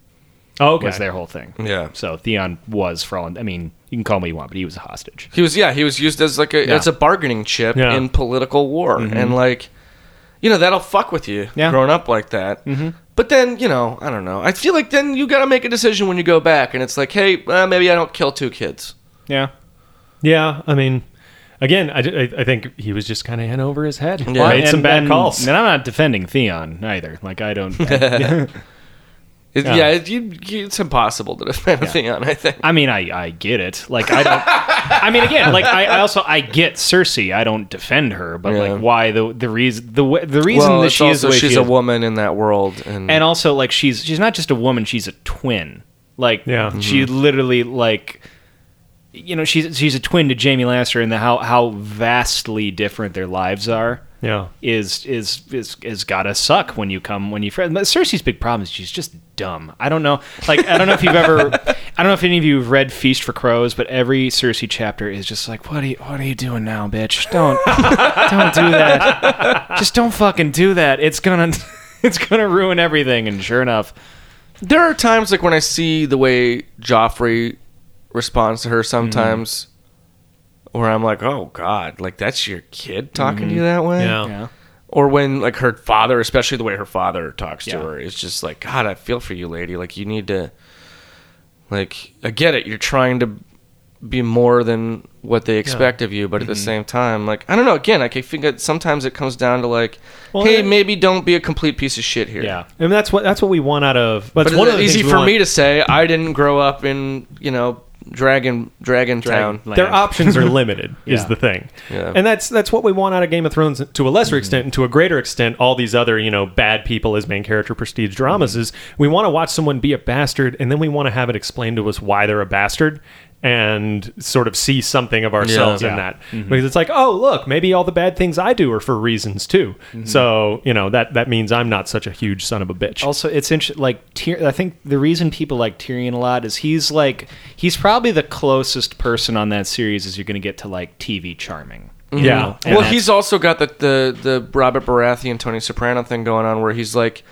S2: Oh, okay.
S3: Was their whole thing.
S1: Yeah.
S3: So Theon was for all. I mean, you can call me you want, but he was a hostage.
S1: He was yeah, he was used as like a as a bargaining chip
S2: Yeah.
S1: in political war, and like, you know, that'll fuck with you
S3: Mm-hmm. Yeah.
S1: growing up like that. Mm-hmm. But then you know, I don't know. I feel like then you got to make a decision when you go back, and it's like, hey, uh, maybe I don't kill two kids.
S3: Yeah.
S2: Yeah, I mean, again, I, I, I think he was just kind of in over his head.
S1: Yeah.
S2: Made some
S3: And-
S2: bad
S3: and-
S2: calls.
S3: And I'm not defending Theon either. Like I don't.
S1: It-
S3: Yeah.
S1: yeah, it, you, you- it's impossible to defend a Theon. I think.
S3: I mean, I I get it. Like I don't. I mean, again, like I, I also I get Cersei. I don't defend her, but
S1: Yeah.
S3: like why the the reason the wa- the reason
S1: Well,
S3: that
S1: it's
S3: she is the
S1: also
S3: way
S1: she's
S3: she
S1: a
S3: is,
S1: woman in that world, and,
S3: and also like she's she's not just a woman. She's a twin. Like
S2: Yeah.
S3: she
S1: Mm-hmm.
S3: literally like. You know she's she's a twin to Jamie Lannister, and the, how how vastly different their lives are.
S2: yeah.
S3: is is is is gotta suck when you come when you friend. But Cersei's big problem is she's just dumb. I don't know. Like I don't know if you've ever. I don't know if any of you have read Feast for Crows, but every Cersei chapter is just like, what are you what are you doing now, bitch? Don't don't do that. Just don't fucking do that. It's gonna it's gonna ruin everything. And sure enough,
S1: there are times like when I see the way Joffrey responds to her sometimes,
S3: Mm-hmm.
S1: where I'm like, oh god, like that's your kid talking to you that way.
S2: Yeah.
S3: yeah,
S1: or when like her father, especially the way her father talks to
S3: Yeah.
S1: her, it's just like, God, I feel for you, lady. Like you need to, like, I get it. You're trying to be more than what they expect of you, but
S2: Mm-hmm.
S1: at the same time, like, I don't know. Again, like, I think that sometimes it comes down to like,
S2: Well,
S1: hey,
S2: it-
S1: maybe don't be a complete piece of shit here.
S3: yeah.
S2: And that's what that's what we want out of. That's
S1: but
S2: one of
S1: it's
S2: the
S1: easy
S2: things we
S1: for
S2: want.
S1: me to say. I didn't grow up in you know dragon dragon town.
S3: Land.
S2: Their options are limited, is
S3: Yeah.
S2: the thing,
S1: Yeah. Mm-hmm.
S2: and that's that's what we want out of Game of Thrones to a lesser extent, and to a greater extent, all these other you know bad people as main character prestige
S1: Mm-hmm.
S2: dramas is we want to watch someone be a bastard, and then we want to have it explained to us why they're a bastard, and sort of see something of ourselves
S1: Yeah. Mm-hmm.
S2: in
S1: Yeah.
S2: that because it's like oh look maybe all the bad things i do are for reasons too
S1: Mm-hmm.
S2: so you know that that means i'm not such a huge son of a bitch
S3: Also, it's interesting. Like, Tyr- I think the reason people like Tyrion a lot is he's like he's probably the closest person on that series as you're going to get to like TV charming.
S2: yeah
S3: And
S1: well,
S3: that's-
S1: he's also got the, the the Robert Baratheon, Tony Soprano thing going on, where he's like,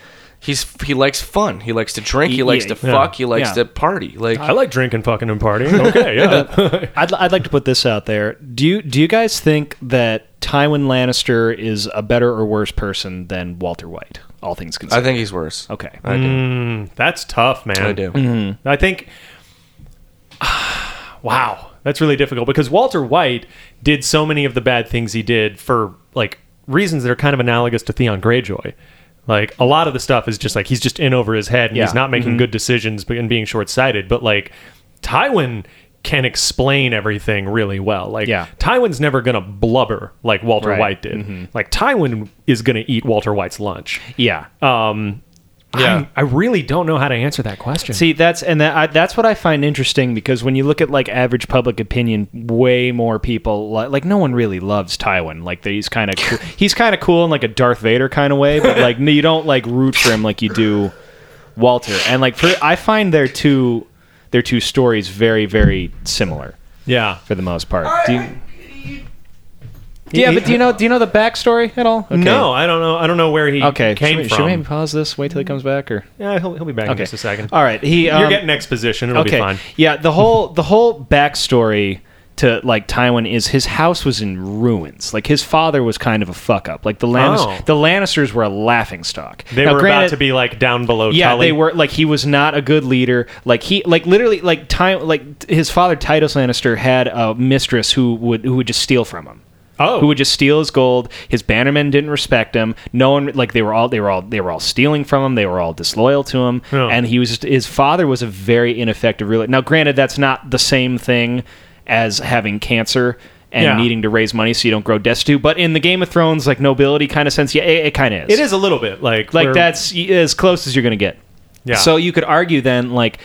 S1: he's he likes fun, he likes to drink, he
S3: E, Yeah,
S1: likes to
S3: yeah.
S1: fuck, he likes to
S3: Yeah.
S1: party. Like,
S2: I like drinking, fucking, and partying. Okay, yeah.
S3: I'd, I'd like to put this out there. Do you do you guys think that Tywin Lannister is a better or worse person than Walter White? All things
S1: I
S3: considered.
S1: think he's worse.
S3: okay.
S1: I do.
S2: Mm, that's tough, man. Mm-hmm.
S1: I do.
S2: I think. wow, that's really difficult because Walter White did so many of the bad things he did for like reasons that are kind of analogous to Theon Greyjoy. Like a lot of the stuff is just like he's just in over his head and
S3: Yeah.
S2: he's not making good decisions but- and being short sighted. But like Tywin can explain everything really well. Like
S3: Yeah.
S2: Tywin's never gonna blubber like Walter
S3: Right.
S2: White did. Like Tywin is gonna eat Walter White's lunch.
S3: Yeah. Uh,
S1: Yeah.
S2: I, I really don't know how to answer that question.
S3: See, that's and that, I, that's what I find interesting because when you look at like average public opinion, way more people li- like no one really loves Tywin. Like that he's kind of cool. he's kind of cool in like a Darth Vader kind of way, but like no, you don't like root for him like you do Walter. And like for I find their two their two stories very very similar
S2: yeah.
S3: for the most part. Do you, yeah, but do you know do you know the backstory at all? Okay.
S2: No, I don't know. I don't know where he
S3: Okay.
S2: came
S3: should, we,
S2: from.
S3: should we maybe pause this? Wait till he comes back, or
S2: yeah, he'll, he'll be back in
S3: okay,
S2: just a second.
S3: All right, he.
S2: You're
S3: um,
S2: getting exposition. It'll be fine.
S3: Yeah, the whole the whole backstory to like Tywin is his house was in ruins. Like his father was kind of a fuck up. Like the Lannis-
S2: Oh.
S3: the Lannisters were a laughing stock.
S2: They were about to be like down below.
S3: Yeah,
S2: Tully.
S3: they were like he was not a good leader. Like he like literally like time like t- his father Titus Lannister had a mistress who would who would just steal from him.
S2: Oh.
S3: Who would just steal his gold. His bannermen didn't respect him. No one like they were all they were all they were all stealing from him. They were all disloyal to him.
S2: Yeah.
S3: And he was just his father was a very ineffective ruler. Now granted that's not the same thing as having cancer and
S2: Yeah.
S3: needing to raise money so you don't grow destitute, but in the Game of Thrones like nobility kind of sense, yeah, it, it kind of
S2: It is a little bit like
S3: like
S2: we're-
S3: that's y- as close as you're going to get.
S2: Yeah.
S3: So you could argue then, like,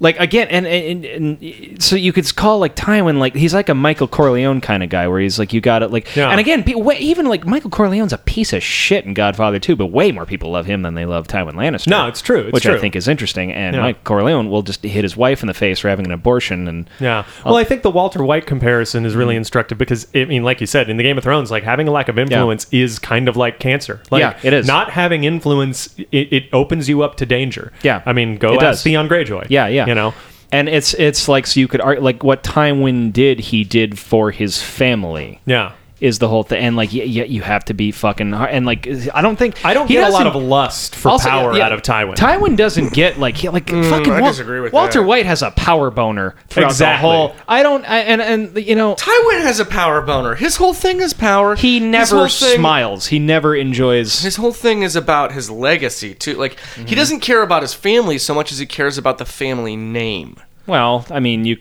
S3: like again, and, and, and, and so you could call like Tywin, like he's like a Michael Corleone kind of guy, where he's like, you got it, like,
S2: Yeah.
S3: and again, pe- wa- even like Michael Corleone's a piece of shit in Godfather too, but way more people love him than they love Tywin Lannister.
S2: No, it's true, it's
S3: which
S2: true.
S3: I think is interesting. And
S2: Yeah.
S3: Michael Corleone will just hit his wife in the face for having an abortion, and
S2: Yeah.
S3: Oh.
S2: Well, I think the Walter White comparison is really instructive because I mean, like you said, in the Game of Thrones, like having a lack of influence is kind of like cancer. Like,
S3: Yeah, it is.
S2: Not having influence, it, it opens you up to danger.
S3: Yeah.
S2: I mean, go
S3: It
S2: ask
S3: does.
S2: Theon Greyjoy.
S3: Yeah, yeah.
S2: You know.
S3: And it's it's like so you could ar- like what Tywin did, he did for his family.
S2: Yeah.
S3: is the whole thing. And like, yeah, yeah you have to be fucking hard. And like, I don't think
S2: I don't
S3: he
S2: get a lot of
S3: doesn't-
S2: lust for
S3: also,
S2: power
S3: yeah,
S2: out of Tywin.
S3: Tywin doesn't get like he like fucking.
S1: Mm, I
S3: Wal-
S1: disagree with
S3: Walter
S1: that.
S3: White has a power boner throughout
S2: Exactly.
S3: the whole. I don't. I, and and you know.
S1: Tywin has a power boner. His whole thing is power.
S3: He
S1: His
S3: never
S1: whole thing-
S3: smiles. He never enjoys.
S1: His whole thing is about his legacy too. Like
S3: Mm-hmm.
S1: he doesn't care about his family so much as he cares about the family name.
S3: Well, I mean, you,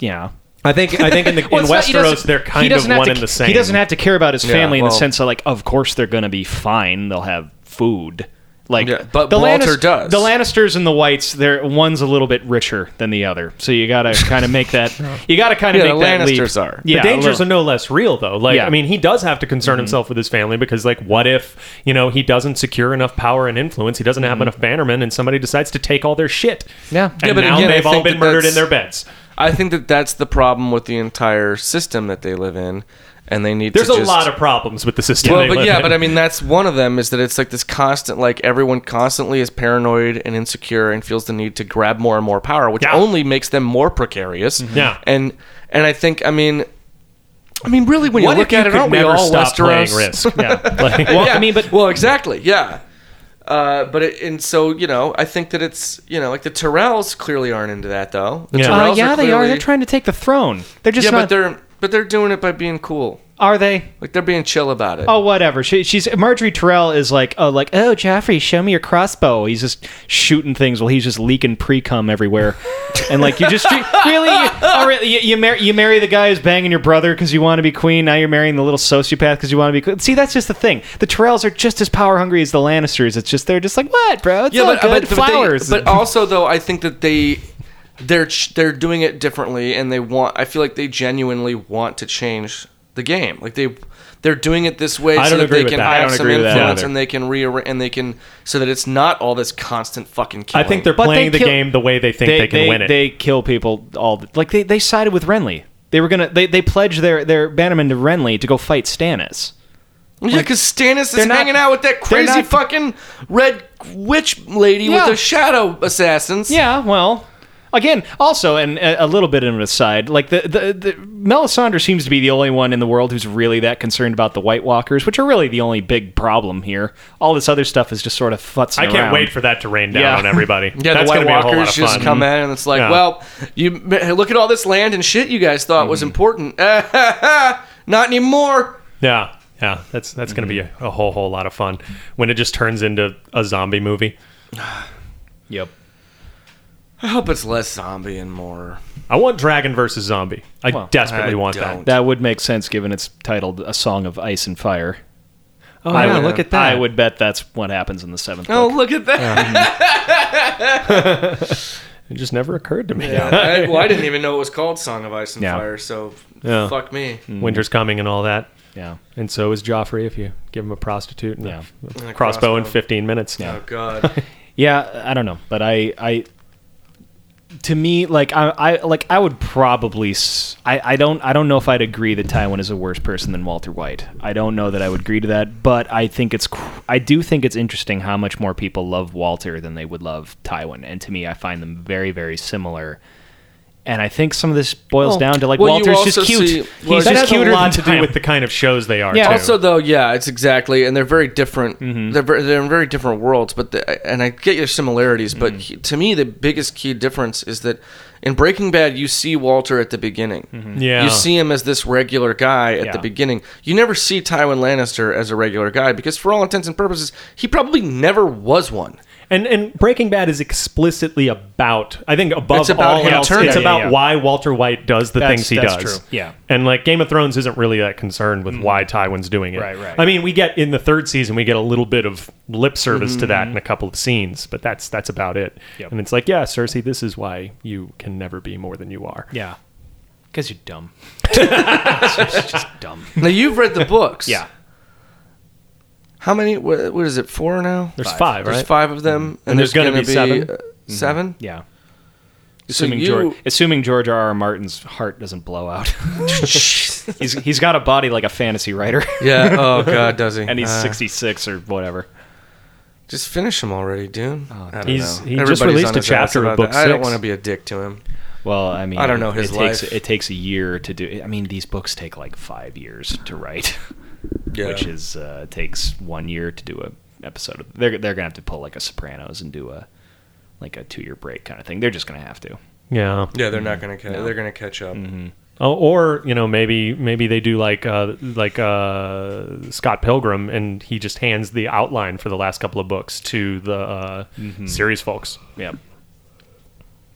S3: yeah.
S2: I think I think in, the, in
S3: Well, it's not- he doesn't-
S2: Westeros they're
S3: he
S2: kind of
S3: doesn't have
S2: one
S3: to-
S2: and the same.
S3: He doesn't have to care about his
S1: Yeah,
S3: family in
S1: well-
S3: the sense of like, of course they're going to be fine. They'll have food. Like,
S1: Yeah, but Walter does.
S3: The Lannisters and the Whites, they're one's a little bit richer than the other, so you gotta kind of make that. You gotta kind of
S1: Yeah, the
S3: make that leap.
S1: Lannisters are.
S3: Yeah,
S2: the
S3: a
S2: dangers
S3: little.
S2: are no less real though like
S3: Yeah.
S2: i mean he does have to concern
S1: Mm-hmm.
S2: himself with his family because like what if you know he doesn't secure enough power and influence he doesn't have enough bannermen and somebody decides to take all their shit
S3: Yeah.
S2: and
S1: Mm-hmm. Yeah, but
S2: now
S1: again, I
S2: they've all
S1: think
S2: been
S1: that
S2: murdered
S1: that's-
S2: in their beds
S1: I think that that's the problem with the entire system that they live in, and they need.
S2: there's
S1: to
S2: a
S1: just-
S2: lot of problems with the system
S1: Well,
S2: they
S1: but
S2: live
S1: yeah,
S2: in.
S1: but I mean, that's one of them is that it's like this constant, like everyone constantly is paranoid and insecure and feels the need to grab more and more power, which
S2: Yeah. Mm-hmm.
S1: only makes them more precarious.
S2: Yeah.
S1: and and I think I mean, I mean, really, when
S2: what
S1: you look
S2: if you
S1: at it,
S2: could
S1: aren't we
S2: never
S1: all
S2: stop playing
S1: Westeros?
S2: risk yeah like,
S1: yeah.
S3: I mean, but-
S1: well, exactly, yeah. Uh, but it, and so you know, I think that it's you know, like the Tyrells clearly aren't into that though. The
S2: Yeah. Uh,
S3: Uh,
S1: Tyrells
S3: yeah, they are.
S1: clearly-
S3: They're trying to take the throne. They're just
S1: Yeah,
S3: not.
S1: but they're but they're doing it by being cool.
S3: are they?
S1: Like they're being chill about it.
S3: Oh, whatever. She, she's Marjorie Terrell is like, oh, like, oh, Joffrey, show me your crossbow. He's just shooting things while he's just leaking pre cum everywhere, and like you just you- really, you, oh, really you, you, marry, you marry the guy who's banging your brother because you want to be queen. Now you're marrying the little sociopath because you want to be queen. See, that's just the thing. The Terrells are just as power hungry as the Lannisters. It's just they're just like, what, bro? It's all good.
S1: they-
S3: flowers.
S1: but also though, I think that they, they're ch- they're doing it differently and they want I feel like they genuinely want to change the game. Like they they're doing it this way
S2: I
S1: so
S2: don't
S1: that
S2: agree
S1: they
S2: with
S1: can
S2: that. I
S1: have
S3: don't
S1: some
S3: agree with that
S1: influence
S2: either.
S1: and they can rearrange and they can so that it's not all this constant fucking
S2: I
S1: killing.
S2: think they're
S3: But they
S2: playing the
S3: kill-
S2: game the way they think they, can win it.
S3: They kill people all the, like they, they sided with Renly. They were gonna they, they pledged their their bannerman to Renly to go fight Stannis.
S1: yeah, because Stannis is
S3: they're not-
S1: hanging out with that crazy
S3: not-
S1: fucking red witch lady
S3: Yeah.
S1: with the shadow assassins.
S3: Yeah, well, again, also and a, a little bit of an aside, like the, the the Melisandre seems to be the only one in the world who's really that concerned about the White Walkers, which are really the only big problem here. All this other stuff is just sort of futz.
S2: I can't wait for that to rain down
S3: Yeah.
S2: on everybody.
S1: Yeah,
S2: That's
S1: the White
S2: gonna be a whole lot
S1: Walkers
S2: of
S1: just
S2: fun.
S1: come in, and it's like,
S2: Yeah.
S1: well, you hey, look at all this land and shit you guys thought
S2: Mm-hmm.
S1: was important. Not anymore.
S2: Yeah, yeah, that's that's going to be a, a whole whole lot of fun when it just turns into a zombie movie.
S3: Yep.
S1: I hope it's less zombie and more.
S2: I want Dragon versus Zombie. I
S3: Well,
S2: desperately
S1: I
S2: want
S1: don't.
S2: that.
S3: That would make sense given it's titled A Song of Ice and Fire.
S2: Oh,
S1: yeah,
S2: would-
S1: look at
S3: I would bet that's what happens in the seventh
S1: Oh,
S3: book.
S1: look at that!
S2: It just never occurred to me.
S1: I, well, I didn't even know it was called "Song of Ice and
S3: Yeah.
S1: Fire," so
S2: Yeah. Mm.
S1: fuck me.
S2: Winter's coming and all that.
S3: Yeah.
S2: And so is Joffrey if you give him a prostitute and
S3: Yeah.
S2: a,
S1: And a
S2: crossbow, in
S1: crossbow.
S2: 15 minutes.
S1: Oh god,
S3: Yeah, I don't know, but I, I, to me, like I, I, like I would probably, s- I, I don't, I don't know if I'd agree that Tywin is a worse person than Walter White. I don't know that I would agree to that, but I think it's, cr- I do think it's interesting how much more people love Walter than they would love Tywin, and to me, I find them very, very similar. And I think some of this boils
S1: Well,
S3: down to like
S1: well, you
S3: Walter's just
S1: also
S3: cute.
S1: see- well,
S3: He's
S1: that
S3: just
S2: That's
S3: cuter
S2: a lot to
S3: than
S2: do
S3: Tywin.
S2: with the kind of shows they are.
S3: Yeah.
S2: too. Mm-hmm.
S1: Also, though, yeah, it's exactly, and they're very different. They're very, they're in very different worlds, but the, and I get your similarities, but
S2: Mm-hmm.
S1: he- to me, the biggest key difference is that in Breaking Bad, you see Walter at the beginning.
S2: Yeah.
S1: you see him as this regular guy at the
S3: Yeah.
S1: beginning. You never see Tywin Lannister as a regular guy because, for all intents and purposes, he probably never was one.
S2: And and Breaking Bad is explicitly about I think above
S1: It's about
S2: all
S1: him
S2: else
S1: turning.
S2: it's
S1: Yeah,
S2: about
S3: yeah, yeah.
S2: why Walter White does the
S3: That's-
S2: things he
S3: that's
S2: does.
S3: true. Yeah. Mm-hmm.
S2: And like Game of Thrones isn't really that concerned with why Tywin's doing it.
S3: Right, right.
S2: I mean, we get in the third season we get a little bit of lip service to that in a couple of scenes, but that's that's about it.
S3: Mm-hmm. Yep.
S2: And it's like, yeah, Cersei, this is why you can never be more than you are.
S3: Yeah, because you're dumb. it's just dumb.
S1: Now you've read the books.
S3: Yeah.
S1: How many? What, what is it? Four now.
S2: There's
S3: Five.
S2: five,
S1: There's
S2: right? Mm-hmm.
S1: five of them, and,
S2: there's gonna be seven?
S1: uh, seven?
S3: Yeah.
S1: So
S3: Assuming,
S1: you-
S3: George, assuming George R. R. Martin's heart doesn't blow out,
S2: Mm-hmm.
S3: he's he's got a body like a fantasy writer,
S1: yeah. Oh God, does he?
S3: and he's
S1: Uh,
S3: 66 or whatever.
S1: Just finish him already, dude. I don't
S2: He's-
S1: know.
S2: he
S1: Everybody's
S2: just released
S1: on
S2: a
S1: his ass
S2: chapter of
S1: about
S2: book
S1: that. I don't
S2: six.
S1: want to be a dick to him.
S3: Well, I mean,
S1: I don't know his
S3: it takes,
S1: life.
S3: It takes a year to do. I mean, these books take like five years to write,
S1: Yeah.
S3: which is uh, takes one year to do a episode. Of, they're they're gonna have to pull like a Sopranos and do a like a two year break kind of thing. They're just gonna have to.
S2: Yeah.
S1: yeah, they're not gonna. Ca- They're gonna catch up.
S2: Oh, or you know maybe maybe they do like uh, like uh, Scott Pilgrim and he just hands the outline for the last couple of books to the uh,
S3: Mm-hmm.
S2: series folks.
S3: Yep.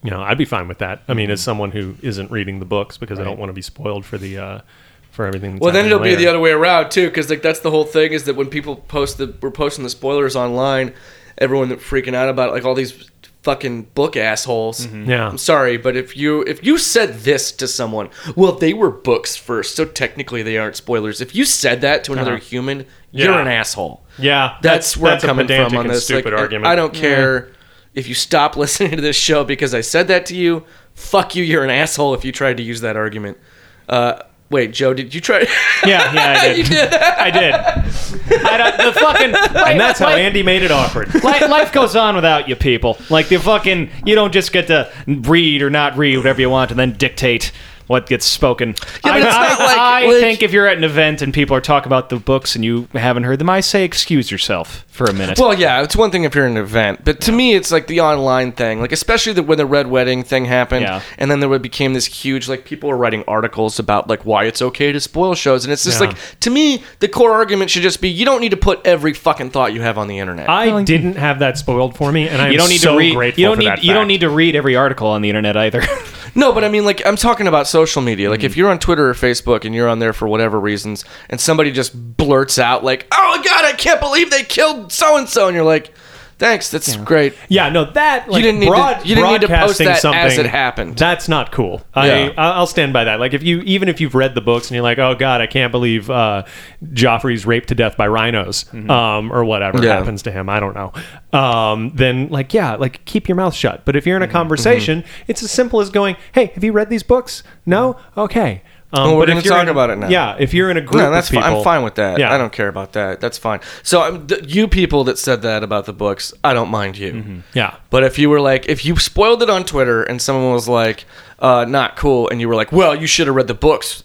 S2: You know, I'd be fine with that. I mean,
S3: Mm-hmm.
S2: as someone who isn't reading the books because I don't want to be spoiled for the uh, for everything. That's
S1: Well, then it'll
S2: happening
S1: be the
S2: later.
S1: other way around too, because like that's the whole thing is that when people post the we're posting the spoilers online, everyone that freaking out about it, like all these fucking book assholes.
S2: Yeah.
S1: I'm sorry, but if you if you said this to someone, well, they were books first, so technically they aren't spoilers. If you said that to another
S2: Uh-huh.
S1: human,
S2: Yeah.
S1: you're an asshole.
S2: Yeah,
S1: That's, where
S2: that's a
S1: I'm coming
S2: pedantic
S1: from on
S2: and
S1: this.
S2: stupid
S1: like, I-
S2: argument.
S1: I don't care if you stop listening to this show because I said that to you. Fuck you. You're an asshole if you tried to use that argument. Uh, wait, Joe, did you try?
S2: Yeah, yeah, I did.
S1: You did.
S2: I did,
S3: I don't, uh, the fucking
S2: and that's how Andy made it awkward.
S3: Li- life goes on without you people. Like the fucking, you don't just get to read or not read whatever you want and then dictate what gets spoken. I,
S1: it's
S3: I-
S1: not like-
S3: I
S1: like-
S3: think if you're at an event and people are talking about the books and you haven't heard them, I say excuse yourself for a minute.
S1: Well, yeah, it's one thing if you're in an event, but to me, it's like the online thing. Like, especially the, when the red wedding thing happened,
S3: Yeah.
S1: and then there would- became this huge like people were writing articles about like why it's okay to spoil shows, and it's just
S2: Yeah.
S1: like to me, the core argument should just be you don't need to put every fucking thought you have on the internet.
S2: I didn't have that spoiled for me, and I'm
S3: you don't need
S2: so
S3: to read.
S2: grateful
S3: You don't
S2: for
S3: need.
S2: that
S3: You don't
S2: fact.
S3: need to read every article on the internet either.
S1: No, but I mean, like, I'm talking about social media. Like,
S2: Mm.
S1: if you're on Twitter or Facebook and you're on there for whatever reasons, and somebody just blurts out, like, oh, my God, I can't believe they killed so and so, and you're like, Thanks. That's great.
S2: Yeah, no, that like,
S1: didn't need to-
S2: broad,
S1: you didn't need to post
S2: broadcasting
S1: that as
S2: something,
S1: it happened.
S2: That's not cool.
S1: Yeah.
S2: I I'll stand by that. Like if you even if you've read the books and you're like, oh god, I can't believe uh, Joffrey's raped to death by rhinos, um, or whatever
S1: Mm-hmm. Yeah.
S2: happens to him. I don't know. Um, then like yeah, like keep your mouth shut. But if you're in a
S1: Mm-hmm.
S2: conversation, it's as simple as going, hey, have you read these books? No, okay. Um,
S1: Well, we're
S2: but if
S1: gonna
S2: you're
S1: talk
S2: in-
S1: about it now.
S2: Yeah, if you're in a group,
S1: No,
S2: of
S1: that's fine. I'm
S2: people-
S1: fine with that.
S2: Yeah.
S1: I don't care about that. That's fine. So um, th- you people that said that about the books, I don't mind you.
S2: Yeah.
S1: But if you were like, if you spoiled it on Twitter and someone was like, uh, not cool, and you were like, well, you should have read the books.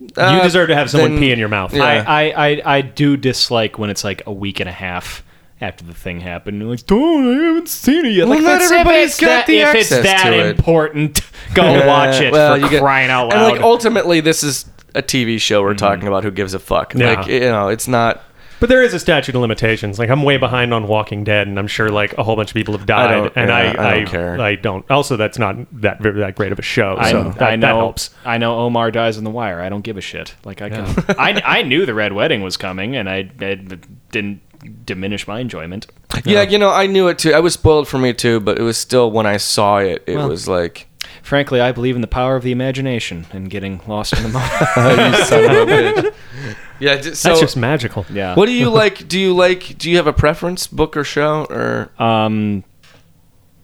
S2: you deserve to have someone pee in your mouth.
S1: Uh, Yeah.
S3: I, I, I, I do dislike when it's like a week and a half after the thing happened. You're like, dude, I haven't seen it yet.
S1: Well,
S3: like,
S1: not
S3: that's-
S1: everybody's
S3: if it's
S1: got
S3: that,
S1: the
S3: If it's
S1: access
S3: that
S1: to it.
S3: important, go watch it
S1: well,
S3: for
S1: you get-
S3: crying out
S1: And
S3: loud. Mm-hmm.
S1: like, oh, ultimately, this is a TV show we're talking about. Who gives a fuck?
S2: Yeah.
S1: Like, you know, it's not.
S2: But there is a statute of limitations. Like I'm way behind on Walking Dead, and I'm sure like a whole bunch of people have died,
S1: I don't-
S2: and
S1: yeah,
S2: I,
S1: I don't care.
S2: I don't. Also, that's not that very, that great of a show.
S3: I,
S2: so that,
S3: I
S2: that
S3: know.
S2: helps.
S3: I know Omar dies on the wire. I don't give a shit. Like I can. I, I knew the red wedding was coming, and I, I didn't diminish my enjoyment.
S1: Yeah, you know, I knew it too. I was spoiled for me too, but it was still when I saw it, it was like.
S3: Frankly, I believe in the power of the imagination and getting lost in the moment.
S1: Yeah, d- so
S2: That's just magical.
S3: yeah.
S1: what do you like? Do you like? Do you have a preference, book or show, or
S3: Um,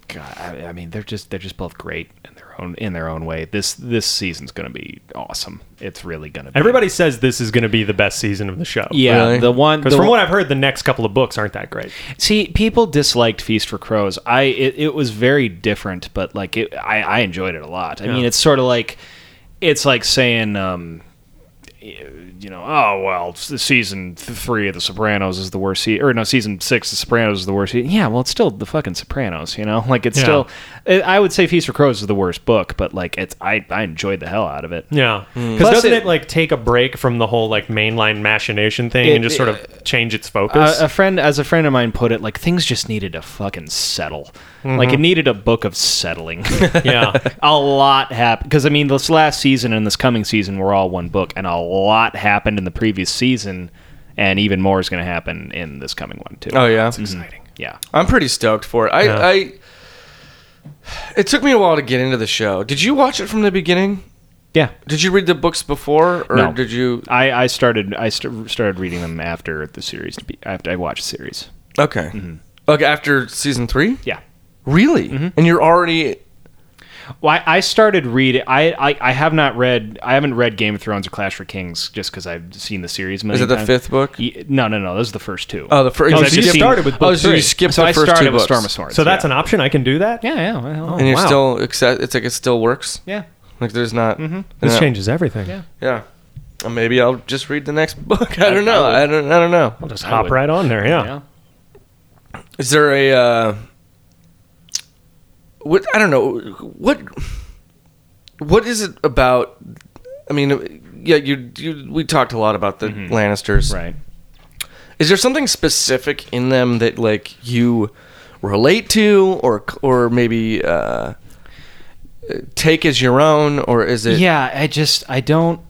S3: God, I, I mean, they're just they're just both great in their own in their own way. This this season's gonna be awesome. It's really gonna. be.
S2: Everybody says this is going to be the best season of the show.
S3: Yeah,
S1: Really?
S3: the one.
S2: Because
S3: The
S2: from
S3: one
S2: what I've heard, the next couple of books aren't that great.
S3: see, people disliked Feast for Crows. I it, it was very different, but like it, I I enjoyed it a lot. I mean, it's sort of like it's like saying. um you know, oh well, s- season th- three of The Sopranos is the worst season, or no, season six of The Sopranos is the worst season. Yeah, well, it's still the fucking Sopranos, you know. Like it's
S2: Yeah.
S3: still, I I would say Feast for Crows is the worst book, but like it's, I, I enjoyed the hell out of it.
S2: Yeah. Because
S3: Hmm. Plus
S2: Hmm. doesn't
S3: it-
S2: it, like take a break from the whole like mainline machination thing
S3: It- Uh,
S2: and just sort of change its focus?
S3: a, a friend, as a friend of mine put it, like things just needed to fucking settle. Like it
S2: Mm-hmm.
S3: needed a book of settling.
S2: yeah.
S3: a lot happened because I mean, this last season and this coming season were all one book, and a lot happened in the previous season, and even more is going to happen in this coming one too.
S1: oh yeah,
S3: exciting! Yeah,
S1: I'm pretty stoked for it. I,
S2: Yeah.
S1: I, it took me a while to get into the show. Did you watch it from the beginning?
S3: yeah.
S1: Did you read the books before, or
S3: No.
S1: did you?
S3: I, I started I st- started reading them after the series. To be, after I watched the series.
S1: Okay, okay. After season three,
S3: Yeah.
S1: Mm-hmm. really? And you're already
S3: Well, I, I started reading. I, I I have not read. I haven't read Game of Thrones or Clash for Kings just because I've seen the series. a
S1: is
S3: million
S1: it the
S3: times.
S1: fifth book?
S3: Ye- No, no, no. Those are the first two.
S1: Oh, the first.
S3: Because
S2: so
S3: I've
S2: you
S3: just seen-
S2: started with book
S1: Oh, so you
S2: three.
S1: skipped
S3: so
S1: the
S3: I
S1: first
S3: started
S1: two
S3: with
S1: books.
S3: Storm of Swords.
S2: so that's
S3: yeah.
S2: an option. I can do that.
S3: Yeah, yeah, well,
S1: and you're
S2: Wow.
S1: still accept. It's like it still works.
S3: yeah.
S1: Like there's not.
S2: This
S1: yeah.
S2: changes everything.
S3: Yeah.
S1: Yeah. Or maybe I'll just read the next book. I don't know.
S3: would.
S1: I, don't. I don't know.
S2: I'll just
S3: I
S2: hop
S3: would.
S2: right on there. Yeah.
S3: yeah.
S1: Is there a uh, what I don't know what what is it about? I mean, yeah, you, you we talked a lot about the Lannisters.
S3: Right.
S1: Is there something specific in them that like you relate to, or or maybe uh, take as your own, or is it?
S3: Yeah, I just I don't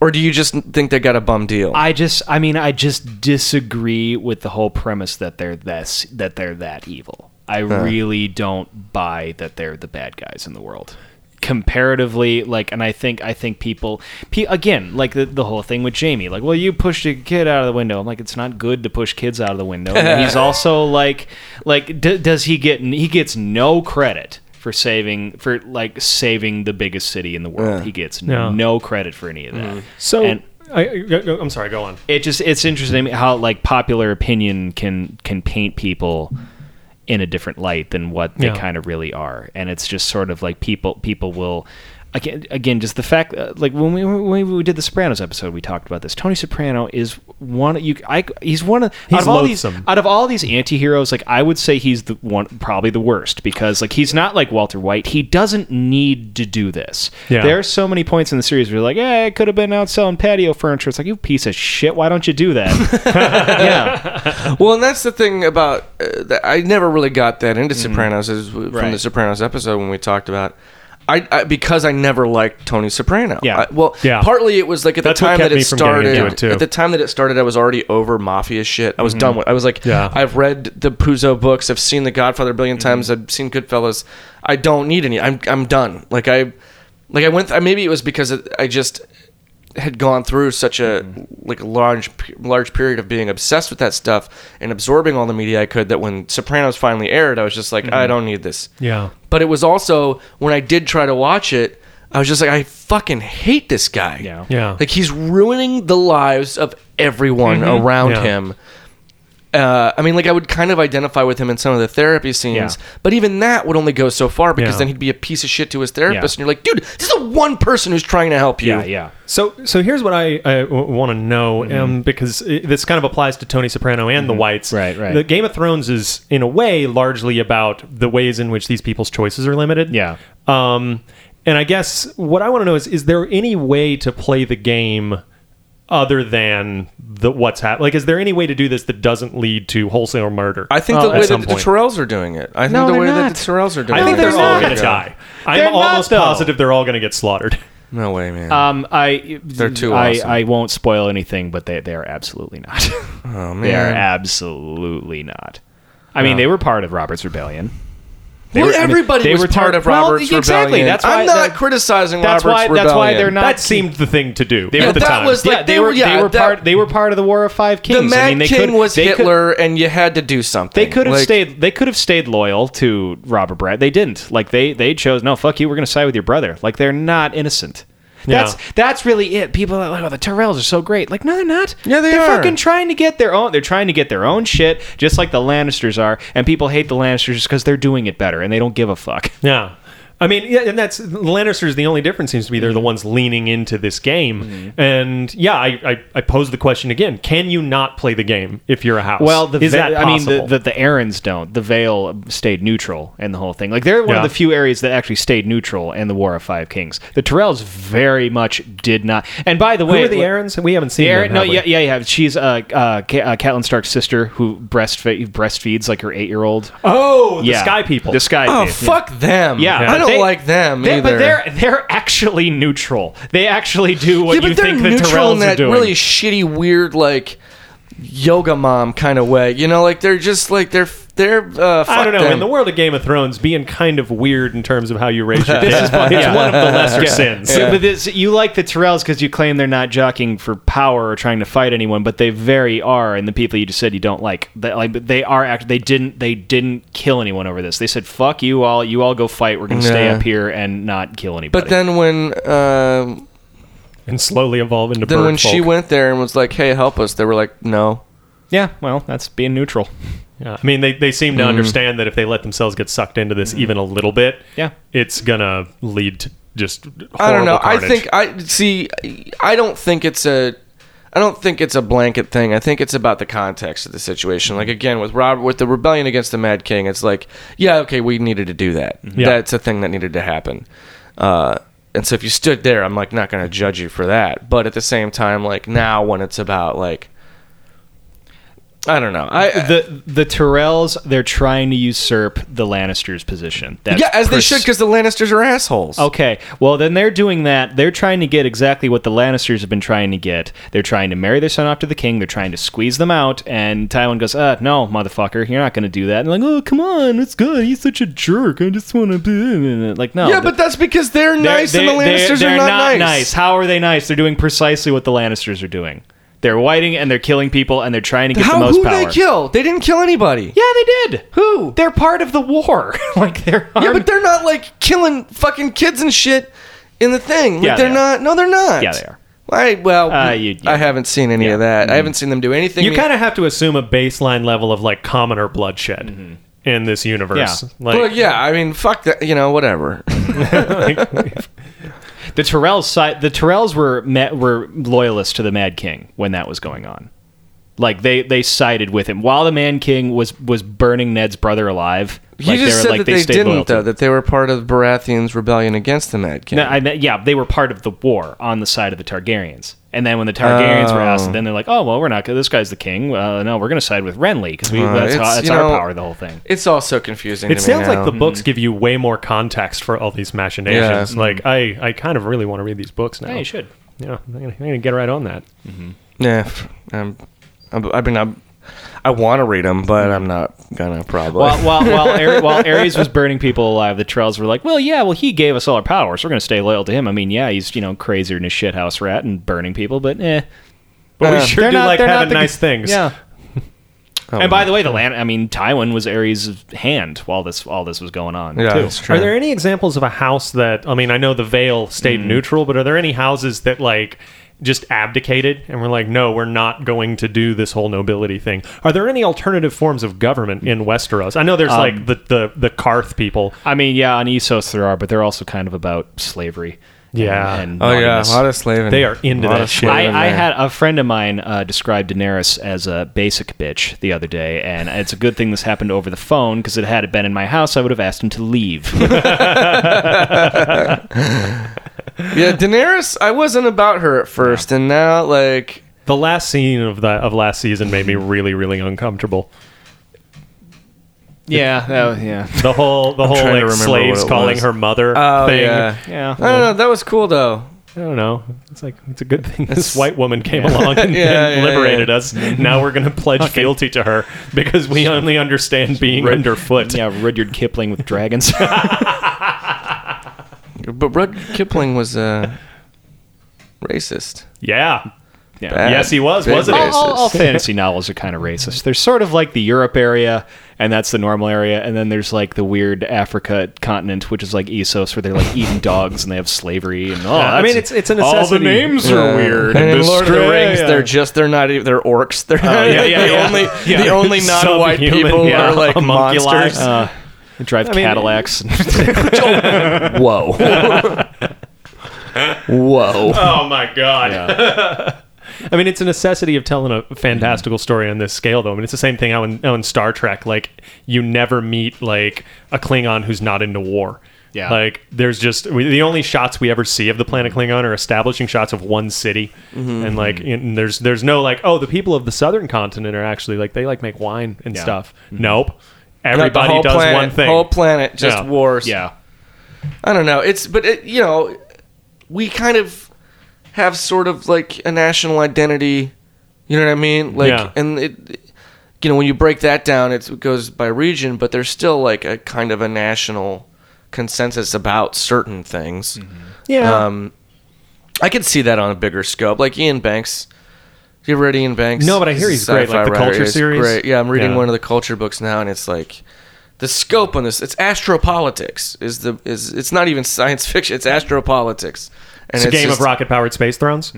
S1: Or do you just think they got a bum deal?
S3: I just I mean I just disagree with the whole premise that they're this that they're that evil. I really don't buy that they're the bad guys in the world. Comparatively, like, and I think I think people, pe- again, like the, the whole thing with Jamie, like, well, you pushed a kid out of the window. I'm like, it's not good to push kids out of the window. And he's also like, like, d- does he get? He gets no credit for saving for like saving the biggest city in the world. He gets
S2: Yeah.
S3: no credit for any of that.
S2: So
S3: And-
S2: I, I, I'm sorry. Go on.
S3: it just it's interesting how like popular opinion can can paint people in a different light than what they
S2: Yeah.
S3: kind of really are and it's just sort of like people people will again again just the fact uh, like when we when we did the sopranos episode we talked about this tony soprano is one you i he's one of out
S2: He's
S3: of all these
S2: loathsome.
S3: out of all these anti-heroes like i would say he's the one probably the worst because like he's not like walter white he doesn't need to do this
S2: Yeah.
S3: there are so many points in the series where you're like yeah i could have been out selling patio furniture it's like you piece of shit why don't you do that yeah
S1: Well, and that's the thing about
S2: Mm-hmm.
S1: uh, that I never really got that into Sopranos is w- from
S3: Right.
S1: the Sopranos episode when we talked about. I, I because I never liked Tony Soprano.
S3: Yeah.
S1: I- well,
S2: Yeah.
S1: partly it was like at
S2: That's
S1: the
S2: what
S1: time
S2: kept
S1: that it
S2: me from getting into
S1: started.
S2: it, too. Mm-hmm.
S1: At the time that it started, I was already over mafia shit. I was done with. I was like,
S2: Yeah.
S1: I've read the Puzo books. I've seen The Godfather a 1000000000 times. I've seen Goodfellas. I don't need any. I'm I'm done. Like I, like I went. Th- maybe it was because it, I just had gone through such a like a large pe- large period of being obsessed with that stuff and absorbing all the media I could that when Sopranos finally aired I was just like I don't need this.
S2: Yeah.
S1: But it was also when I did try to watch it, I was just like, I fucking hate this guy.
S3: Yeah.
S2: Yeah.
S1: Like he's ruining the lives of everyone
S3: Mm-hmm.
S1: around
S2: Yeah.
S1: him. Uh, I mean, like I would kind of identify with him in some of the therapy scenes,
S3: Yeah.
S1: but even that would only go so far because
S2: Yeah.
S1: then he'd be a piece of shit to his therapist,
S3: Yeah.
S1: and you're like, dude, this is the one person who's trying to help you.
S3: Yeah, yeah.
S2: So, so here's what I, I want to know,
S3: Mm-hmm.
S2: um, because it, this kind of applies to Tony Soprano and the Whites.
S3: Right, right.
S2: The Game of Thrones is, in a way, largely about the ways in which these people's choices are limited.
S3: Yeah.
S2: Um, and I guess what I want to know is, is there any way to play the game other than the what's happening? Like, is there any way to do this that doesn't lead to wholesale murder?
S1: I think
S2: uh,
S1: the
S2: at
S1: way that
S2: some
S1: the
S2: point?
S1: Terrells are doing it. I think
S3: No,
S1: the
S3: they're
S1: way
S3: not.
S1: that the Terrells are doing
S2: I
S1: it.
S2: think they're
S1: is
S3: they're
S2: all
S1: the
S2: going
S1: way
S2: to
S1: go.
S2: die.
S3: They're
S2: I'm
S3: not,
S2: almost
S3: though.
S2: positive they're all going to get slaughtered.
S1: No way, man.
S3: Um, I they're
S1: too
S3: I,
S1: awesome.
S3: I won't spoil anything, but they they are absolutely not.
S1: oh
S3: they are
S1: man.
S3: absolutely not. I mean, they were part of Robert's rebellion. They
S1: well,
S3: were- I mean,
S1: everybody
S3: they
S1: was
S3: were tar-
S1: part of
S3: Well,
S1: Robert's
S3: exactly,
S1: rebellion.
S3: that's why-
S1: I'm not
S3: that-
S1: criticizing Robert's
S3: that's why-
S1: rebellion.
S3: that's why they're not-
S2: that seemed the thing to do.
S3: were
S2: at the
S1: that
S2: time.
S1: was-
S3: yeah,
S1: like,
S3: they,
S1: they
S3: were
S1: were- yeah,
S3: they were
S1: that-
S3: part they were part of the War of Five Kings.
S1: The Mad
S3: I mean, they
S1: King
S3: could,
S1: was
S3: they could-
S1: Hitler, and you had to do something.
S3: They could have
S1: Like,
S3: stayed. They could have stayed loyal to Robert Brad. They didn't. Like they they chose. No, fuck you. We're gonna side with your brother. Like they're not innocent. That's
S2: Yeah.
S3: that's really it. People are like, oh, the Tyrells are so great. Like, no, they're not.
S1: Yeah, they
S3: they're
S1: are.
S3: fucking trying to get their own. They're trying to get their own shit, just like the Lannisters are. And people hate the Lannisters because they're doing it better, and they don't give a fuck.
S2: Yeah. I mean, yeah, and that's the Lannisters. The only difference seems to be
S3: Mm-hmm.
S2: they're the ones leaning into this game. And yeah, I, I, I pose the question again: Can you not play the game if you're a house?
S3: Well, the
S2: is
S3: Ve-
S2: that
S3: I mean,
S2: possible?
S3: the, the the Aarons don't. The Vale stayed neutral and the whole thing. Like they're one
S2: Yeah.
S3: of the few areas that actually stayed neutral in the War of Five Kings. The Tyrells very much did not. And by the
S2: Who
S3: way,
S2: are the
S3: like-
S2: Aarons? We haven't seen
S3: The Aaron,
S2: them,
S3: no,
S2: have we?
S3: yeah, yeah, yeah. She's uh, uh, Ca- uh Catelyn Stark's sister who breastfe- breastfeeds like her eight year old.
S2: Oh, the
S3: yeah,
S2: Sky People.
S3: The Sky.
S1: Oh
S3: People.
S1: fuck them!
S3: Yeah,
S1: I don't
S3: They-
S1: like them
S3: they-
S1: either.
S3: But they're they're actually neutral. They actually do what
S1: yeah, but
S3: you
S1: they're
S3: think the
S1: neutral in
S3: Tyrells are
S1: that
S3: doing.
S1: really shitty, weird, like yoga mom kind of way. You know, like they're just like they're they're. Uh, fuck
S2: I don't know.
S1: Them.
S2: In the world of Game of Thrones, being kind of weird in terms of how you raise your
S3: This
S2: kid,
S3: is fun-
S2: it's
S3: yeah.
S2: one of the lesser sins.
S3: So, but this, you like the Tyrells because you claim they're not jockeying for power or trying to fight anyone, but they very are. And the people you just said you don't like, they, like but they are act. They didn't. They didn't kill anyone over this. They said, "Fuck you all. You all go fight. We're gonna stay
S1: Yeah.
S3: up here and not kill anybody."
S1: but then when uh,
S2: And slowly evolve into
S1: then
S2: bird
S1: when she
S2: folk.
S1: went there and was like, "Hey, help us," they were like, "No."
S3: yeah, well, that's being neutral.
S2: Yeah. I mean, they, they seem
S3: Mm.
S2: to understand that if they let themselves get sucked into this even a little bit,
S3: Yeah.
S2: it's gonna lead to just. Horrible
S1: I don't know.
S2: Carnage.
S1: I think I see. I don't think it's a. I don't think it's a blanket thing. I think it's about the context of the situation. Like again, with Rob, with the rebellion against the Mad King, it's like, yeah, okay, we needed to do that.
S2: Yeah.
S1: That's a thing that needed to happen. Uh, and so if you stood there, I'm like not going to judge you for that. But at the same time, like now when it's about like, I don't know. I
S3: the the Tyrells they're trying to usurp the Lannisters' position. That's
S1: yeah, as they
S3: pers-
S1: should, because the Lannisters are assholes.
S3: Okay, well then they're doing that. They're trying to get exactly what the Lannisters have been trying to get. They're trying to marry their son off to the king. They're trying to squeeze them out. And Tywin goes, "Uh, no, motherfucker, you're not going to do that." And like, "Oh, come on, it's good. He's such a jerk. I just want to be like, no."
S1: Yeah, but that's because they're, nice and the Lannisters
S3: they're
S1: are not,
S3: nice. How are they nice? They're doing precisely what the Lannisters are doing. They're whiting and they're killing people and they're trying to get
S1: How
S3: the most
S1: who
S3: power.
S1: they kill? They didn't kill anybody.
S3: Yeah, they did.
S1: Who?
S3: They're part of the war. like they're
S1: Yeah,
S3: armed-
S1: but they're not like killing fucking kids and shit in the thing. Like
S3: Yeah, they
S1: they're
S3: are.
S1: not. No, they're not.
S3: Yeah, they are.
S1: I, well,
S3: Uh, you-
S1: I haven't seen any
S3: Yeah. Mm-hmm.
S1: of that. I haven't seen them do anything.
S2: you kind of have to assume a baseline level of like commoner bloodshed in this universe.
S3: Mm-hmm. Yeah.
S2: Like,
S1: well, yeah. I mean, fuck that. You know, whatever.
S3: the Tyrells side. The Tyrells were met, were loyalists to the Mad King when that was going on. Like they they sided with him while the Man King was was burning Ned's brother alive.
S1: you just
S3: were-
S1: said that they,
S3: stayed loyal
S1: didn't,
S3: to
S1: though.
S3: him.
S1: That they were part of Baratheon's rebellion against the Mad King.
S3: No, I meant, yeah, they were part of the war on the side of the Targaryens. And then when the Targaryens were ousted,
S1: Oh.
S3: then they're like, "Oh well, we're not. This guy's the king. Uh, no, we're going to side with Renly because
S1: Uh,
S3: that's,
S1: it's,
S3: how, that's
S1: you
S3: our
S1: know-
S3: power. The whole thing.
S1: It's all so confusing.
S2: It
S1: to
S2: sounds
S1: me
S2: like
S1: now.
S2: the
S3: Mm-hmm.
S2: books give you way more context for all these machinations.
S1: Yeah.
S2: Like I, I kind of really want to read these books now.
S3: Mm-hmm. Yeah, you should.
S2: Yeah, I'm gonna, I'm gonna get right on that.
S1: Yeah, f- I'm, I'm, I mean, I'm, I want to read them, but I'm not gonna probably.
S3: While while while, Ar- while Ares was burning people alive, the Trells were like, "Well, yeah, well, he gave us all our powers. We're going to stay loyal to him. I mean, yeah, he's you know crazier than a shithouse rat and burning people, but eh."
S2: But we
S1: Uh,
S2: sure
S3: They're
S2: do
S3: not-
S2: like
S3: they're not
S2: having
S3: the-
S2: nice things.
S3: Yeah.
S1: Oh,
S3: and by
S1: well.
S3: the way, the land. I mean, Tywin was Ares' hand while this all this was going on.
S1: yeah,
S3: too.
S1: that's true.
S2: Are there any examples of a house that I mean, I know the Vale stayed
S1: Mm-hmm.
S2: neutral, but are there any houses that like just abdicated and were like, no, we're not going to do this whole nobility thing? Are there any alternative forms of government in Westeros? I know there's
S1: Um,
S2: like the, the the Karth people.
S3: I mean, yeah, on Essos there are, but they're also kind of about slavery.
S2: Yeah.
S3: And, and
S1: oh yeah, a
S3: naughtiness.
S1: lot of slaving.
S2: They are into
S1: A lot
S2: that
S1: of
S2: shit.
S1: slaving
S3: I, I
S1: there.
S3: had a friend of mine uh, describe Daenerys as a basic bitch the other day, and it's a good thing this happened over the phone because it had it been in my house, I would have asked him to leave.
S1: yeah, Daenerys. I wasn't about her at first, and now like
S2: The last scene of the of last season made me really, really uncomfortable.
S3: yeah, that- yeah,
S2: The whole the whole
S1: trying to
S2: like
S1: remember
S2: slaves
S1: what it
S2: calling
S1: was.
S2: her mother
S1: oh
S2: thing.
S1: yeah,
S3: yeah.
S1: I don't know. That was cool though.
S2: I don't know. It's like it's a good thing this
S1: It's-
S2: white woman came along and,
S1: Yeah,
S2: and
S1: yeah,
S2: liberated
S1: yeah.
S2: us. Now we're going to pledge fealty to her because we only understand being underfoot.
S3: Yeah, Rudyard Kipling with dragons.
S1: But Rudyard Kipling was uh, racist.
S2: Yeah.
S3: yeah.
S2: Yes, he was,
S1: Big
S2: wasn't he?
S3: All, all- all
S1: racist.
S3: fantasy novels are kind of racist. There's sort of like the Europe area, and that's the normal area, and then there's like the weird Africa continent, which is like Essos, where they're like eating dogs and they have slavery and all.
S2: Oh, I
S3: that's-
S2: mean, it's- it's a
S3: All the
S2: necessity.
S3: names
S1: Yeah.
S3: are weird.
S1: And in
S3: This-
S1: Lord of the Rings,
S3: yeah.
S1: they're just they're not even they're orcs. They're
S3: yeah, yeah,
S1: the
S3: yeah.
S1: only
S2: Oh, Yeah.
S1: the only non-white
S2: Subhuman,
S1: people
S2: yeah.
S1: are like
S2: Homunculi.
S1: monsters.
S3: Uh, they drive
S2: mean-
S3: Cadillacs.
S1: Uh, Whoa, whoa.
S2: Oh my god. I mean, it's a necessity of telling a fantastical
S1: Mm-hmm.
S2: story on this scale, though. I mean, it's the same thing how in, how in Star Trek, like you never meet like a Klingon who's not into war.
S3: Yeah.
S2: Like there's just we, the only shots we ever see of the planet
S1: Mm-hmm.
S2: Klingon are establishing shots of one city, and like and there's there's no like oh the people of the southern continent are actually like they like make wine and
S3: Yeah.
S2: stuff. Nope.
S1: Not Mm-hmm. the
S2: Everybody
S1: whole
S2: does
S1: planet,
S2: one thing.
S1: Whole planet just
S2: Yeah.
S1: wars.
S3: yeah.
S1: I don't know. It's but it, you know, we kind of have sort of like a national identity. You know what I mean? Like,
S2: Yeah.
S1: and it, you know, when you break that down, it's, it goes by region, but there's still like a kind of a national consensus about certain things.
S2: yeah.
S1: Um, I could see that on a bigger scope, like Ian Banks. You ever read Ian Banks?
S2: No, but I hear he's great,
S1: Sci-fi
S2: like the
S1: writer.
S2: Culture
S1: He's
S2: series?
S1: Great. Yeah, I'm reading
S2: Yeah.
S1: one of the culture books now, and it's like the scope on this. It's astropolitics. Is the is it's not even science fiction. It's astropolitics. And
S2: it's a game
S1: just- Mm-hmm.
S2: of rocket powered space thrones.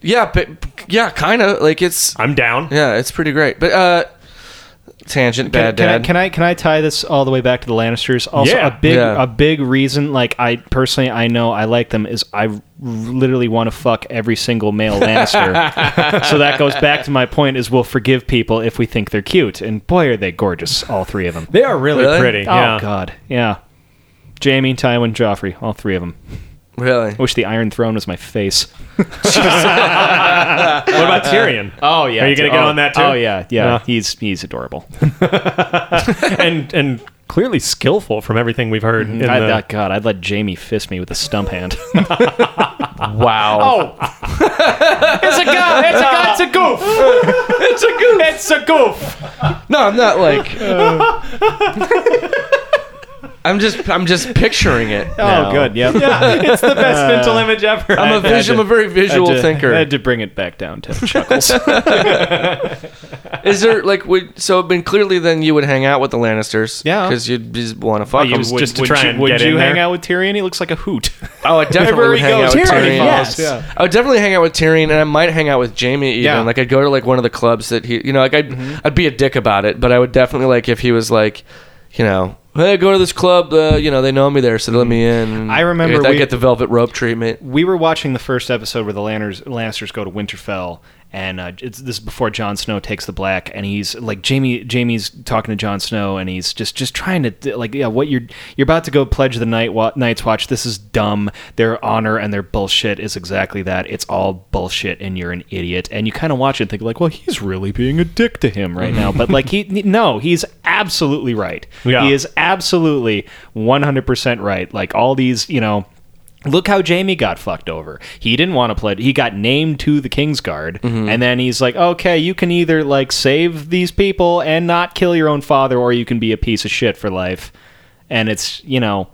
S1: Yeah, but, yeah, kind of like it's.
S2: I'm down.
S1: Yeah, it's pretty great. But uh, tangent,
S3: Can,
S1: bad
S3: can, I,
S1: dad.
S3: can I can I tie this all the way back to the Lannisters? Also,
S2: Yeah.
S3: a big
S1: Yeah.
S3: a big reason, like I personally I know I like them is I r- literally want to fuck every single male Lannister. so that goes back to my point: is we'll forgive people if we think they're cute, and boy are they gorgeous, all three of them.
S2: They are really,
S1: Really?
S2: pretty. yeah.
S3: Oh God, yeah. Jamie, Tywin, Joffrey, all three of them.
S1: really?
S3: I wish the Iron Throne was my face.
S2: What about Tyrion?
S3: Oh yeah,
S2: Are you gonna get
S3: oh,
S2: on that too?
S3: Oh yeah, yeah.
S2: Yeah.
S3: He's he's adorable.
S2: and and clearly skillful from everything we've heard. In
S3: I,
S2: the,
S3: uh, God, I'd let Jamie fist me with a stump hand.
S1: Wow.
S3: Oh, it's a guy. It's a guy. It's a goof. It's a goof. It's a goof.
S1: No, I'm not like. I'm just I'm just picturing it.
S3: Oh, good. Yep. Uh, Yeah, it's the best mental image ever.
S1: I'm a visual. I'm a very visual thinker.
S3: I had to bring it back down to chuckles.
S1: Is there like would so? I mean, clearly, then you would hang out with the Lannisters,
S3: Yeah.
S1: because you'd just want to fuck
S2: you
S1: them.
S2: would- just to try
S3: you,
S2: and
S3: would
S2: get
S3: you
S2: in
S3: hang
S2: there.
S3: out with Tyrion? He looks like a hoot.
S1: oh, I definitely
S3: Everywhere
S1: would
S3: he
S1: hang out
S3: goes,
S1: with
S3: Tyrion
S1: Tyrion.
S3: follows.
S2: yes.
S1: I would definitely hang out with Tyrion, and I might hang out with Jamie even.
S3: Yeah.
S1: Like I'd go to like one of the clubs that he, you know, like I'd I'd be a dick about it, but I would definitely like if he was like, you know. Hey, go to this club. Uh, you know they know me there, so they let me in.
S3: I remember
S1: I
S3: we-
S1: get the velvet rope treatment.
S3: we were watching the first episode where the Lanners, Lannisters go to Winterfell, and uh, it's this is before Jon Snow takes the black, and he's like Jamie. Jamie's talking to Jon Snow, and he's just just trying to like yeah, what you're you're about to go pledge the night wa- Night's Watch. This is dumb. Their honor and their bullshit is exactly that. It's all bullshit, and you're an idiot. And you kind of watch it and think like, well, he's really being a dick to him right now. But like he no, he's absolutely right.
S2: Yeah.
S3: He is absolutely 100% right. Like all these, you know, look how Jamie got fucked over. He didn't want to play. He got named to the Kingsguard
S1: Mm-hmm.
S3: and then he's like, "Okay, you can either like save these people and not kill your own father or you can be a piece of shit for life." And it's, you know,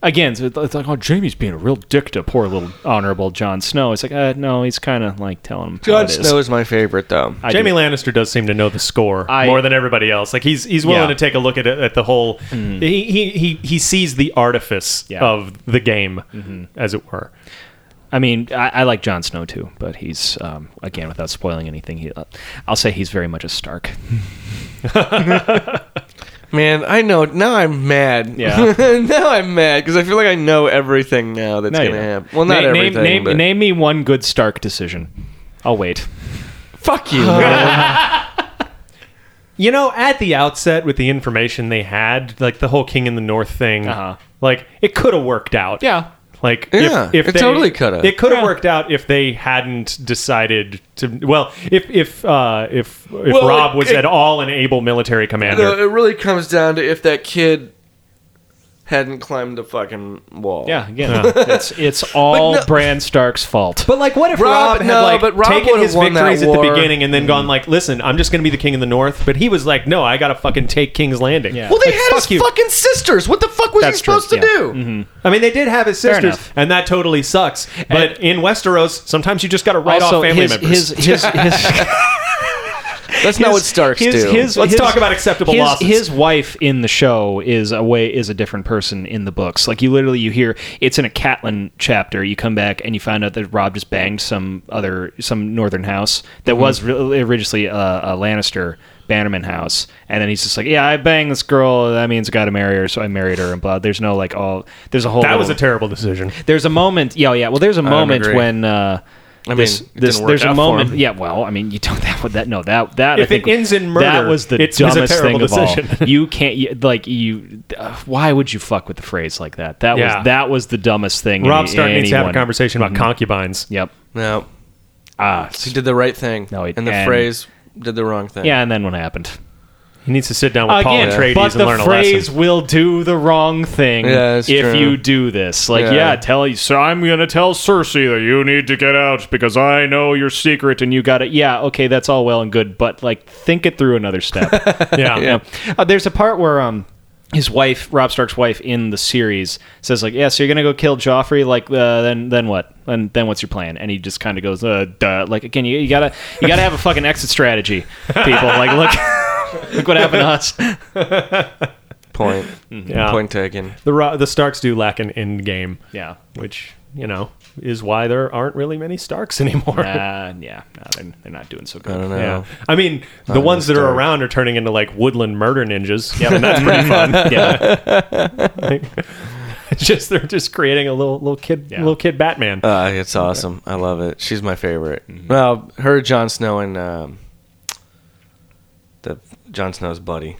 S3: Again, so it's like, oh, Jamie's being a real dick to poor little honorable Jon Snow. It's like, uh, no, he's kind of like telling him. how
S1: Jon
S3: it is.
S1: Snow is my favorite though.
S3: I do.
S2: Jamie Lannister does seem to know the score
S3: I-
S2: more than everybody else. Like he's he's willing
S3: Yeah. Mm.
S2: to take a look at it, at the whole. He, he he he sees the artifice
S3: Yeah. Mm-hmm.
S2: of the game, as it were.
S3: I mean, I, I like Jon Snow too, but he's um, again without spoiling anything. He, uh, I'll say he's very much a Stark.
S1: Man, I know. Now I'm mad.
S3: Yeah.
S1: now I'm mad because I feel like I know everything now that's
S3: No, you
S1: gonna
S3: don't.
S1: happen. Well, not
S3: Na- name,
S1: everything.
S3: Name,
S1: but-
S3: name me one good Stark decision. I'll wait.
S1: Fuck you. man.
S2: You know, at the outset, with the information they had, like the whole King in the North thing,
S3: Uh-huh.
S2: like it could have worked out.
S3: Yeah.
S2: Like
S1: Yeah,
S2: if, if
S1: it
S2: they,
S1: totally coulda.
S2: It could have worked out if they hadn't decided to. Well, if if uh, if if
S1: Well,
S2: Rob
S1: it-
S2: was
S1: it-
S2: at all an able military commander,
S1: no, it really comes down to if that kid hadn't climbed the fucking wall.
S3: Yeah, again, it's it's all
S1: no-
S3: Bran Stark's fault.
S2: But like, what if Rob,
S1: Rob-
S2: had
S1: no,
S2: like
S1: but Rob
S2: taken
S1: would've
S2: his
S1: won that
S2: victories at the
S1: war.
S2: beginning and then gone like, listen, I'm just going to be the king of the north. But he was like, no, I got to fucking take King's Landing.
S3: Yeah.
S1: Well, they
S2: Like,
S1: had
S2: fuck
S1: his
S2: you.
S1: fucking sisters. What the fuck was
S3: That's
S1: he
S3: true,
S1: supposed
S3: yeah.
S1: to do?
S2: I mean, they did have his sisters,
S3: enough.
S2: and that totally sucks. But in Westeros, sometimes you just got to write off family
S3: his,
S2: members.
S3: his his his
S1: That's not what Starks
S3: his,
S1: do.
S3: His,
S2: Let's
S3: his-
S2: talk about acceptable
S3: his,
S2: losses.
S3: His wife in the show is a way is a different person in the books. Like you literally you hear it's in a Catelyn chapter. You come back and you find out that Rob just banged some other some northern house that
S2: Mm-hmm.
S3: was re- originally a, a Lannister Bannerman house, and then he's just like, yeah, I banged this girl. That means I got to marry her, so I married her. And blah. There's no like all. There's a whole.
S2: that was a
S3: little-
S2: terrible decision.
S3: there's a moment. Yeah, yeah. Well, there's a moment
S1: agree.
S3: when. Uh, I
S1: mean,
S3: this,
S1: it
S3: this,
S1: didn't work
S3: there's a
S1: out for
S3: moment.
S1: him.
S3: Yeah, well, I mean, you don't that would that no that that I
S2: If it
S3: think
S2: ends in murder,
S3: That was the
S2: it's- it's a
S3: dumbest
S2: terrible
S3: thing of all.
S2: decision.
S3: You can't you, like you. Uh, why would you fuck with the phrase like that? That
S2: Yeah.
S3: was that was the dumbest thing.
S2: Rob
S3: any-
S2: Stark needs to have a
S3: anyone-
S2: conversation about concubines.
S3: Yep.
S1: no,
S3: Ah.
S1: he did the right thing.
S3: No, he-
S1: and the
S3: and-
S1: phrase did the wrong thing.
S3: yeah, and then what happened?
S2: He needs to sit down with Paul
S3: Again,
S2: Atreides
S3: but
S2: and learn
S3: the
S2: a
S3: phrase
S2: lesson.
S3: will do the wrong thing
S1: Yeah, that's
S3: if
S1: true.
S3: you do this. Like,
S1: Yeah.
S3: yeah, tell you. So I'm gonna tell Cersei that you need to get out because I know your secret and you got it. Yeah, okay, that's all well and good, but like, think it through another step.
S2: Yeah.
S1: Yeah.
S3: Uh, there's a part where um his wife, Rob Stark's wife in the series, says like, "Yeah, so you're gonna go kill Joffrey? Like, uh, then then what? Then then what's your plan?" And he just kind of goes, "Uh, duh." Like again, you, you gotta you gotta have a fucking exit strategy, people. Like, look, look what happened to us.
S1: Point.
S2: Yeah.
S1: Point taken.
S2: The Ro- the Starks do lack an end game,
S3: Yeah.
S2: which you know is why there aren't really many Starks anymore.
S3: Uh, yeah, no, they're, they're not doing so good.
S1: I don't know.
S2: Yeah. I mean, the ones that are
S1: Stark.
S2: around are turning into like woodland murder ninjas.
S3: Yeah, but that's pretty fun. Yeah,
S2: It's just they're just creating a little little kid
S3: Yeah.
S2: little kid Batman.
S1: Uh, it's awesome. I love it. She's my favorite.
S3: Mm-hmm.
S1: Well, her, Jon Snow, and um, the Jon Snow's buddy.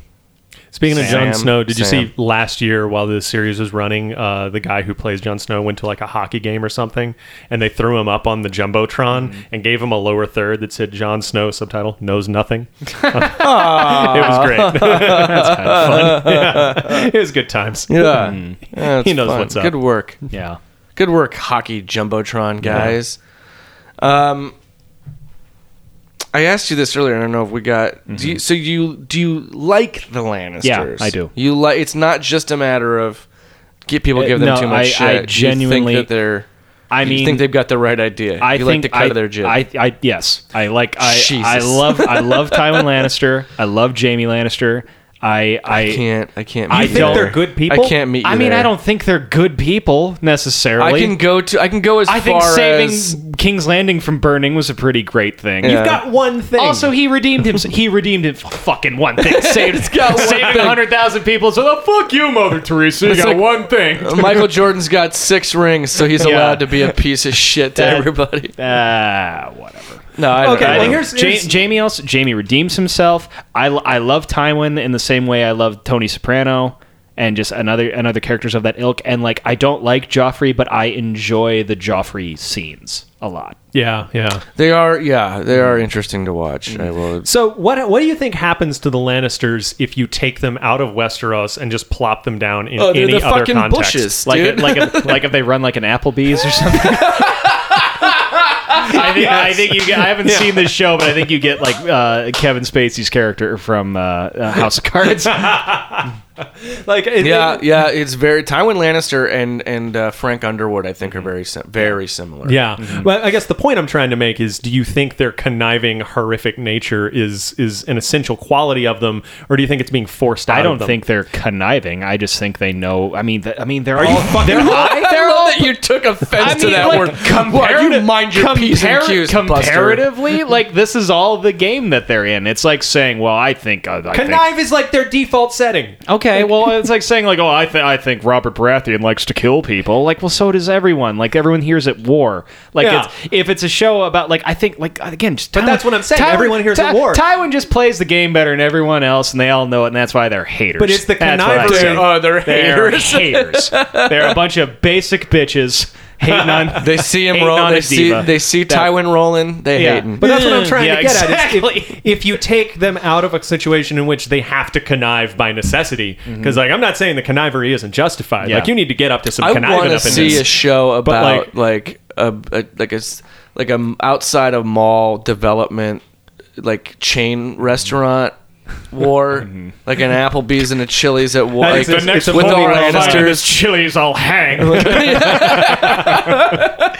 S2: Speaking of
S1: Sam-
S2: Jon Snow, did you
S1: Sam.
S2: see last year while the series was running, uh, the guy who plays Jon Snow went to like a hockey game or something, and they threw him up on the jumbotron
S1: Mm-hmm.
S2: and gave him a lower third that said Jon Snow subtitle knows nothing. it was great. Yeah. It was good times.
S1: Yeah,
S3: Mm-hmm.
S1: Yeah, it's
S2: He knows what's up.
S1: Good work.
S3: yeah.
S1: Good work, hockey jumbotron guys. Um, I asked you this earlier. I don't know if we got. Do you, so you do you like the Lannisters?
S3: Mm-hmm. I do. Uh,
S1: You like? It's not just a matter of get people give them
S3: no,
S1: too much
S3: I- I
S1: shit. You think
S3: genuinely-
S1: that they're.
S3: I
S1: you
S3: mean,
S1: think they've got the right idea.
S3: I
S1: you like
S3: think
S1: the cut
S3: I,
S1: of their jib.
S3: I, I, yes, I like. I, I
S1: Jesus.
S3: love. I love Tywin Lannister. I love Jamie Lannister. I I,
S1: I can't. I can't. meet
S3: I
S2: You
S1: you
S2: think
S1: there.
S2: they're good people?
S1: I can't meet. You
S3: I mean,
S1: there.
S3: I don't think they're good people necessarily.
S1: I can go to. I can go as
S3: I think
S1: far
S3: saving
S1: as.
S3: King's Landing from burning was a pretty great thing.
S1: Yeah.
S2: You've got one thing.
S3: Also, he redeemed himself. He redeemed him. Fucking one thing. Saved,
S1: got one
S3: saving
S1: thing.
S3: 100,000 people. So, the fuck you, Mother Teresa. You
S1: It's like-
S3: got one thing.
S1: Michael Jordan's got six rings, so he's
S3: Yeah.
S1: allowed to be a piece of shit to
S3: That-
S1: everybody.
S3: Ah, whatever.
S1: No, I don't
S2: Okay,
S1: I
S2: well,
S1: don't.
S2: here's-
S3: Ja- Jamie also Jamie redeems himself. I, I love Tywin in the same way I love Tony Soprano and just another and other characters of that ilk. And like I don't like Joffrey, but I enjoy the Joffrey scenes a lot.
S2: yeah, yeah.
S1: they are. Yeah, they are interesting to watch. I will.
S3: Mm.
S2: So what what do you think happens to the Lannisters if you take them out of Westeros and just plop them down in
S1: Oh, they're
S2: any
S1: the
S2: other
S1: fucking
S2: context?
S1: bushes.
S3: Like
S1: Dude.
S3: it, like it, like if they run like an Applebee's or something. I think I think you get, I haven't seen this show, but I think you get like uh, Kevin Spacey's character from uh, uh, House of Cards.
S2: Like it-
S1: Yeah,
S2: it-
S1: yeah. It's very Tywin Lannister and and uh, Frank Underwood. I think are
S3: Mm-hmm.
S1: very sim- very similar.
S2: yeah. Well, I guess the point I'm trying to make is: Do you think their conniving, horrific nature is is an essential quality of them, or do you think it's being forced out?
S3: I
S2: of
S3: don't
S2: them?
S3: think they're conniving. I just think they know. I mean, th- I mean, they're all
S1: I
S3: they're all-
S1: love
S3: they're all
S1: that you took offense
S3: I
S1: to
S3: mean,
S1: that
S3: like,
S1: word.
S3: compara-
S1: Why you mind your P's and
S3: compara-
S1: Q's, Buster?
S3: comparatively, like this is all the game that they're in. It's like saying, "Well, I think uh, I think
S2: connive is like their default setting.
S3: Okay, well, it's like saying like, oh, I, th- I think Robert Baratheon likes to kill people. Like, well, so does everyone. Like, everyone hears at war. Like,
S2: Yeah.
S3: it's, if it's a show about like, I think like again, just but
S2: that's what I'm saying. Everyone hears at war.
S3: Tywin just plays the game better than everyone else, and they all know it, and that's why they're haters.
S2: But it's the
S3: That's what I
S2: connivers.
S3: say.
S1: Oh, they're
S3: They're
S1: haters.
S3: haters. they're a bunch of basic bitches hating on.
S1: They see him
S3: Hating
S1: roll.
S3: on
S1: They
S3: a
S1: see
S3: diva.
S1: they see
S3: That-
S1: Tywin rolling. They
S3: Yeah.
S1: hate him.
S2: But that's what I'm trying
S3: Yeah,
S2: to get at. Is
S3: exactly.
S2: if, if you take them out of a situation in which they have to connive by necessity, because like I'm not saying the connivery isn't justified.
S3: Mm-hmm. Yeah.
S2: Like you need to get up to some
S1: I want
S2: conniving
S1: to
S2: up in
S1: see
S2: this.
S1: a show about
S2: like-
S1: like a, a like a s- like a m- outside of mall development like chain restaurant war like an Applebee's and a Chili's at war
S2: Mm-hmm. That is
S1: like,
S2: the next
S1: with
S2: movie
S1: all
S2: where I find
S1: Lannisters.
S3: Chili's, I'll hang.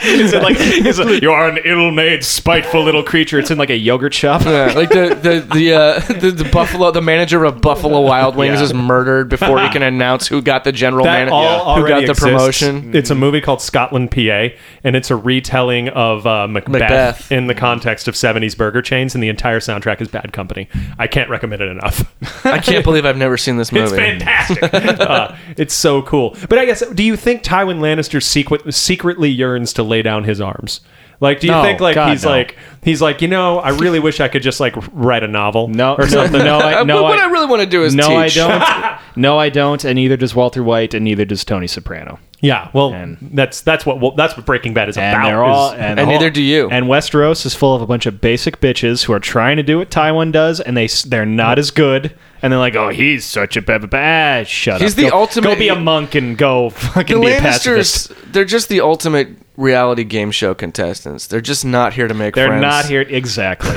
S3: It's in, like, it's a- you are an ill-made, spiteful little creature. It's in like a yogurt shop.
S1: Yeah, like the the the, uh, the the Buffalo the manager of Buffalo Wild Wings
S3: Yeah.
S1: is murdered before he can announce who got the general
S2: that
S1: manager
S2: all
S1: who
S2: already
S1: got the
S2: exists.
S1: promotion.
S2: It's a movie called Scotland, PA, and it's a retelling of uh, Macbeth,
S1: Macbeth.
S2: in the context of '70s burger chains, and the entire soundtrack is Bad Company. I can't recommend it enough.
S1: I can't believe I've never seen this
S2: It's
S1: movie.
S2: fantastic. Uh, it's so cool. But I guess, do you think Tywin Lannister secret, secretly yearns to lay down his arms? Like, do you
S3: No,
S2: think like
S3: God,
S2: he's
S3: no.
S2: like he's like you know I really wish I could just like write a novel
S3: No,
S2: or
S3: no,
S2: something
S3: no, I,
S1: Uh,
S3: no,
S1: but what
S3: I,
S1: I, really want to do is
S3: no,
S1: teach.
S3: I don't. No, I don't. And neither does Walter White, and neither does Tony Soprano.
S2: yeah well
S3: And-
S2: that's that's what well, that's what Breaking Bad is
S3: And
S2: about
S3: they're all,
S2: is-
S3: and,
S1: And
S3: the
S1: neither
S3: whole-
S1: do you.
S3: And Westeros is full of a bunch of basic bitches who are trying to do what Tywin does, and they s- they're not as good. And they're like, oh, he's such a bad. Ah, shut
S1: He's
S3: up.
S1: the
S3: Go-
S1: ultimate- e-
S3: Go be a monk and go
S1: the
S3: fucking be a pacifist.
S1: Lannisters, they're just the ultimate reality game show contestants. They're just not here to make
S3: They're
S1: friends.
S3: not here exactly.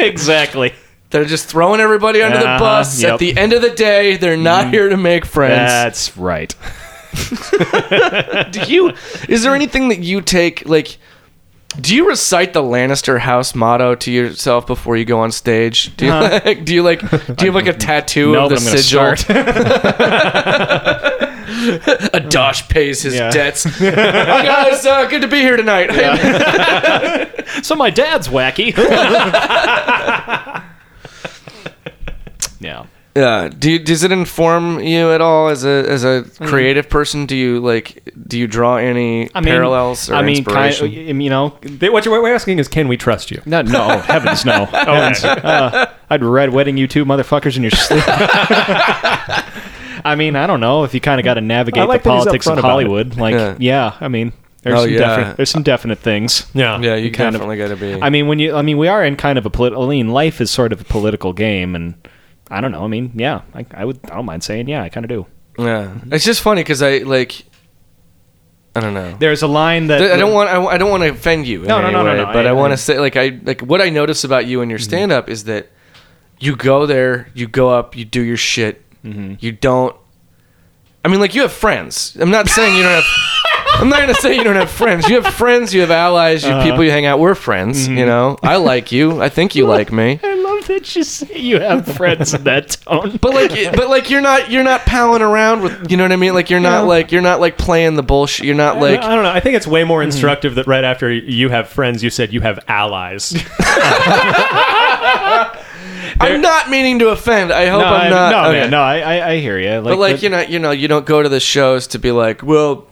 S3: exactly.
S1: They're just throwing everybody under the
S3: Uh-huh,
S1: bus. At
S3: yep. Mm.
S1: the end of the day, they're not here to make friends.
S3: That's right.
S1: do you? Is there anything that you take like? Do you recite the Lannister house motto to yourself before you go on stage? Do you
S3: Uh-huh.
S1: like? Do you like? Do you have like a tattoo
S3: No,
S1: of the
S3: but I'm gonna
S1: sigil?
S3: start.
S1: A Dosh pays his
S3: Yeah.
S1: debts. Hey, guys, uh, good to be here tonight.
S3: so my dad's wacky. yeah.
S1: Yeah. Do you, does it inform you at all as a as a creative person? Do you like do you draw any parallels or
S3: I mean, kind
S1: inspiration?
S3: you know,
S2: They- what you're what we're asking is can we trust you
S3: no, no, heavens, no.
S2: Oh,
S3: Heavens. Uh, I'd red wedding you two motherfuckers in your sleep. I mean, I don't know if you kind of got to
S2: I
S3: navigate
S2: like
S3: the
S2: that he's
S3: politics
S2: upfront
S3: of
S2: about
S3: Hollywood. Like,
S1: Yeah.
S3: yeah. I mean, there's
S1: Oh,
S3: some
S1: yeah.
S3: definite, there's some definite things.
S2: yeah
S1: yeah, you,
S3: kind of-
S1: definitely got to be.
S3: I mean, when you, I mean, we are in kind of a political. I mean, life is sort of a political game, and I don't know. I mean, yeah, I, I would, I don't mind saying, yeah, I kind of do.
S1: yeah, it's just funny because I like. I don't know.
S3: There's a line that
S1: I don't want. I, I don't want to offend you. In
S3: No, no,
S1: any
S3: no, no,
S1: way,
S3: no.
S1: But I,
S3: I-
S1: want
S3: I- Mm-hmm.
S1: to say, like, I like what I notice about you and your stand up is that you go there, you go up, you do your shit.
S3: Mm-hmm.
S1: You don't. I mean, like, you have friends. I'm not saying you don't have. I'm not gonna say you don't have friends. You have
S3: Uh-huh. Mm-hmm.
S1: friends. You have allies. You have people you hang out. We're friends. You know. I like you. I think you like me.
S3: I love that you say you have friends in that tone.
S1: But like, it- but like, you're not you're not palling around with, you know what I mean? Like, you're not like you're not like playing the bullshit. You're not like,
S2: I don't know. I think it's way more instructive that right after you have friends, you said you have allies.
S1: I'm not meaning to offend. I hope
S3: no,
S1: I'm
S3: I-
S1: not.
S3: no,
S1: uh, okay.
S3: man, no, I, I, I hear you. Like,
S1: But like,
S3: the-
S1: you know, you know, you don't go to the shows to be like, well,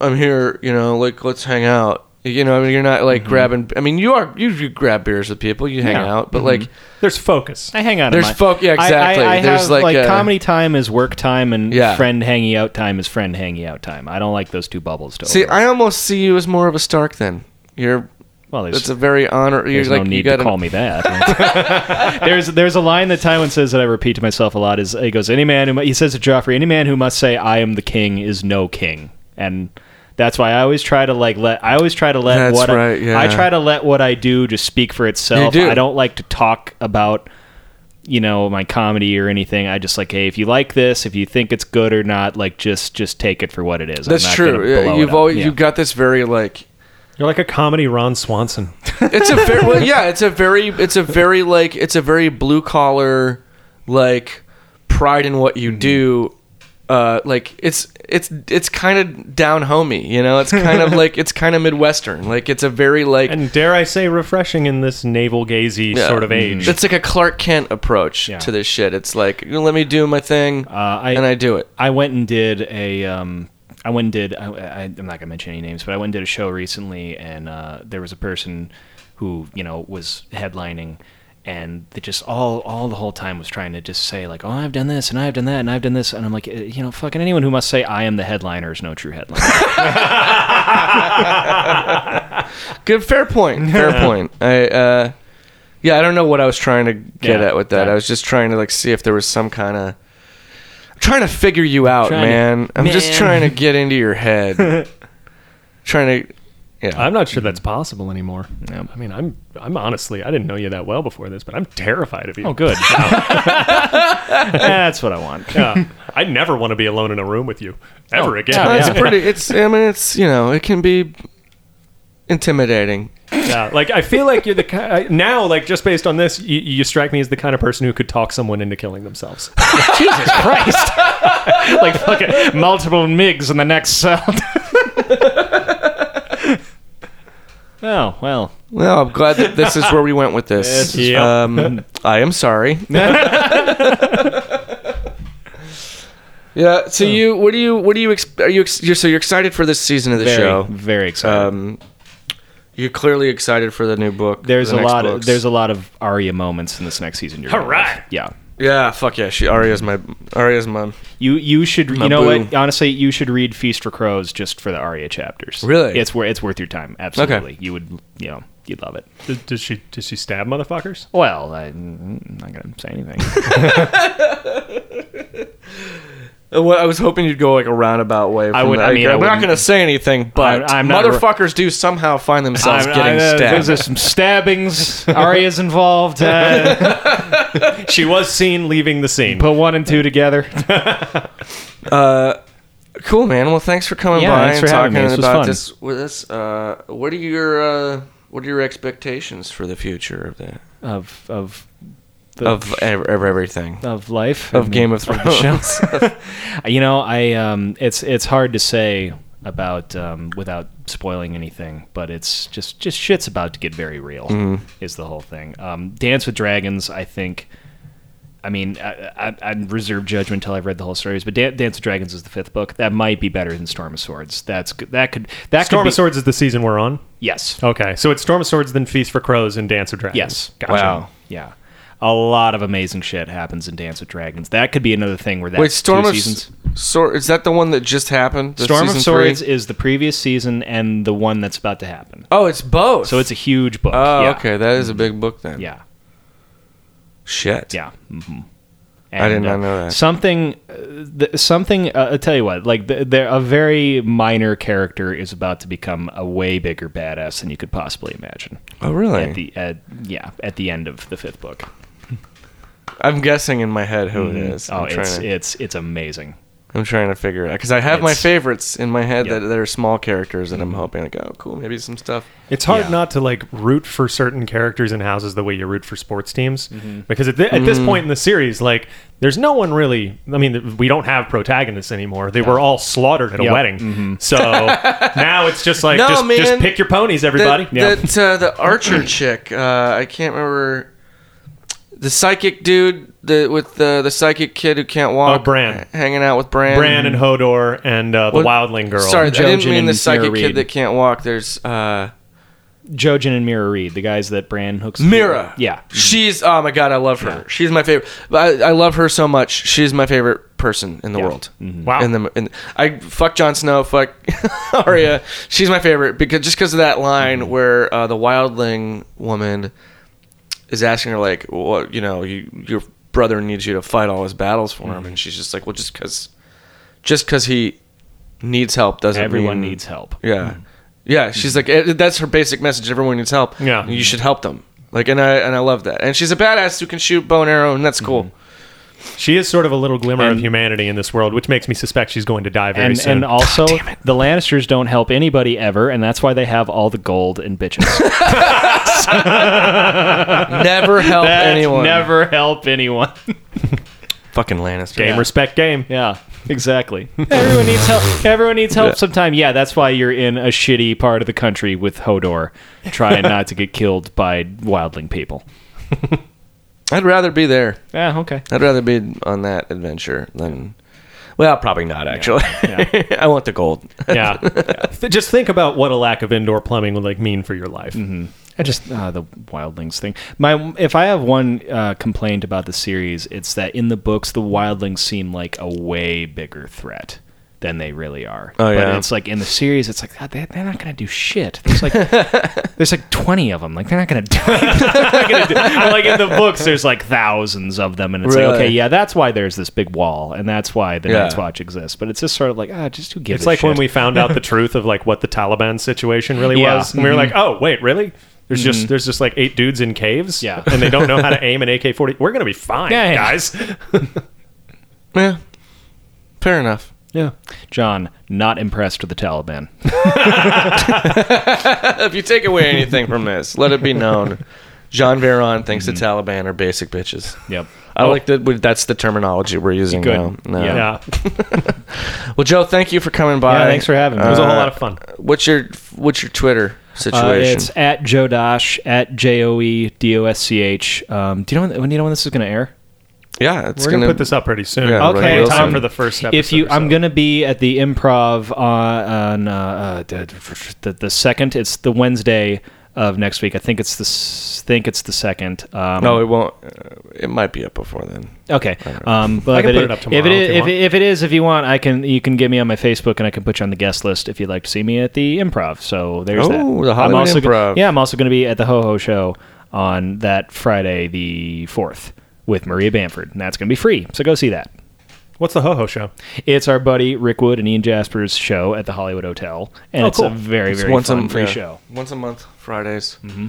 S1: I'm here, you know, like let's hang out. You know, I mean, you're not like grabbing. I mean, you are. You, you grab beers with people. You hang
S3: Mm-hmm. Yeah. Mm-hmm.
S1: out, but like,
S2: There's focus.
S3: I hang out.
S1: There's
S3: on my,
S1: folk- yeah,
S3: I- I-
S1: exactly.
S3: I,
S1: There's
S3: have,
S1: like
S3: like,
S1: a-
S3: comedy time is work time, and
S1: Yeah.
S3: friend hanging out time is friend hanging out time. I don't like those two bubbles. To
S1: see,
S3: overlap.
S1: I almost see you as more of a Stark. Then you're.
S3: well, there's,
S1: That's a very honor. You're
S3: there's
S1: like
S3: no
S1: you
S3: need
S1: got
S3: to call me that. there's there's a line that Tywin says that I repeat to myself a lot. Is he goes any man who mu- he says to Joffrey, any man who must say I am the king is no king, and that's why I always try to like let I always try to let
S1: That's
S3: what I-
S1: right, yeah.
S3: I try to let what I do just speak for itself.
S1: You do.
S3: I don't like to talk about you know my comedy or anything i just like hey if you like this if you think it's good or not like just just take it for what it is I'm
S1: That's
S3: not
S1: true.
S3: gonna
S1: Yeah,
S3: blow it
S1: You've
S3: up.
S1: always
S3: Yeah.
S1: you've got this very like.
S2: You're like a comedy Ron Swanson.
S1: It's a very well, yeah. It's a very it's a very like it's a very blue collar like pride in what you
S2: Mm-hmm.
S1: do. Uh, like it's it's it's kind of down homey, you know. It's kind of like it's kind of midwestern. Like it's a very like
S2: And dare I say, refreshing in this navel gazy
S1: yeah. Mm-hmm.
S2: sort of age.
S1: It's like a Clark Kent approach
S3: Yeah.
S1: to this shit. It's like you know, let me do my thing,
S3: Uh, I-
S1: and I do it.
S3: I went and did a. Um, I went and did. I, I, I'm not gonna mention any names, but I went and did a show recently, and uh, there was a person who you know was headlining, and they just all all the whole time was trying to just say like, "Oh, I've done this, and I've done that, and I've done this," and I'm like, eh, you know, fucking anyone who must say I am the headliner is no true headliner.
S1: Good, fair point. Fair point. I uh, yeah, I don't know what I was trying to get
S3: Yeah,
S1: at with that.
S3: yeah.
S1: I was just trying to like see if there was some kind of trying to figure you out,
S3: Trying to-
S1: man. I'm just
S3: Man.
S1: trying to get into your head. trying to yeah.
S3: Uh,
S2: I'm not sure that's possible anymore.
S3: Nope.
S2: I mean, I'm I'm honestly, I didn't know you that well before this, but I'm terrified of you.
S3: oh, good. That's what I want.
S2: Yeah. I never want to be alone in a room with you ever
S3: Oh,
S2: again.
S3: yeah,
S1: That's
S2: Yeah.
S1: pretty it's I mean it's, you know, it can be intimidating.
S2: Yeah, like I feel like you're the ki- I- now, like just based on this, you, you strike me as the kind of person who could talk someone into killing themselves.
S3: Jesus Christ! like fucking multiple MIGs in the next cell. oh well.
S1: Well, I'm glad that this is where we went with this.
S2: Yes. Yep.
S1: Um, I am sorry. yeah. So you, what do you, what do you, ex- are you, ex- you're, so you're excited for this season of the
S3: very,
S1: show?
S3: Very excited.
S1: Um, you're clearly excited for the new book.
S3: there's
S1: the
S3: a
S1: next
S3: lot of
S1: books.
S3: there's a lot of Arya moments in this next season. You're gonna
S2: Hurrah!
S3: love. Yeah.
S1: yeah. Fuck yeah. She Arya's my Arya's mom.
S3: You you should
S1: My
S3: you know
S1: boo.
S3: what honestly you should read Feast for Crows just for the Arya chapters.
S1: Really?
S3: It's worth it's worth your time. Absolutely. You would you know you'd love it.
S2: does, does she does she stab motherfuckers?
S3: Well, I, I'm not gonna say anything.
S1: Uh, Well, I was hoping you'd go like a roundabout way. From
S3: would-
S1: that.
S3: I mean, I
S1: am not
S3: wouldn't-
S1: going to say anything, but
S3: I'm not-
S1: motherfuckers do somehow find themselves
S3: I'm-
S1: getting
S3: I- uh,
S1: stabbed.
S3: There's some stabbings. Arya's involved. Uh,
S2: She was seen leaving the scene.
S3: put one and two together.
S1: Cool, man. Well, thanks for coming
S3: Yeah,
S1: by
S3: thanks
S1: and
S3: for
S1: talking
S3: having me. This was
S1: about
S3: fun.
S1: this with us. Uh, what are your uh, What are your expectations for the future of the
S3: of of the,
S1: of ev- of everything
S3: of life
S1: of
S3: and
S1: Game of
S3: the
S1: Thrones?
S3: shows. you know, I um, it's it's hard to say about um, without spoiling anything, but it's just just shit's about to get very real.
S1: Mm-hmm.
S3: Is the whole thing? Um, Dance with Dragons, I think. I mean, I, I, I reserve judgment until I've read the whole series. But Dan- Dance with Dragons is the fifth book. That might be better than Storm of Swords. That's good. that could that could
S2: Storm
S3: be,
S2: of Swords is the season we're on.
S3: Yes,
S2: Okay, so it's Storm of Swords, then Feast for Crows, and Dance of Dragons.
S3: Yes.
S2: Gotcha.
S1: Wow.
S3: yeah. A lot of amazing shit happens in Dance with Dragons. That could be another thing where that's
S1: Wait, Storm
S3: two
S1: of
S3: seasons.
S1: Sword is that the one that just happened? The
S3: Storm of
S1: season
S3: Swords
S1: three?
S3: is the previous season and the one that's about to happen.
S1: Oh, it's both.
S3: So it's a huge book.
S1: oh,
S3: yeah.
S1: okay. That is a big book then.
S3: Yeah,
S1: Shit.
S3: yeah. hmm
S1: I did not know that.
S3: Something, uh, th- something. Uh, I tell you what, like th- there, a very minor character is about to become a way bigger badass than you could possibly imagine.
S1: Oh, really?
S3: At the, at, yeah, at the end of the fifth book.
S1: I'm guessing in my head who it is.
S3: Oh,
S1: I'm trying
S3: it's
S1: to-
S3: it's it's amazing.
S1: I'm trying to figure it out because I have my
S3: It's-
S1: favorites in my head
S3: Yeah. Mm-hmm.
S1: that, that are small characters, and I'm hoping like, oh, cool, maybe some stuff.
S2: It's hard
S3: Yeah.
S2: not to like root for certain characters and houses the way you root for sports teams because at, thi- at
S1: Mm.
S2: this point in the series, like there's no one really. I mean, we don't have protagonists anymore. They were all slaughtered at
S3: Yep.
S2: a wedding, so now it's just like
S1: No,
S2: just, just
S1: man.
S2: pick your ponies, everybody.
S1: That, that, uh, the archer chick, uh, I can't remember. The psychic dude the, with the the psychic kid who can't walk.
S2: Oh, Bran.
S1: Hanging out with Bran.
S2: Bran and Hodor and uh, the
S1: What-
S2: Wildling girl.
S1: Sorry, I didn't mean
S3: Jojen
S1: the
S3: and Mira
S1: psychic
S3: Reed.
S1: kid that can't walk. There's uh,
S3: Jojen and Mira Reed, the guys that Bran hooks.
S1: Mira.
S3: Yeah.
S1: She's, oh my God, I love her. She's my favorite. But I, I love her so much. She's my favorite person in the world.
S3: Mm-hmm.
S2: Wow.
S1: In the, in, I fuck Jon Snow, fuck Arya. She's my favorite because just because of that line
S3: Mm-hmm.
S1: where uh, the wildling woman is asking her like, "What you know, you, your brother needs you to fight all his battles for
S3: Mm-hmm.
S1: him," and she's just like, "Well, just because, just because he needs help doesn't
S3: Everyone
S1: mean-
S3: needs help.
S1: Yeah, yeah. She's like, eh, that's her basic message. Everyone needs help.
S2: Yeah.
S1: you should help them. Like, and I and I love that. And she's a badass who can shoot bow and arrow, and that's
S3: Hmm.
S1: cool.
S2: she is sort of a little glimmer of
S3: And-
S2: humanity in this world, which makes me suspect she's going to die very
S3: And,
S2: soon.
S3: and also, the Lannisters don't help anybody ever, and that's why they have all the gold and bitches.
S1: Never help anyone.
S3: Never help anyone.
S1: fucking Lannister.
S2: game respect game.
S3: Yeah, exactly. Everyone needs help. Everyone needs help
S1: Yeah.
S3: sometime. Yeah, that's why you're in a shitty part of the country with Hodor, trying not to get killed by wildling people.
S1: I'd rather be there.
S3: Yeah, okay.
S1: I'd rather be on that adventure than. Well, probably not actually. I want the gold.
S2: Yeah. Th- Just think about what a lack of indoor plumbing would like mean for your life.
S3: I just uh, the wildlings thing. My if I have one uh, complaint about the series, it's that in the books the wildlings seem like a way bigger threat than they really are.
S1: Oh,
S3: But
S1: yeah.
S3: it's like in the series, it's like God, they, they're not gonna do shit. There's like there's like twenty of them. Like they're not gonna do. they're not gonna do like in the books, there's like thousands of them, and it's
S1: Really?
S3: like okay, yeah, that's why there's this big wall, and that's why the
S1: Yeah.
S3: Night's Watch exists. But it's just sort of like ah, just who gives.
S2: It's
S3: a
S2: like when
S3: shit?
S2: we found out the truth of like what the Taliban situation really
S3: Yeah.
S2: was, and we were like, "Oh, wait, really? There's just there's just like eight dudes in caves,
S3: Yeah.
S2: and they don't know how to aim an AK-40. We're gonna be fine,
S3: Yeah, yeah.
S2: guys."
S1: Yeah. Fair enough.
S2: Yeah,
S3: John not impressed with the Taliban.
S1: If you take away anything from this, let it be known. John Veron thinks
S3: Hmm.
S1: the Taliban are basic bitches.
S3: Yep.
S1: I like that. we- That's the terminology we're using
S3: Oh. Good.
S1: now. No.
S3: Yeah.
S2: yeah.
S1: Well, Joe, thank you for coming by.
S3: Yeah, thanks for having me.
S2: It was a whole
S1: Uh,
S2: lot of fun.
S1: What's your What's your Twitter
S3: Uh,
S1: situation?
S3: it's at Joe Dosh at J O E D O S C H. Um, do you know when, when do you know when this is going to air?
S1: yeah, it's
S2: We're gonna, put this up pretty soon.
S1: Yeah, Okay,
S2: okay.
S1: right.
S2: Time
S1: Wilson.
S2: for the first episode.
S3: if you,
S2: or
S3: I'm
S2: so.
S3: going to be at the Improv on, on uh, uh, the, the the second. It's the Wednesday of next week. I think it's the s- think it's the second. Um,
S1: No, it won't. Uh, it might be up before then.
S3: Okay. Um, but
S2: I can
S3: if
S2: put it up tomorrow
S3: If it is,
S2: if you
S3: if,
S2: want.
S3: it- if it is, if you want, I can. You can get me on my Facebook, and I can put you on the guest list if you'd like to see me at the Improv. So there's that.
S1: Oh, the
S3: I'm
S1: Hollywood
S3: also go-
S1: Improv.
S3: yeah, I'm also going to be at the Ho Ho Show on that Friday, the fourth, with Maria Bamford, and that's going to be free. So go see that.
S2: what's the ho ho show?
S3: It's our buddy Rick Wood and Ian Jasper's show at the Hollywood Hotel, and
S2: Oh,
S3: it's
S2: cool.
S3: a very
S1: It's
S3: very
S1: once
S3: fun
S1: a
S3: free
S1: yeah,
S3: show.
S1: Once a month, Fridays. Mm-hmm.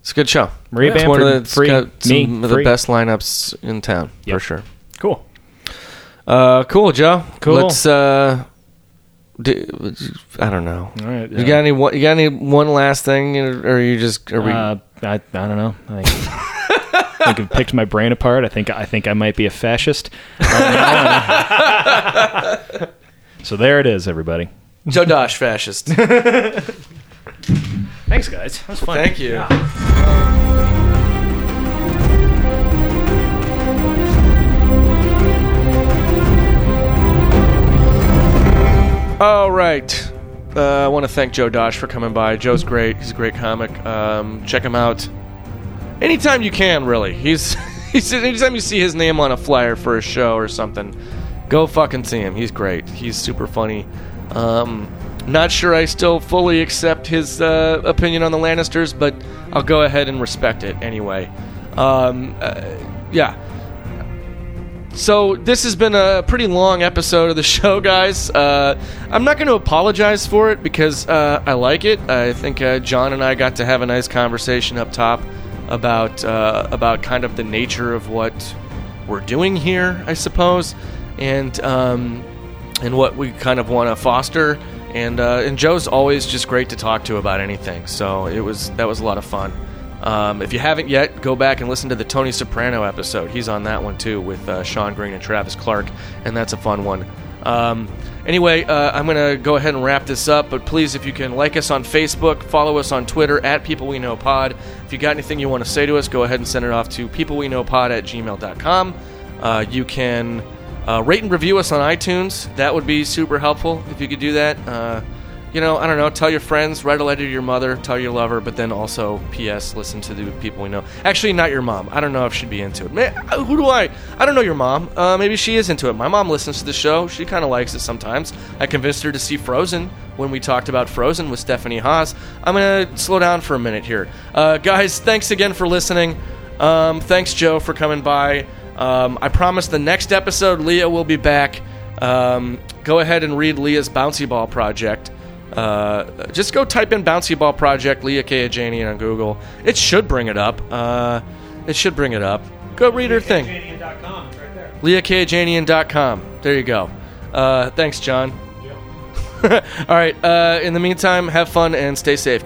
S1: It's a good show.
S3: Maria
S1: it's one of the,
S3: Bamford,
S1: it's
S3: free.
S1: got
S3: Me,
S1: some of
S3: free.
S1: the best lineups in town for
S3: Yep.
S1: sure.
S2: Cool.
S1: Uh, cool, Joe.
S3: Cool.
S1: Let's. Uh, do, I don't know.
S3: All right,
S1: You
S3: yeah.
S1: got any? one- You got any one last thing, or are you just? Are we,
S3: Uh, I, I don't know. I think, I think I've picked my brain apart. I think I think I might be a fascist. Um, so there it is, everybody.
S1: Joe Dosh, fascist.
S3: Thanks, guys. That was fun.
S1: Thank you. All right. Uh, I want to thank Joe Dosh for coming by. Joe's great. He's a great comic. Um, check him out anytime you can. Really, he's, he's anytime you see his name on a flyer for a show or something, go fucking see him. He's great. He's super funny. Um, not sure I still fully accept his uh, opinion on the Lannisters, but I'll go ahead and respect it anyway. Um, uh, yeah. So this has been a pretty long episode of the show, guys. Uh, I'm not going to apologize for it because uh, I like it. I think uh, John and I got to have a nice conversation up top about uh, about kind of the nature of what we're doing here, I suppose, and um, and what we kind of want to foster. And uh, and Joe's always just great to talk to about anything. So it was that was a lot of fun. Um, if you haven't yet, go back and listen to the Tony Soprano episode. He's on that one too with uh, Sean Green and Travis Clark, and that's a fun one. Um, anyway, uh, I'm going to go ahead and wrap this up, but please, if you can like us on Facebook, follow us on Twitter at People We Know Pod. If you got anything you want to say to us, go ahead and send it off to peopleweknowpod at gmail.com. Uh, you can uh, rate and review us on iTunes. That would be super helpful if you could do that. Uh, you know, I don't know. Tell your friends, write a letter to your mother, tell your lover, but then also, P.S. Listen to the people we know. Actually, not your mom. I don't know if she'd be into it. Man, who do I? I don't know your mom. Uh, maybe she is into it. My mom listens to the show. She kind of likes it sometimes. I convinced her to see Frozen when we talked about Frozen with Stephanie Haas. I'm gonna slow down for a minute here, uh, guys. Thanks again for listening. Um, thanks, Joe, for coming by. Um, I promise the next episode, Leah will be back. Um, go ahead and read Leah's Bouncy Ball Project. Uh, just go type in Bouncy Ball Project, Leah Kajanian E, on Google. It should bring it up. Uh, it should bring it up. Go read her thing. E, LeahKajanian.com. There you go. Uh, thanks, John. All right. Uh, in the meantime, have fun and stay safe.